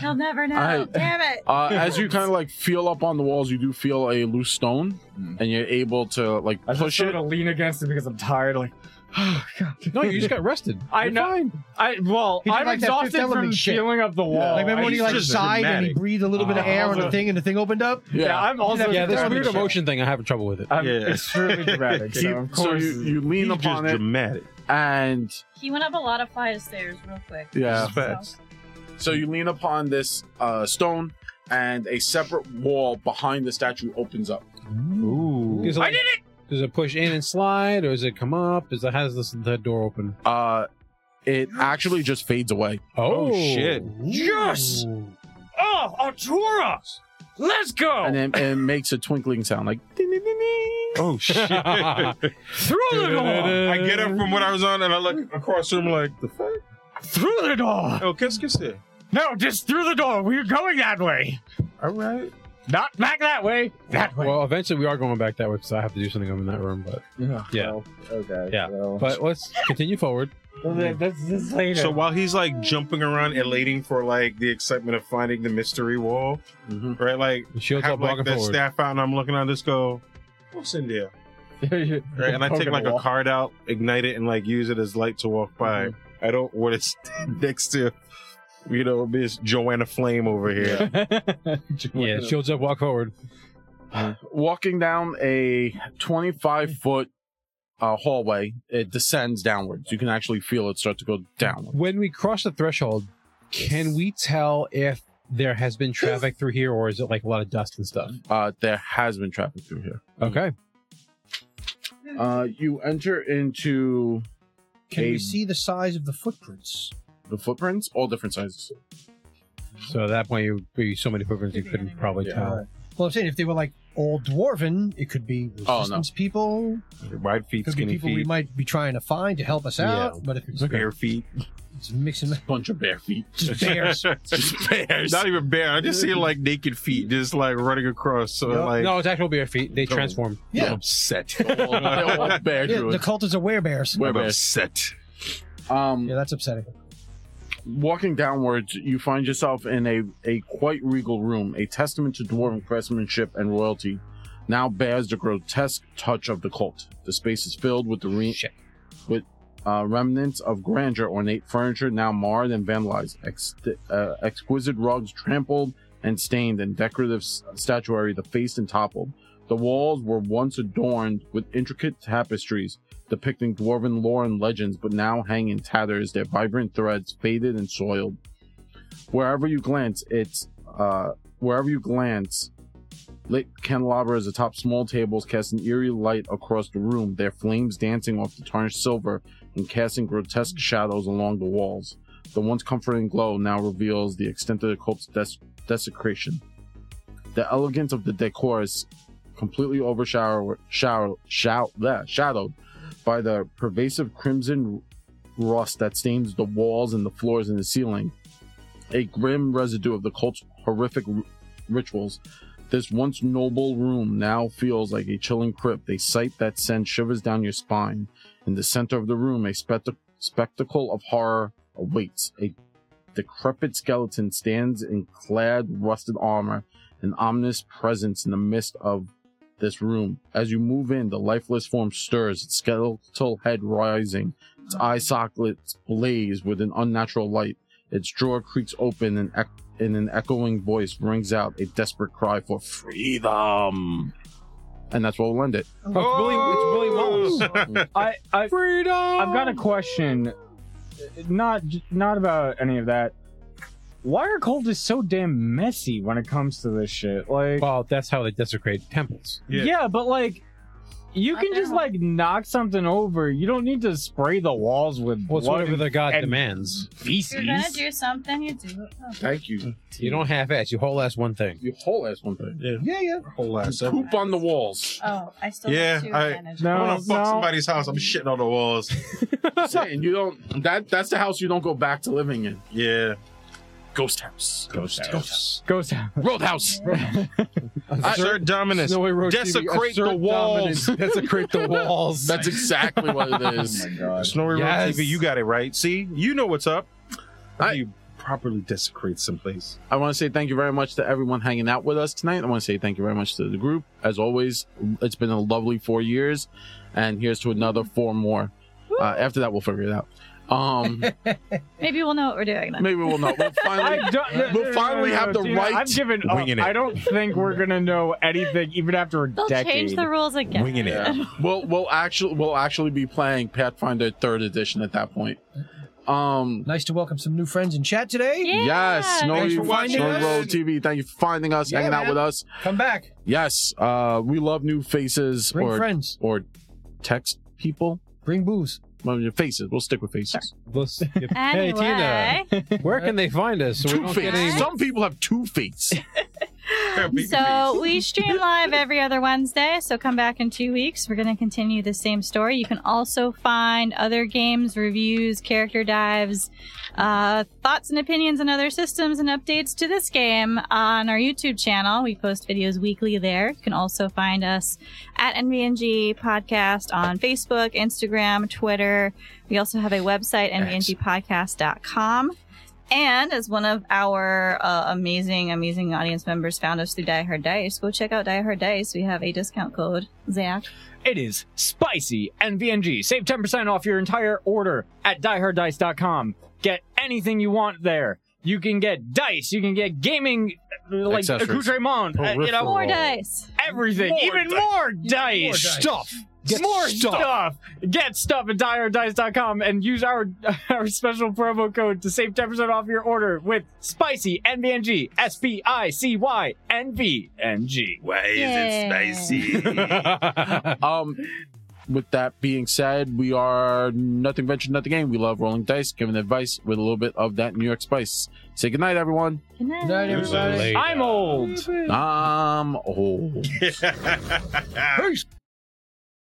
Speaker 8: He'll never know.
Speaker 1: I-
Speaker 8: Damn it.
Speaker 1: Uh, as you kind of like feel up on the walls, you do feel a loose stone, and you're able to like
Speaker 5: I just
Speaker 1: push
Speaker 5: sort
Speaker 1: it.
Speaker 5: to lean against it because I'm tired. Like, oh god.
Speaker 3: No, you just got rested.
Speaker 5: I
Speaker 3: You're
Speaker 5: know-
Speaker 3: fine.
Speaker 5: I well,
Speaker 6: He did
Speaker 5: I'm
Speaker 6: like that Fifth
Speaker 5: exhausted from
Speaker 6: Element shit.
Speaker 5: feeling up the wall.
Speaker 6: Like, remember when
Speaker 5: I-
Speaker 6: he like
Speaker 2: just
Speaker 6: sighed and he
Speaker 2: dramatic.
Speaker 6: breathed a little bit of
Speaker 1: Ah.
Speaker 6: air on the thing and the thing opened up?
Speaker 5: yeah, I'm Uh-huh. also
Speaker 3: Yeah, this
Speaker 6: Yeah.
Speaker 3: weird emotion thing. I have trouble with it.
Speaker 5: I'm
Speaker 2: Yeah.
Speaker 5: extremely dramatic. So of
Speaker 1: so
Speaker 5: course,
Speaker 1: you, you lean
Speaker 2: He's just
Speaker 1: upon it,
Speaker 2: dramatic.
Speaker 1: and
Speaker 8: He went up a lot of flight of stairs real quick.
Speaker 1: Yeah.
Speaker 2: Facts.
Speaker 1: so you lean upon this uh, stone, and a separate wall behind the statue opens up.
Speaker 2: Ooh.
Speaker 3: I did it. Does it push in and slide, or does it come up? Is it, how does this, the door open?
Speaker 1: Uh, it actually just fades away.
Speaker 2: Oh, shit.
Speaker 5: Yes! oh, Artura, let's go
Speaker 1: and then it makes a twinkling sound like ding, ding, ding, ding.
Speaker 2: Oh shit. I
Speaker 5: through the door.
Speaker 2: get up from what I was on and I look across the room like the fuck?
Speaker 5: Through the door.
Speaker 2: Oh, qu'est-ce que c'est?
Speaker 5: No, just through the door. We're going that way.
Speaker 2: Alright.
Speaker 5: Not back that way. That way.
Speaker 3: Well, eventually we are going back that way because I have to do something in that room. But Yeah.
Speaker 4: Well, okay.
Speaker 3: Yeah,
Speaker 4: well,
Speaker 3: but let's continue forward.
Speaker 5: that's this later.
Speaker 2: So while he's like jumping around elating for like the excitement of finding the mystery wall,
Speaker 1: Mhm.
Speaker 2: right? Like
Speaker 3: The shield's up,
Speaker 2: have like
Speaker 3: walking
Speaker 2: that
Speaker 3: forward.
Speaker 2: staff out and I'm looking on this go, what's in there? Right. And I take like a card out, ignite it, and like use it as light to walk by.
Speaker 3: Mm-hmm.
Speaker 2: I don't want to stand next to you know, Miss Joanna Flame over here.
Speaker 3: Yeah, shields up, walk forward.
Speaker 1: walking down a 25 foot uh, hallway, it descends downwards. You can actually feel it start to go downward.
Speaker 3: When we cross the threshold, can we tell if there has been traffic through here, or is it like a lot of dust and stuff?
Speaker 1: Uh, there has been traffic through here.
Speaker 2: Mm-hmm.
Speaker 3: Okay.
Speaker 1: Uh, you enter into
Speaker 6: Can we
Speaker 1: Abe.
Speaker 6: see the size of the footprints?
Speaker 1: the footprints, all different sizes.
Speaker 3: So at that point, you would be so many footprints you couldn't probably
Speaker 1: Yeah.
Speaker 3: tell.
Speaker 6: Well, I'm saying if they were like all dwarven, it could be
Speaker 1: Oh, no.
Speaker 6: resistance people.
Speaker 2: Wide feet,
Speaker 6: Could be
Speaker 2: skinny
Speaker 6: people we
Speaker 2: feet,
Speaker 6: might be trying to find to help us out.
Speaker 3: Yeah.
Speaker 6: But if it's,
Speaker 2: bare feet.
Speaker 6: it's mixing
Speaker 1: Bunch of bare feet.
Speaker 6: just bears,
Speaker 1: Just bears.
Speaker 2: Not even bare. I just see like naked feet just like running across. So
Speaker 6: Yeah.
Speaker 2: like
Speaker 3: no, it's actual bare feet. They
Speaker 2: Don't-
Speaker 3: transform.
Speaker 2: I'm
Speaker 6: yeah,
Speaker 2: upset.
Speaker 1: They're all- they're all bear
Speaker 6: yeah the
Speaker 1: druids.
Speaker 6: cultists are werebears.
Speaker 1: We're
Speaker 2: I'm
Speaker 1: bears.
Speaker 2: upset.
Speaker 1: Um,
Speaker 6: Yeah, that's upsetting.
Speaker 1: walking downwards, you find yourself in a, a quite regal room, a testament to dwarven craftsmanship and royalty. Now bears the grotesque touch of the cult. The space is filled with the re-
Speaker 3: Shit.
Speaker 1: with Uh, remnants of grandeur, ornate furniture now marred and vandalized, ex- uh, exquisite rugs trampled and stained, and decorative s- statuary defaced and toppled. The walls were once adorned with intricate tapestries depicting dwarven lore and legends, but now hang in tatters, their vibrant threads faded and soiled. Wherever you glance, it's uh, wherever you glance, lit candelabras atop small tables cast an eerie light across the room, their flames dancing off the tarnished silver and casting grotesque shadows along the walls. The once comforting glow now reveals the extent of the cult's des- desecration. The elegance of the decor is completely overshadowed shower, show, bleh, shadowed by the pervasive crimson rust that stains the walls and the floors and the ceiling. A grim residue of the cult's horrific r- rituals. This once noble room now feels like a chilling crypt, a sight that sends shivers down your spine. In the center of the room, a spect- spectacle of horror awaits. A decrepit skeleton stands in clad, rusted armor, an ominous presence in the midst of this room. As you move in, the lifeless form stirs, its skeletal head rising, its eye sockets blaze with an unnatural light. Its jaw creaks open, and ec- in an echoing voice rings out a desperate cry for freedom. And that's where we'll end it.
Speaker 3: Oh, it's Willy, it's Willy Wonka.
Speaker 4: I, I,
Speaker 3: Freedom.
Speaker 4: I've got a question. Not, not about any of that. Why are cultists so damn messy when it comes to this shit? Like,
Speaker 3: Well, that's how they desecrate temples.
Speaker 4: yeah.
Speaker 2: Yeah.
Speaker 4: but like, you
Speaker 12: I
Speaker 4: can just
Speaker 12: know.
Speaker 4: like knock something over. You don't need to spray the walls with
Speaker 3: Well, it's
Speaker 4: blood
Speaker 3: whatever
Speaker 4: and
Speaker 3: the god
Speaker 4: and-
Speaker 3: demands.
Speaker 12: If you're gonna
Speaker 4: feces.
Speaker 12: do something, you do it.
Speaker 7: Oh,
Speaker 12: properly.
Speaker 1: Thank you.
Speaker 3: You don't half-ass. You whole ass one thing.
Speaker 1: You whole ass one thing.
Speaker 6: Yeah, yeah.
Speaker 2: Whole ass. I
Speaker 1: Poop on the walls.
Speaker 12: Oh, I still
Speaker 2: Yeah,
Speaker 12: have two
Speaker 2: I-
Speaker 12: advantages.
Speaker 4: No.
Speaker 2: want to fuck somebody's house. I'm shitting on the walls.
Speaker 1: Saying you don't. That that's the house you don't go back to living in.
Speaker 2: Yeah.
Speaker 1: Ghost house.
Speaker 2: Ghost house.
Speaker 4: Ghost town.
Speaker 1: Roadhouse.
Speaker 2: Sir Dominus.
Speaker 3: Snowy Road
Speaker 2: Desecrate
Speaker 3: assert
Speaker 2: the walls.
Speaker 3: dominance, desecrate the walls.
Speaker 1: That's exactly what it
Speaker 13: Oh
Speaker 1: is.
Speaker 13: my god.
Speaker 2: Snowy Road
Speaker 3: Yes.
Speaker 2: TV, you got it right. See, you know what's up. How
Speaker 1: I-
Speaker 2: do you properly desecrate someplace?
Speaker 1: I want to say thank you very much to everyone hanging out with us tonight. I want to say thank you very much to the group. As always, it's been a lovely four years, and here's to another four more. Uh, after that, we'll figure it out. Um,
Speaker 7: Maybe we'll know what we're doing then.
Speaker 1: maybe we'll know. We'll finally,
Speaker 4: I don't, no,
Speaker 1: We'll
Speaker 4: no, no,
Speaker 1: finally
Speaker 4: no,
Speaker 1: have the
Speaker 4: Gina,
Speaker 1: right
Speaker 4: I've given up.
Speaker 2: winging it.
Speaker 4: I don't think we're gonna know anything even after a
Speaker 7: They'll
Speaker 4: decade.
Speaker 7: change the rules again.
Speaker 2: Winging it.
Speaker 1: Yeah. we'll we'll actually we'll actually be playing Pathfinder Third Edition at that point. Um,
Speaker 6: Nice to welcome some new friends in chat today.
Speaker 7: Yeah.
Speaker 1: yes, no,
Speaker 6: Thanks
Speaker 1: you-
Speaker 6: for finding
Speaker 1: no
Speaker 6: us.
Speaker 1: road TV. Thank you for finding us,
Speaker 6: Yeah,
Speaker 1: hanging out
Speaker 6: man.
Speaker 1: with us.
Speaker 6: Come back.
Speaker 1: Yes, uh, we love new faces
Speaker 6: Bring
Speaker 1: or
Speaker 6: friends.
Speaker 1: or text people.
Speaker 6: Bring booze.
Speaker 1: Well, your faces. We'll stick with faces.
Speaker 3: Let's- hey
Speaker 7: Anyway,
Speaker 3: Tina, where can they find us? So we
Speaker 1: Two
Speaker 3: don't get
Speaker 1: faces.
Speaker 3: any...
Speaker 1: Some people have two faces.
Speaker 7: So we stream live every other Wednesday. So come back in two weeks. We're going to continue the same story. You can also find other games, reviews, character dives, uh, thoughts and opinions on other systems, and updates to this game on our YouTube channel. We post videos weekly there. You can also find us at NVNG Podcast on Facebook, Instagram, Twitter. We also have a website, nvngpodcast.com. And as one of our uh, amazing, amazing audience members found us through Die Hard Dice, go check out Die Hard Dice. We have a discount code, Zach.
Speaker 4: It is spicy NVNG. Save 10% off your entire order at dieharddice.com. Get anything you want there. You can get dice, you can get gaming uh, like
Speaker 1: Accessories.
Speaker 4: accoutrement, uh, you know,
Speaker 3: Peripherals.
Speaker 7: More dice.
Speaker 4: everything, even more dice,
Speaker 6: dice.
Speaker 4: stuff.
Speaker 3: Get
Speaker 4: more
Speaker 3: stuff.
Speaker 4: stuff. Get stuff at dieharddice.com and use our our special promo code to save 10% off your order with spicy NVNG, S P I C Y N V N G.
Speaker 2: Why is
Speaker 7: Yeah.
Speaker 1: um, with that being said, we are nothing venture, nothing game. We love rolling dice, giving advice with a little bit of that New York spice. Say goodnight, everyone.
Speaker 7: Good night.
Speaker 6: Night, everybody.
Speaker 4: I'm old.
Speaker 1: I'm old.
Speaker 6: Peace.